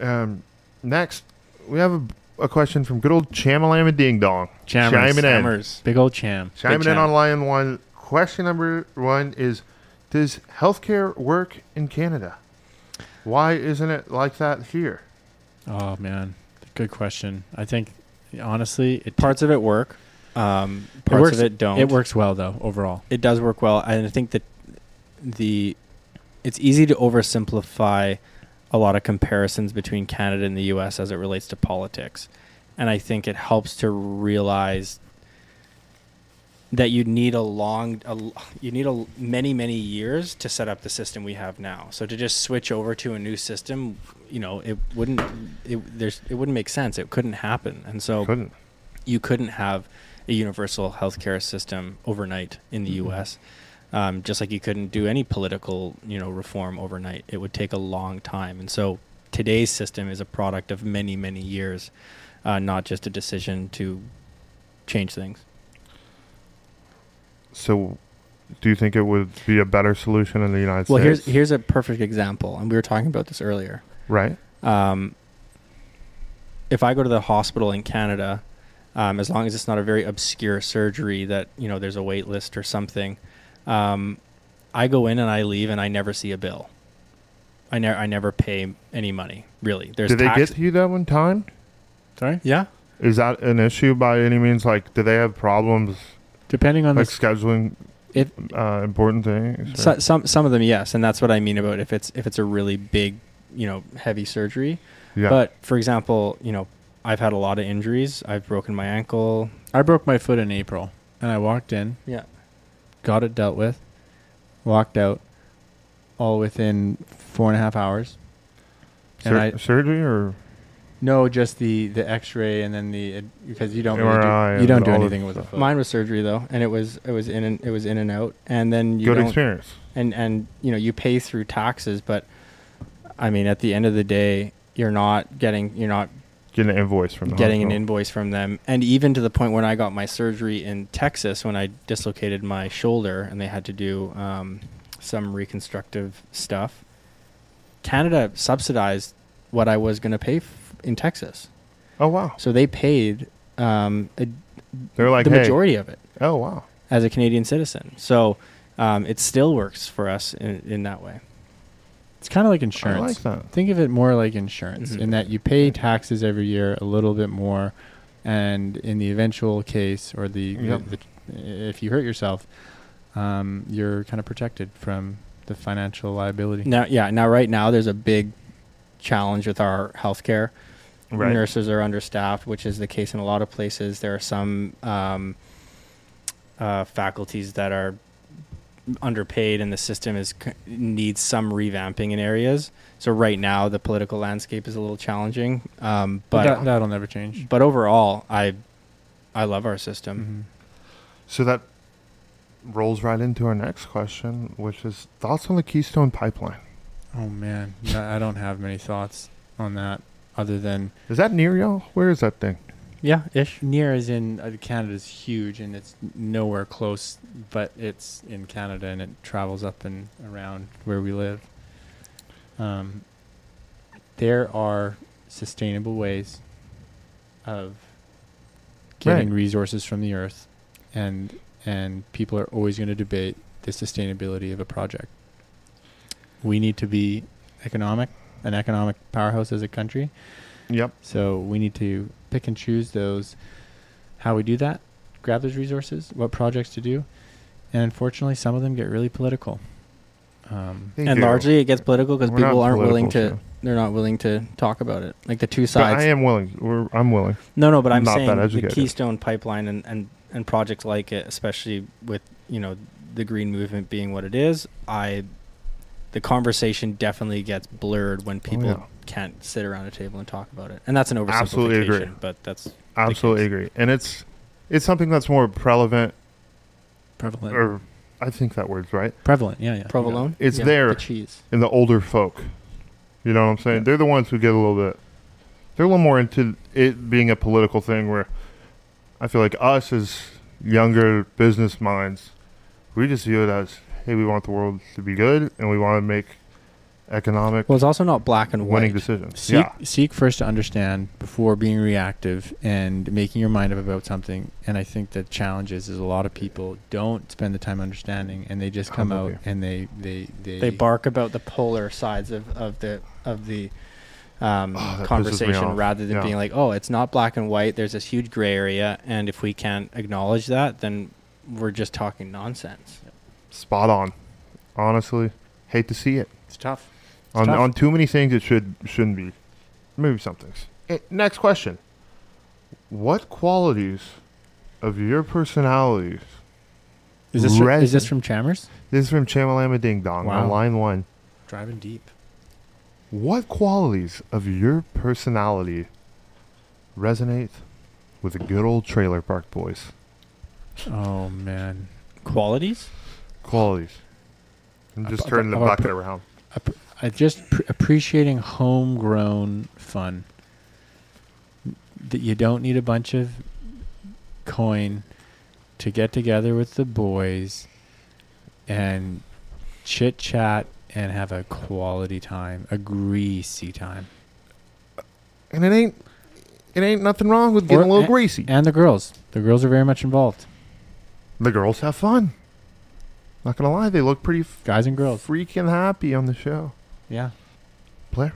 Speaker 2: Um, next, we have a, a question from good old Chamalama Ding Dong.
Speaker 5: Chammers.
Speaker 2: Chiming in.
Speaker 1: Hammers.
Speaker 5: Big old cham.
Speaker 2: Chiming
Speaker 1: Big
Speaker 2: in
Speaker 1: Cham.
Speaker 2: on line one. Question number one is Does healthcare work in Canada? Why isn't it like that here?
Speaker 5: Oh man, good question. I think honestly, it
Speaker 1: Parts of it work. Um,
Speaker 5: It
Speaker 1: parts
Speaker 5: works-
Speaker 1: of it don't.
Speaker 5: It works well though overall.
Speaker 1: It does work well, and I think that the it's easy to oversimplify a lot of comparisons between Canada and the U.S. as it relates to politics, and I think it helps to realize that you need a long a, l- you need a l- many many years to set up the system we have now so to just switch over to a new system you know it wouldn't it there's it wouldn't make sense it couldn't happen and so
Speaker 2: Couldn't.
Speaker 1: you couldn't have a universal healthcare system overnight in the U.S. Um, just like you couldn't do any political, you know, reform overnight. It would take a long time, and so today's system is a product of many, many years, uh, not just a decision to change things.
Speaker 2: So, do you think it would be a better solution in the United
Speaker 1: Well, here's
Speaker 2: States?
Speaker 1: here's a perfect example, and we were talking about this earlier.
Speaker 2: right?
Speaker 1: um, if I go to the hospital in Canada, um, as long as it's not a very obscure surgery that you know there's a wait list or something, um, I go in and I leave and I never see a bill. I never I never pay any money really. There's
Speaker 2: Did they
Speaker 1: tax-
Speaker 2: get to you that one time?
Speaker 5: Sorry.
Speaker 1: Yeah.
Speaker 2: Is that an issue by any means? Like, do they have problems?
Speaker 5: Depending on the
Speaker 2: like scheduling,
Speaker 5: if
Speaker 2: uh, important things.
Speaker 1: Um, So, some some of them, yes, and that's what I mean about if it's if it's a really big, you know, heavy surgery.
Speaker 2: Yeah.
Speaker 1: But for example, you know, I've had a lot of injuries. I've broken my ankle.
Speaker 5: I broke my foot in April and I walked in.
Speaker 1: Yeah.
Speaker 5: Got it dealt with. Walked out all within four and a half hours. And
Speaker 2: Sur-
Speaker 5: I
Speaker 2: surgery or
Speaker 5: no, just the the X-ray and then the because you don't
Speaker 2: MRI
Speaker 5: really do, you
Speaker 2: and
Speaker 5: don't do
Speaker 2: all the
Speaker 5: anything with a
Speaker 2: stuff.
Speaker 5: foot.
Speaker 1: Mine was surgery though, and it was it was in and it was in and out, and then you
Speaker 2: Good
Speaker 1: don't-
Speaker 2: experience.
Speaker 1: And and you know you pay through taxes, but I mean at the end of the day, you're not getting you're not
Speaker 2: getting an invoice from the
Speaker 1: getting an
Speaker 2: hospital.
Speaker 1: invoice from them, and even to the point when I got my surgery in Texas when I dislocated my shoulder, and they had to do um, some reconstructive stuff. Canada subsidized what I was going to pay f- in Texas.
Speaker 2: Oh wow!
Speaker 1: So they paid. Um, a,
Speaker 2: They're like,
Speaker 1: the
Speaker 2: "Hey."
Speaker 1: majority of it.
Speaker 2: Oh wow!
Speaker 1: As a Canadian citizen, so um, it still works for us in, in that way.
Speaker 5: It's kind of like insurance.
Speaker 1: like that.
Speaker 5: Think of it more like insurance
Speaker 1: Mhm.
Speaker 5: in that you pay taxes every year a little bit more, and in the eventual case or the,
Speaker 2: Yep.
Speaker 5: the, if you hurt yourself, um, you're kind of protected from the financial liability.
Speaker 1: Now, yeah. Now, right now, there's a big challenge with our healthcare.
Speaker 5: Right.
Speaker 1: Nurses are understaffed, which is the case in a lot of places. There are some um, uh, faculties that are underpaid, and the system is c- needs some revamping in areas. So right now, the political landscape is a little challenging. Um,
Speaker 5: But
Speaker 1: but
Speaker 5: that- that'll never change.
Speaker 1: But overall, I I love our
Speaker 5: Mm-hmm.
Speaker 1: system.
Speaker 2: So that rolls right into our next question, which is thoughts on the Keystone Pipeline.
Speaker 5: Oh man, No, I don't have many thoughts on that other than
Speaker 2: Is that near y'all? Where is that thing?
Speaker 1: yeah, ish.
Speaker 5: Near is in uh, Canada's huge and it's nowhere close, but it's in Canada and it travels up and around where we live. Um, there are sustainable ways of getting
Speaker 2: Right.
Speaker 5: resources from the earth, and and people are always going to debate the sustainability of a project. We need to be economic, an economic powerhouse as a country.
Speaker 2: Yep.
Speaker 5: So we need to pick and choose those, how we do that, grab those resources, what projects to do, and unfortunately, some of them get really political. Um,
Speaker 1: and largely it gets political because
Speaker 5: We're not
Speaker 1: people aren't willing to.
Speaker 5: political,
Speaker 1: They're not willing to talk about it. Like the two
Speaker 2: But
Speaker 1: sides.
Speaker 2: I am willing. We're, I'm willing.
Speaker 1: No, no, but I'm
Speaker 2: not
Speaker 1: saying
Speaker 2: that
Speaker 1: the
Speaker 2: educated.
Speaker 1: Keystone Pipeline and, and, and projects like it, especially with you know the green movement being what it is, I the conversation definitely gets blurred when people
Speaker 2: Oh, yeah.
Speaker 1: can't sit around a table and talk about it, and that's an oversimplification.
Speaker 2: Absolutely agree.
Speaker 1: But that's
Speaker 2: absolutely agree, and it's it's something that's more prevalent.
Speaker 5: Prevalent.
Speaker 2: Or I think that word's right.
Speaker 5: Prevalent, yeah, yeah.
Speaker 1: Provolone?
Speaker 2: It's
Speaker 1: Yeah,
Speaker 2: there
Speaker 1: the cheese.
Speaker 2: in the older folk. You know what I'm saying? They're the ones who get a little bit. They're a little more into it being a political thing. Where I feel like us as younger business minds, we just view it as, hey, we want the world to be good, and we want to make economic.
Speaker 1: Well, it's also not black and
Speaker 2: winning
Speaker 1: white.
Speaker 2: decisions.
Speaker 5: Seek,
Speaker 2: yeah,
Speaker 5: seek first to understand before being reactive and making your mind up about something. And I think the challenge is, is a lot of people don't spend the time understanding, and they just come
Speaker 1: Come up
Speaker 5: out
Speaker 1: here.
Speaker 5: and they they they,
Speaker 1: They bark about the polar sides of, of the of the um,
Speaker 5: Oh, pisses me
Speaker 1: conversation
Speaker 5: off.
Speaker 1: rather than
Speaker 5: Yeah.
Speaker 1: being like, oh, it's not black and white. There's this huge gray area, and if we can't acknowledge that, then we're just talking nonsense.
Speaker 2: spot on. Honestly, hate to see it.
Speaker 5: It's tough. It's
Speaker 2: on
Speaker 5: tough.
Speaker 2: on too many things, it should shouldn't be. Maybe some things. Eh, next question: What qualities of your personalities
Speaker 5: Is this fr- is this
Speaker 2: reson-
Speaker 5: from Chalmers?
Speaker 2: This is from Chamalama Ding Dong on
Speaker 5: Wow.
Speaker 2: line one.
Speaker 5: driving deep.
Speaker 2: What qualities of your personality resonate with the good old Trailer Park Boys?
Speaker 5: Oh man,
Speaker 1: qualities,
Speaker 2: qualities. I'm just
Speaker 5: Ab-
Speaker 2: turning the
Speaker 5: ab-
Speaker 2: bucket
Speaker 5: ab-
Speaker 2: around.
Speaker 5: ap- I just pr- appreciating homegrown fun. That you don't need a bunch of coin to get together with the boys and chit chat and have a quality time, a greasy time.
Speaker 2: And it ain't it ain't nothing wrong with getting
Speaker 5: Or-
Speaker 2: a little
Speaker 5: and-
Speaker 2: greasy.
Speaker 5: And the girls, the girls are very much involved.
Speaker 2: The girls have fun. Not gonna lie, they look pretty f-
Speaker 5: guys and girls
Speaker 2: freaking happy on the show.
Speaker 5: Yeah.
Speaker 2: Blair,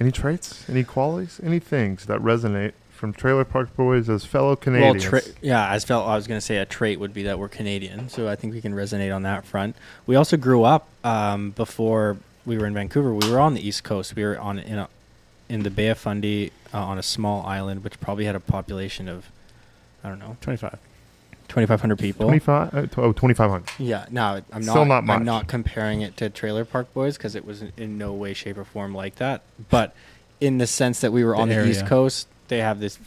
Speaker 2: any traits, any qualities, any things that resonate from Trailer Park Boys as fellow Canadians?
Speaker 1: Well, tra- yeah, I felt I was going to say a trait would be that we're Canadian, so I think we can resonate on that front. We also grew up um, before we were in Vancouver. We were on the East Coast. We were on in a, in the Bay of Fundy uh, on a small island, which probably had a population of I don't know
Speaker 5: twenty five.
Speaker 1: 2,500 people.
Speaker 2: 25, uh, tw- oh, 2,500.
Speaker 1: Yeah, no, I'm not.
Speaker 2: Still not much.
Speaker 1: I'm not comparing it to Trailer Park Boys because it was in- in no way, shape, or form like that. But in the sense that we were
Speaker 5: The
Speaker 1: on the East
Speaker 5: area.
Speaker 1: Coast, they have this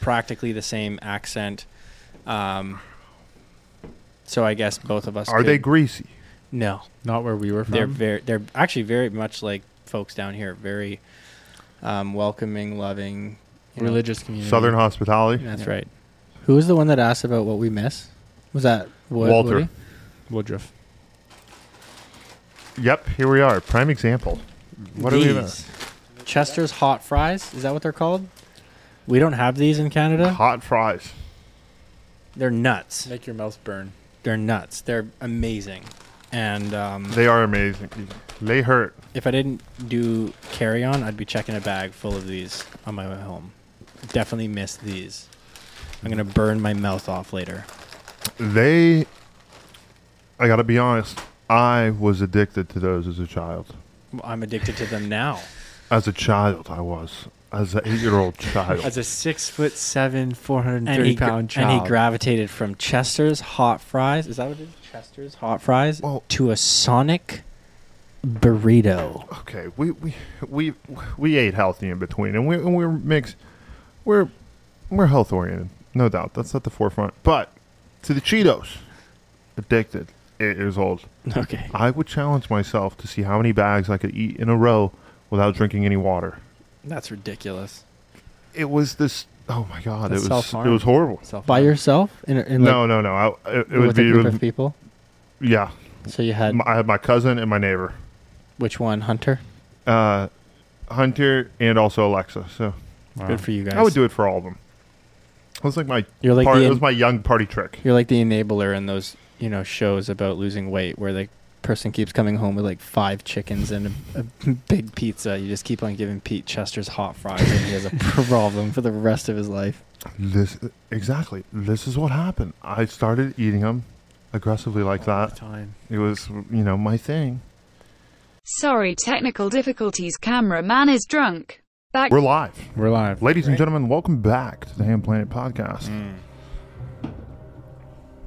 Speaker 1: practically the same accent. Um, so I guess both of us
Speaker 2: Are they
Speaker 1: could-
Speaker 2: greasy?
Speaker 1: No,
Speaker 5: Not where we were from.
Speaker 1: they're very. They're actually very much like folks down here. Very um, welcoming, loving, you know.
Speaker 5: religious community.
Speaker 2: Southern hospitality.
Speaker 1: That's right. Who was the one that asked about what we miss? Was that Wo-
Speaker 2: Walter.
Speaker 1: Woody?
Speaker 5: Woodruff.
Speaker 2: Yep, here we are. Prime example. What are we about?
Speaker 1: These. Chester's hot fries. Is that what they're called? We don't have these in Canada.
Speaker 2: Hot fries.
Speaker 1: They're nuts.
Speaker 5: Make your mouth burn.
Speaker 1: They're nuts. They're amazing. And um,
Speaker 2: They are amazing. They hurt.
Speaker 1: if I didn't do carry on, I'd be checking a bag full of these on my way home. Definitely miss these. I'm gonna burn my mouth off later.
Speaker 2: They. I gotta be honest. I was addicted to those as a child.
Speaker 1: I'm addicted to them now.
Speaker 2: As a child, I was. As an eight-year-old child.
Speaker 5: As a six foot seven, four hundred and
Speaker 1: And
Speaker 5: thirty
Speaker 1: he, gra-
Speaker 5: pound child.
Speaker 1: and he gravitated from Chester's hot fries. Is that what it is? Chester's hot fries
Speaker 2: Well-
Speaker 1: to a Sonic burrito.
Speaker 2: okay, we we we we ate healthy in between, and we and we're mixed. We're we're health oriented, no doubt. That's at the forefront. But to the Cheetos, addicted, eight years old.
Speaker 1: Okay.
Speaker 2: I would challenge myself to see how many bags I could eat in a row without drinking any water.
Speaker 1: That's ridiculous.
Speaker 2: It was this. Oh my god!
Speaker 1: That's
Speaker 2: it was
Speaker 1: self-harm.
Speaker 2: it was horrible.
Speaker 5: Self-
Speaker 1: By yourself? In, in
Speaker 2: no,
Speaker 1: like,
Speaker 2: no, no. I, it, it
Speaker 1: with
Speaker 2: would be.
Speaker 1: a
Speaker 2: it
Speaker 1: group
Speaker 2: would-
Speaker 1: of people?
Speaker 2: yeah,
Speaker 1: So you had
Speaker 2: My- I had my cousin and my neighbor,
Speaker 1: which one? Hunter?
Speaker 2: uh, Hunter, and also Alexa. So
Speaker 5: Wow.
Speaker 1: Good for you guys.
Speaker 2: I would do it for all of them. It was like my
Speaker 1: You're like
Speaker 2: party,
Speaker 1: the
Speaker 2: it
Speaker 1: en-
Speaker 2: was my young party trick.
Speaker 1: You're like the enabler in those, you know, shows about losing weight where the person keeps coming home with like five chickens and a, a big pizza. You just keep on giving Pete Chester's hot fries and he has a problem for the rest of his life.
Speaker 2: This exactly. This is what happened. I started eating them aggressively like
Speaker 5: All the
Speaker 2: that.
Speaker 5: time.
Speaker 2: It was you know my thing.
Speaker 9: Sorry, technical difficulties. Cameraman is drunk. Back
Speaker 2: We're live,
Speaker 5: We're live.
Speaker 2: ladies and gentlemen. Welcome back to the Ham Planet Podcast.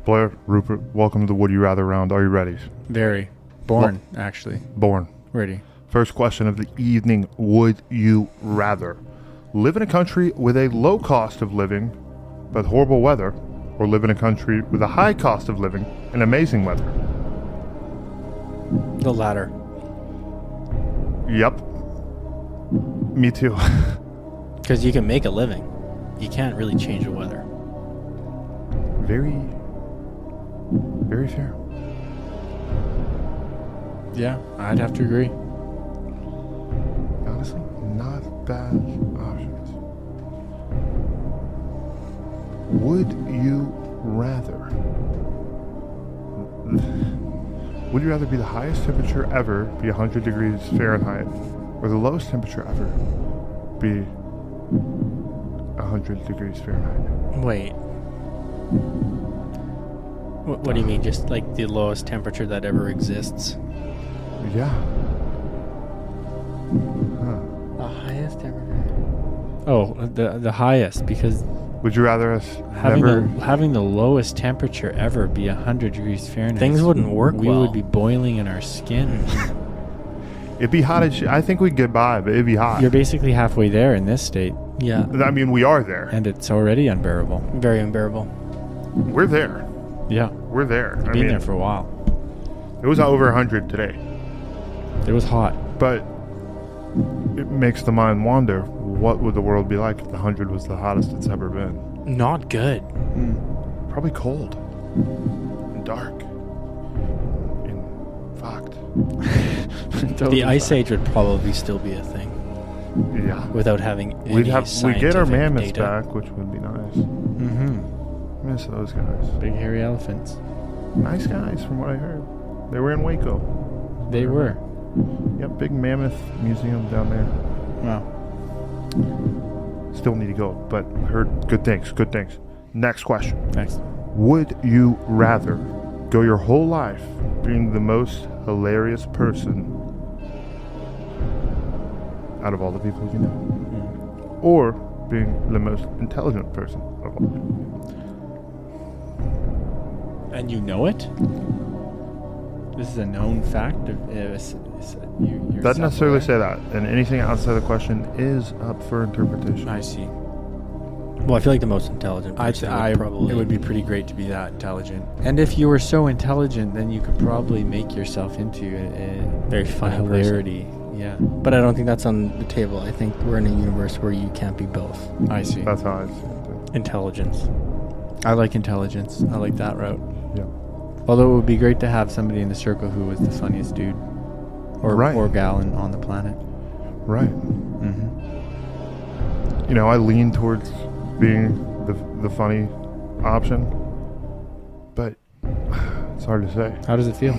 Speaker 2: Blair Rupert, welcome to the Would You Rather round. Are you ready?
Speaker 5: Very. Born, actually.
Speaker 2: Born.
Speaker 5: Ready.
Speaker 2: First question of the evening Would you rather live in a country with a low cost of living but horrible weather, or live in a country with a high cost of living and amazing weather?
Speaker 1: The latter.
Speaker 2: Yep. Me too.
Speaker 1: Because you can make a living. You can't really change the weather.
Speaker 2: very, very fair.
Speaker 5: Yeah, I'd have to agree.
Speaker 2: Honestly, not bad options. Would you rather? Would you rather be the highest temperature ever be 100 degrees Fahrenheit or the lowest temperature ever be 100 degrees Fahrenheit?
Speaker 1: Wait. What, what do you mean? Just like the lowest temperature that ever exists?
Speaker 2: Yeah. Huh.
Speaker 1: The highest temperature.
Speaker 5: Oh, the the highest because
Speaker 2: Would you rather us
Speaker 5: having
Speaker 2: never
Speaker 5: the having the lowest temperature ever be hundred degrees Fahrenheit.
Speaker 1: Things wouldn't work
Speaker 5: We
Speaker 1: well.
Speaker 5: would be boiling in our skin.
Speaker 2: It'd be hot as shit. I think we'd get by, but it'd be hot.
Speaker 5: You're basically halfway there in this state,
Speaker 1: Yeah.
Speaker 2: I mean, we are there.
Speaker 5: and it's already unbearable.
Speaker 1: Very unbearable.
Speaker 2: We're there.
Speaker 5: Yeah,
Speaker 2: We're there. I
Speaker 5: been
Speaker 2: mean,
Speaker 5: there for a while.
Speaker 2: it was over 100 today,
Speaker 5: It was hot.
Speaker 2: but it makes the mind wander. What would the world be like if the 100 was the hottest it's ever been?
Speaker 1: Not good.
Speaker 2: Probably cold and dark and fucked.
Speaker 1: The ice age would probably still be a thing
Speaker 2: Yeah.
Speaker 1: without having any
Speaker 2: We'd have we get our
Speaker 1: scientific
Speaker 2: mammoths
Speaker 1: data.
Speaker 2: back, which would be nice.
Speaker 5: Mm-hmm.
Speaker 2: Miss those guys.
Speaker 5: Big hairy elephants.
Speaker 2: Nice guys, from what I heard. They were in Waco.
Speaker 5: They were.
Speaker 2: Yep, big mammoth museum down there.
Speaker 5: Wow.
Speaker 2: Still need to go, but heard good things, good things. Next question.
Speaker 5: Thanks.
Speaker 2: Would you rather go your whole life being the most hilarious person out of all the people you know? Or being the most intelligent person of all?
Speaker 5: And you know it? This is a known fact. Of, uh, it's, it's, you, you're
Speaker 2: Doesn't necessarily say that, and anything outside the question is up for interpretation.
Speaker 5: I see.
Speaker 1: Well, I feel like the most intelligent.
Speaker 5: I,
Speaker 1: person would
Speaker 5: I
Speaker 1: probably
Speaker 5: it would be pretty great to be that intelligent. And if you were so intelligent, then you could probably make yourself into a, a
Speaker 1: very
Speaker 5: a
Speaker 1: funny person.
Speaker 5: hilarity. Yeah,
Speaker 1: But I don't think that's on the table. I think we're in a universe where you can't be both.
Speaker 5: I see.
Speaker 2: That's how I see it.
Speaker 1: Intelligence.
Speaker 5: I like intelligence. I like that route.
Speaker 2: Yeah.
Speaker 5: Although it would be great to have somebody in the circle who was the funniest dude or
Speaker 2: Right.
Speaker 5: or gal in, on the planet.
Speaker 2: Right.
Speaker 5: hmm
Speaker 2: You know, I lean towards being the, the funny option, but it's hard to say.
Speaker 5: How does it feel?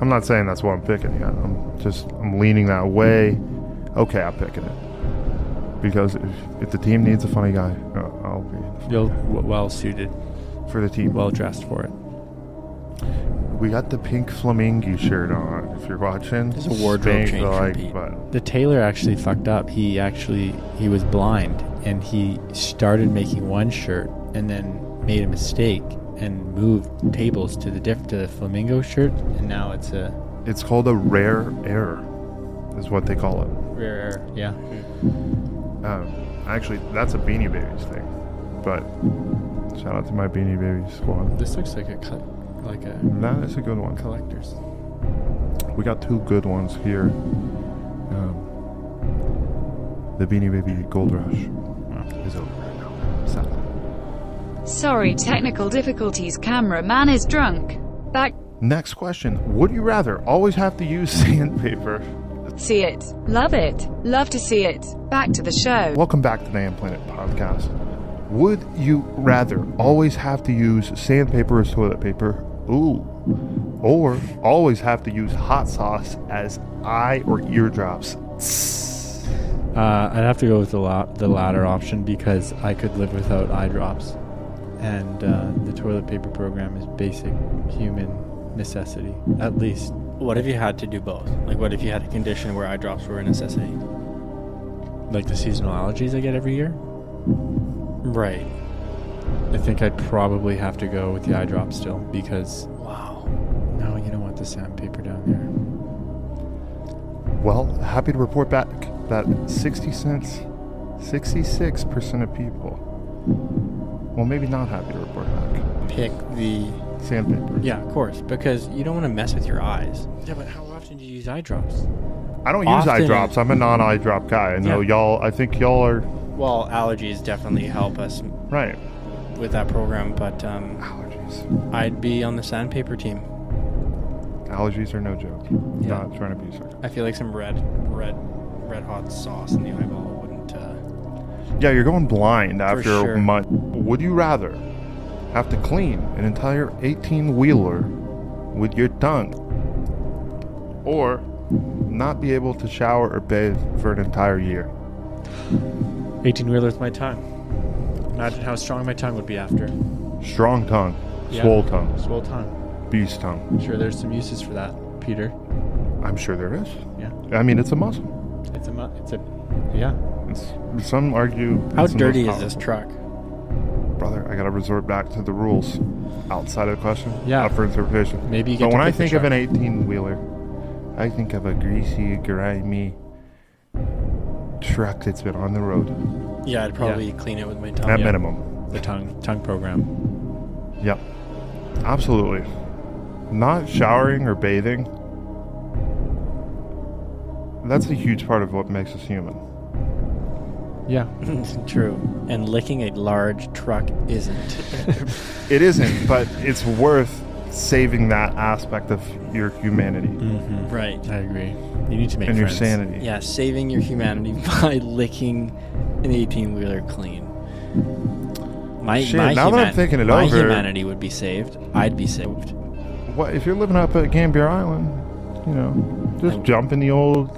Speaker 2: I'm not saying that's what I'm picking yet. I'm just I'm leaning that way. Okay, I'm picking it because if, if the team needs a funny guy, uh, I'll be the funny
Speaker 5: You're
Speaker 2: guy
Speaker 5: w- well suited,
Speaker 2: for the team.
Speaker 5: well dressed for it.
Speaker 2: we got the pink flamingo shirt on. If you're watching,
Speaker 1: There's a wardrobe
Speaker 2: Spank
Speaker 1: change
Speaker 2: the
Speaker 1: from
Speaker 2: like
Speaker 1: Pete.
Speaker 2: button.
Speaker 5: The tailor actually fucked up. He actually he was blind and he started making one shirt and then made a mistake and moved tables to the diff to the flamingo shirt and now it's a
Speaker 2: It's called a rare error, is what they call it.
Speaker 5: rare yeah
Speaker 2: Um, actually, that's a Beanie Babies thing. But shout out to my Beanie Babies squad.
Speaker 5: This looks like a cut like a
Speaker 2: That is a good one.
Speaker 5: collector's.
Speaker 2: We got two good ones here. Um, the Beanie Baby Gold Rush is over right now. Sad.
Speaker 9: Sorry, technical difficulties. Cameraman is drunk. Back.
Speaker 2: Next question: Would you rather always have to use sandpaper?
Speaker 9: See it. Love it. Love to see it. Back to the show.
Speaker 2: Welcome back to the Am Planet podcast. Would you rather always have to use sandpaper as toilet paper? Ooh. Or always have to use hot sauce as eye or eardrops? Tss.
Speaker 5: Uh, I'd have to go with the la- the latter option because I could live without eye drops, and uh, the toilet paper program is basic human necessity. At least
Speaker 1: What if you had to do both? Like, what if you had a condition where eye drops were a necessity?
Speaker 5: like the seasonal allergies I get every year.
Speaker 1: Right.
Speaker 5: I think I'd probably have to go with the eye drops still because
Speaker 1: Wow.
Speaker 5: no, you don't want the sandpaper down there.
Speaker 2: Well, happy to report back that 60 cents, 66% of people, well, maybe not happy to report back,
Speaker 1: Pick the.
Speaker 2: sandpaper.
Speaker 1: Yeah, of course, because you don't want to mess with your eyes.
Speaker 5: Yeah, but how often do you use eye drops?
Speaker 2: I don't use eye
Speaker 1: Often-
Speaker 2: drops. I'm a non eye drop guy. I know
Speaker 1: Yeah.
Speaker 2: y'all, I think y'all are
Speaker 1: Well, allergies definitely help us
Speaker 2: right.
Speaker 1: with that program, but um,
Speaker 2: Allergies.
Speaker 1: I'd be on the sandpaper team.
Speaker 2: Allergies are no joke. Not trying to be sarcastic.
Speaker 1: I feel like some red, red, red hot sauce in the eyeball wouldn't. Uh,
Speaker 2: Yeah, you're going blind after
Speaker 1: sure.
Speaker 2: a month. Would you rather have to clean an entire 18 wheeler with your tongue or not be able to shower or bathe for an entire year?
Speaker 5: 18 wheeler with my tongue. Imagine how strong my tongue would be after.
Speaker 2: Strong tongue,
Speaker 5: Yeah.
Speaker 2: swole tongue,
Speaker 5: Swole tongue.
Speaker 2: beast tongue.
Speaker 5: I'm sure there's some uses for that, Peter.
Speaker 2: I'm sure there is.
Speaker 5: Yeah.
Speaker 2: I mean, it's a muscle.
Speaker 5: It's a, mu- it's a, yeah.
Speaker 2: It's, some argue.
Speaker 1: how
Speaker 2: it's the most
Speaker 1: dirty is
Speaker 2: powerful.
Speaker 1: this truck?
Speaker 2: Brother, I gotta resort back to the rules outside of the question.
Speaker 5: Yeah.
Speaker 2: Up for interpretation.
Speaker 5: Maybe you get
Speaker 2: But
Speaker 5: to
Speaker 2: when I
Speaker 5: pick the
Speaker 2: think of
Speaker 5: shark.
Speaker 2: an 18 wheeler, I think of a greasy, grimy truck that's been on the road
Speaker 1: Yeah, I'd probably clean it with my
Speaker 5: Oh,
Speaker 1: tongue.
Speaker 2: at
Speaker 1: Yeah.
Speaker 2: minimum.
Speaker 5: The tongue tongue program.
Speaker 2: Yep. Absolutely. Not showering or bathing. That's a huge part of what makes us human.
Speaker 5: Yeah.
Speaker 1: True. And licking a large truck isn't.
Speaker 2: It isn't, but it's worth saving that aspect of your humanity
Speaker 5: Mm,
Speaker 1: right.
Speaker 5: Mm-hmm, I agree. You need to make
Speaker 2: and your
Speaker 5: friends.
Speaker 2: sanity.
Speaker 1: Yeah, saving your humanity by licking an 18 wheeler clean. My,
Speaker 2: Shit,
Speaker 1: my
Speaker 2: now that I'm
Speaker 1: human-
Speaker 2: thinking it
Speaker 1: my
Speaker 2: over-
Speaker 1: humanity would be saved. I'd be saved.
Speaker 2: what, if you're living up at Gambier Island, you know, just jump in the old.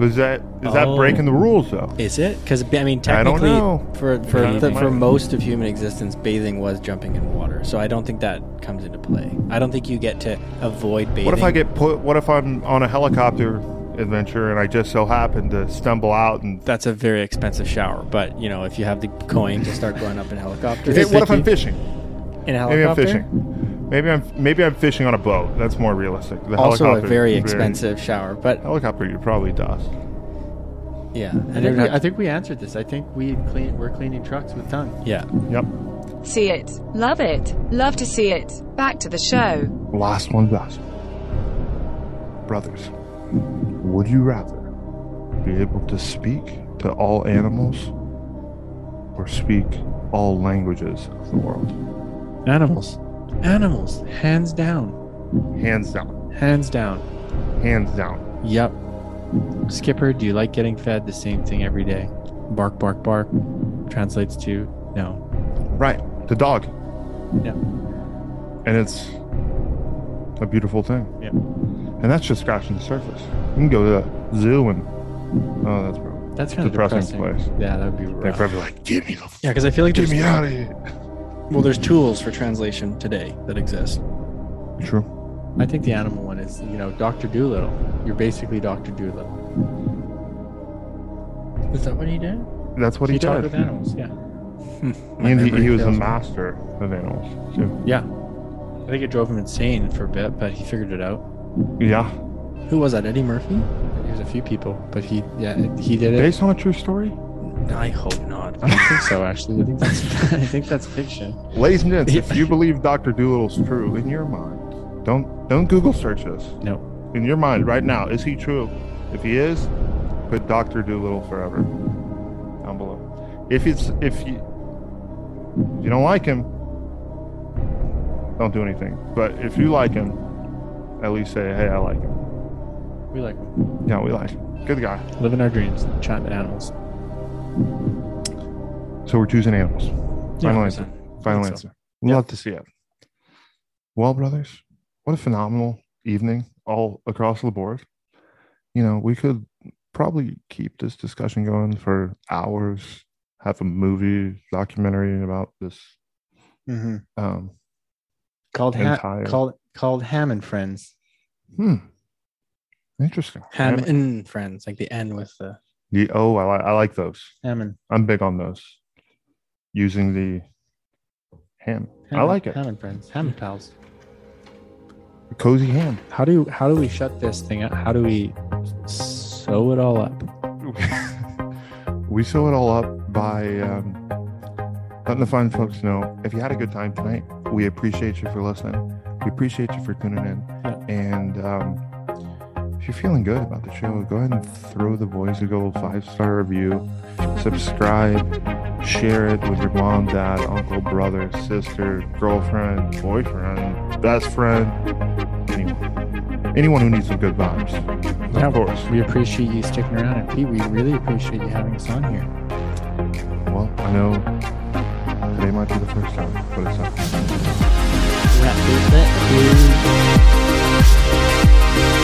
Speaker 2: Is that is that
Speaker 1: Oh.
Speaker 2: breaking the rules though?
Speaker 1: Is it? Because I mean,
Speaker 2: I don't
Speaker 1: technically,
Speaker 2: know.
Speaker 1: for for
Speaker 2: Kind of
Speaker 1: the,
Speaker 2: might
Speaker 1: for
Speaker 2: be.
Speaker 1: most of human existence, bathing was jumping in water. So I don't think that comes into play. I don't think you get to avoid bathing.
Speaker 2: What if I get put? What if I'm on a helicopter adventure and I just so happen to stumble out and?
Speaker 1: That's a very expensive shower, but you know, if you have the coin to start going up in helicopters.
Speaker 2: Hey, what if I'm fishing?
Speaker 1: In a
Speaker 2: Maybe I'm
Speaker 1: helicopter?
Speaker 2: fishing. Maybe I'm maybe I'm fishing on a boat. That's more realistic. The
Speaker 1: Also a
Speaker 2: helicopter Oh.
Speaker 1: very
Speaker 2: is
Speaker 1: expensive shower, but
Speaker 2: helicopter you probably dust.
Speaker 1: Yeah,
Speaker 5: I think, we, I think we answered this. I think we clean. We're cleaning trucks with tongue.
Speaker 1: Yeah.
Speaker 2: Yep.
Speaker 9: See it. Love it. Love to see it. Back to the show.
Speaker 2: Last one, last. Brothers, would you rather be able to speak to all animals or speak all languages of the world?
Speaker 5: Animals. Animals. Hands down.
Speaker 2: Hands down.
Speaker 5: Hands down.
Speaker 2: Hands down.
Speaker 5: Yep. Skipper, do you like getting fed the same thing every day? Bark, bark, bark. Translates to no.
Speaker 2: Right. The dog.
Speaker 5: Yeah.
Speaker 2: And it's a beautiful thing.
Speaker 5: Yeah.
Speaker 2: And that's just scratching the surface. You can go to the zoo and oh, that's probably
Speaker 5: That's kind of
Speaker 2: depressing,
Speaker 5: depressing.
Speaker 2: place.
Speaker 5: Yeah, that would be rough.
Speaker 2: They're probably like, give me the
Speaker 1: Yeah, because I feel like
Speaker 2: Get
Speaker 1: there's-
Speaker 2: me outta here.
Speaker 1: Well, there's tools for translation today that exist.
Speaker 2: True.
Speaker 5: I think the animal one is, you know, Doctor Doolittle. You're basically Doctor Doolittle. Is that what he did?
Speaker 2: That's what he,
Speaker 5: he talked
Speaker 2: did.
Speaker 5: with animals. Yeah.
Speaker 2: And he, he was a
Speaker 5: fails me.
Speaker 2: master of animals. Too.
Speaker 5: Yeah. I think it drove him insane for a bit, but he figured it out.
Speaker 2: Yeah.
Speaker 1: Who was that? Eddie Murphy?
Speaker 5: There's a few people, but he, yeah, he did it.
Speaker 2: Based on a true story?
Speaker 1: I hope not.
Speaker 5: I don't think so, actually. I think that's, I think that's fiction.
Speaker 2: Ladies and gents, if you believe Dr. Doolittle's true in your mind, don't don't Google search this.
Speaker 5: No.
Speaker 2: In your mind right now, is he true? If he is, put Dr. Doolittle forever down below. If it's if you if you don't like him, don't do anything. But if you like him, at least say, "Hey, I like him."
Speaker 5: We like him.
Speaker 2: Yeah, we like him. Good guy.
Speaker 5: Living our dreams, chatting with animals.
Speaker 2: So we're choosing animals.
Speaker 5: Yeah,
Speaker 2: Final
Speaker 5: 100%.
Speaker 2: answer. Final
Speaker 5: Think so.
Speaker 2: answer. Love to see it. Well, brothers, what a phenomenal evening all across the board. You know, we could probably keep this discussion going for hours, have a movie documentary about this.
Speaker 5: Mm-hmm.
Speaker 2: Um,
Speaker 5: Called ha-
Speaker 2: Entire-
Speaker 5: called called Ham and Friends.
Speaker 2: hmm. Interesting.
Speaker 1: Ham and friends, like the N with the.
Speaker 2: Yeah, oh, I, li- I like those.
Speaker 5: Ham and
Speaker 2: I'm big on those. Using the ham.
Speaker 5: ham
Speaker 2: I
Speaker 5: and-
Speaker 2: like it.
Speaker 5: Ham and Friends. Ham
Speaker 1: Mm-hmm.
Speaker 5: and pals.
Speaker 2: Cozy ham.
Speaker 5: How do how do we shut this thing up? How do we sew it all up?
Speaker 2: we sew it all up by um, letting the fine folks know if you had a good time tonight we appreciate you for listening we appreciate you for tuning in and um, if you're feeling good about the show go ahead and throw the boys a gold five star review subscribe share it with your mom dad uncle brother sister girlfriend boyfriend best friend anyone anyone who needs some good vibes
Speaker 5: Yeah,
Speaker 2: of course
Speaker 5: We appreciate you sticking around, and Pete, we really appreciate you having us on here.
Speaker 2: Well, I know today might be the first time, but it's not.
Speaker 5: Wrap it up.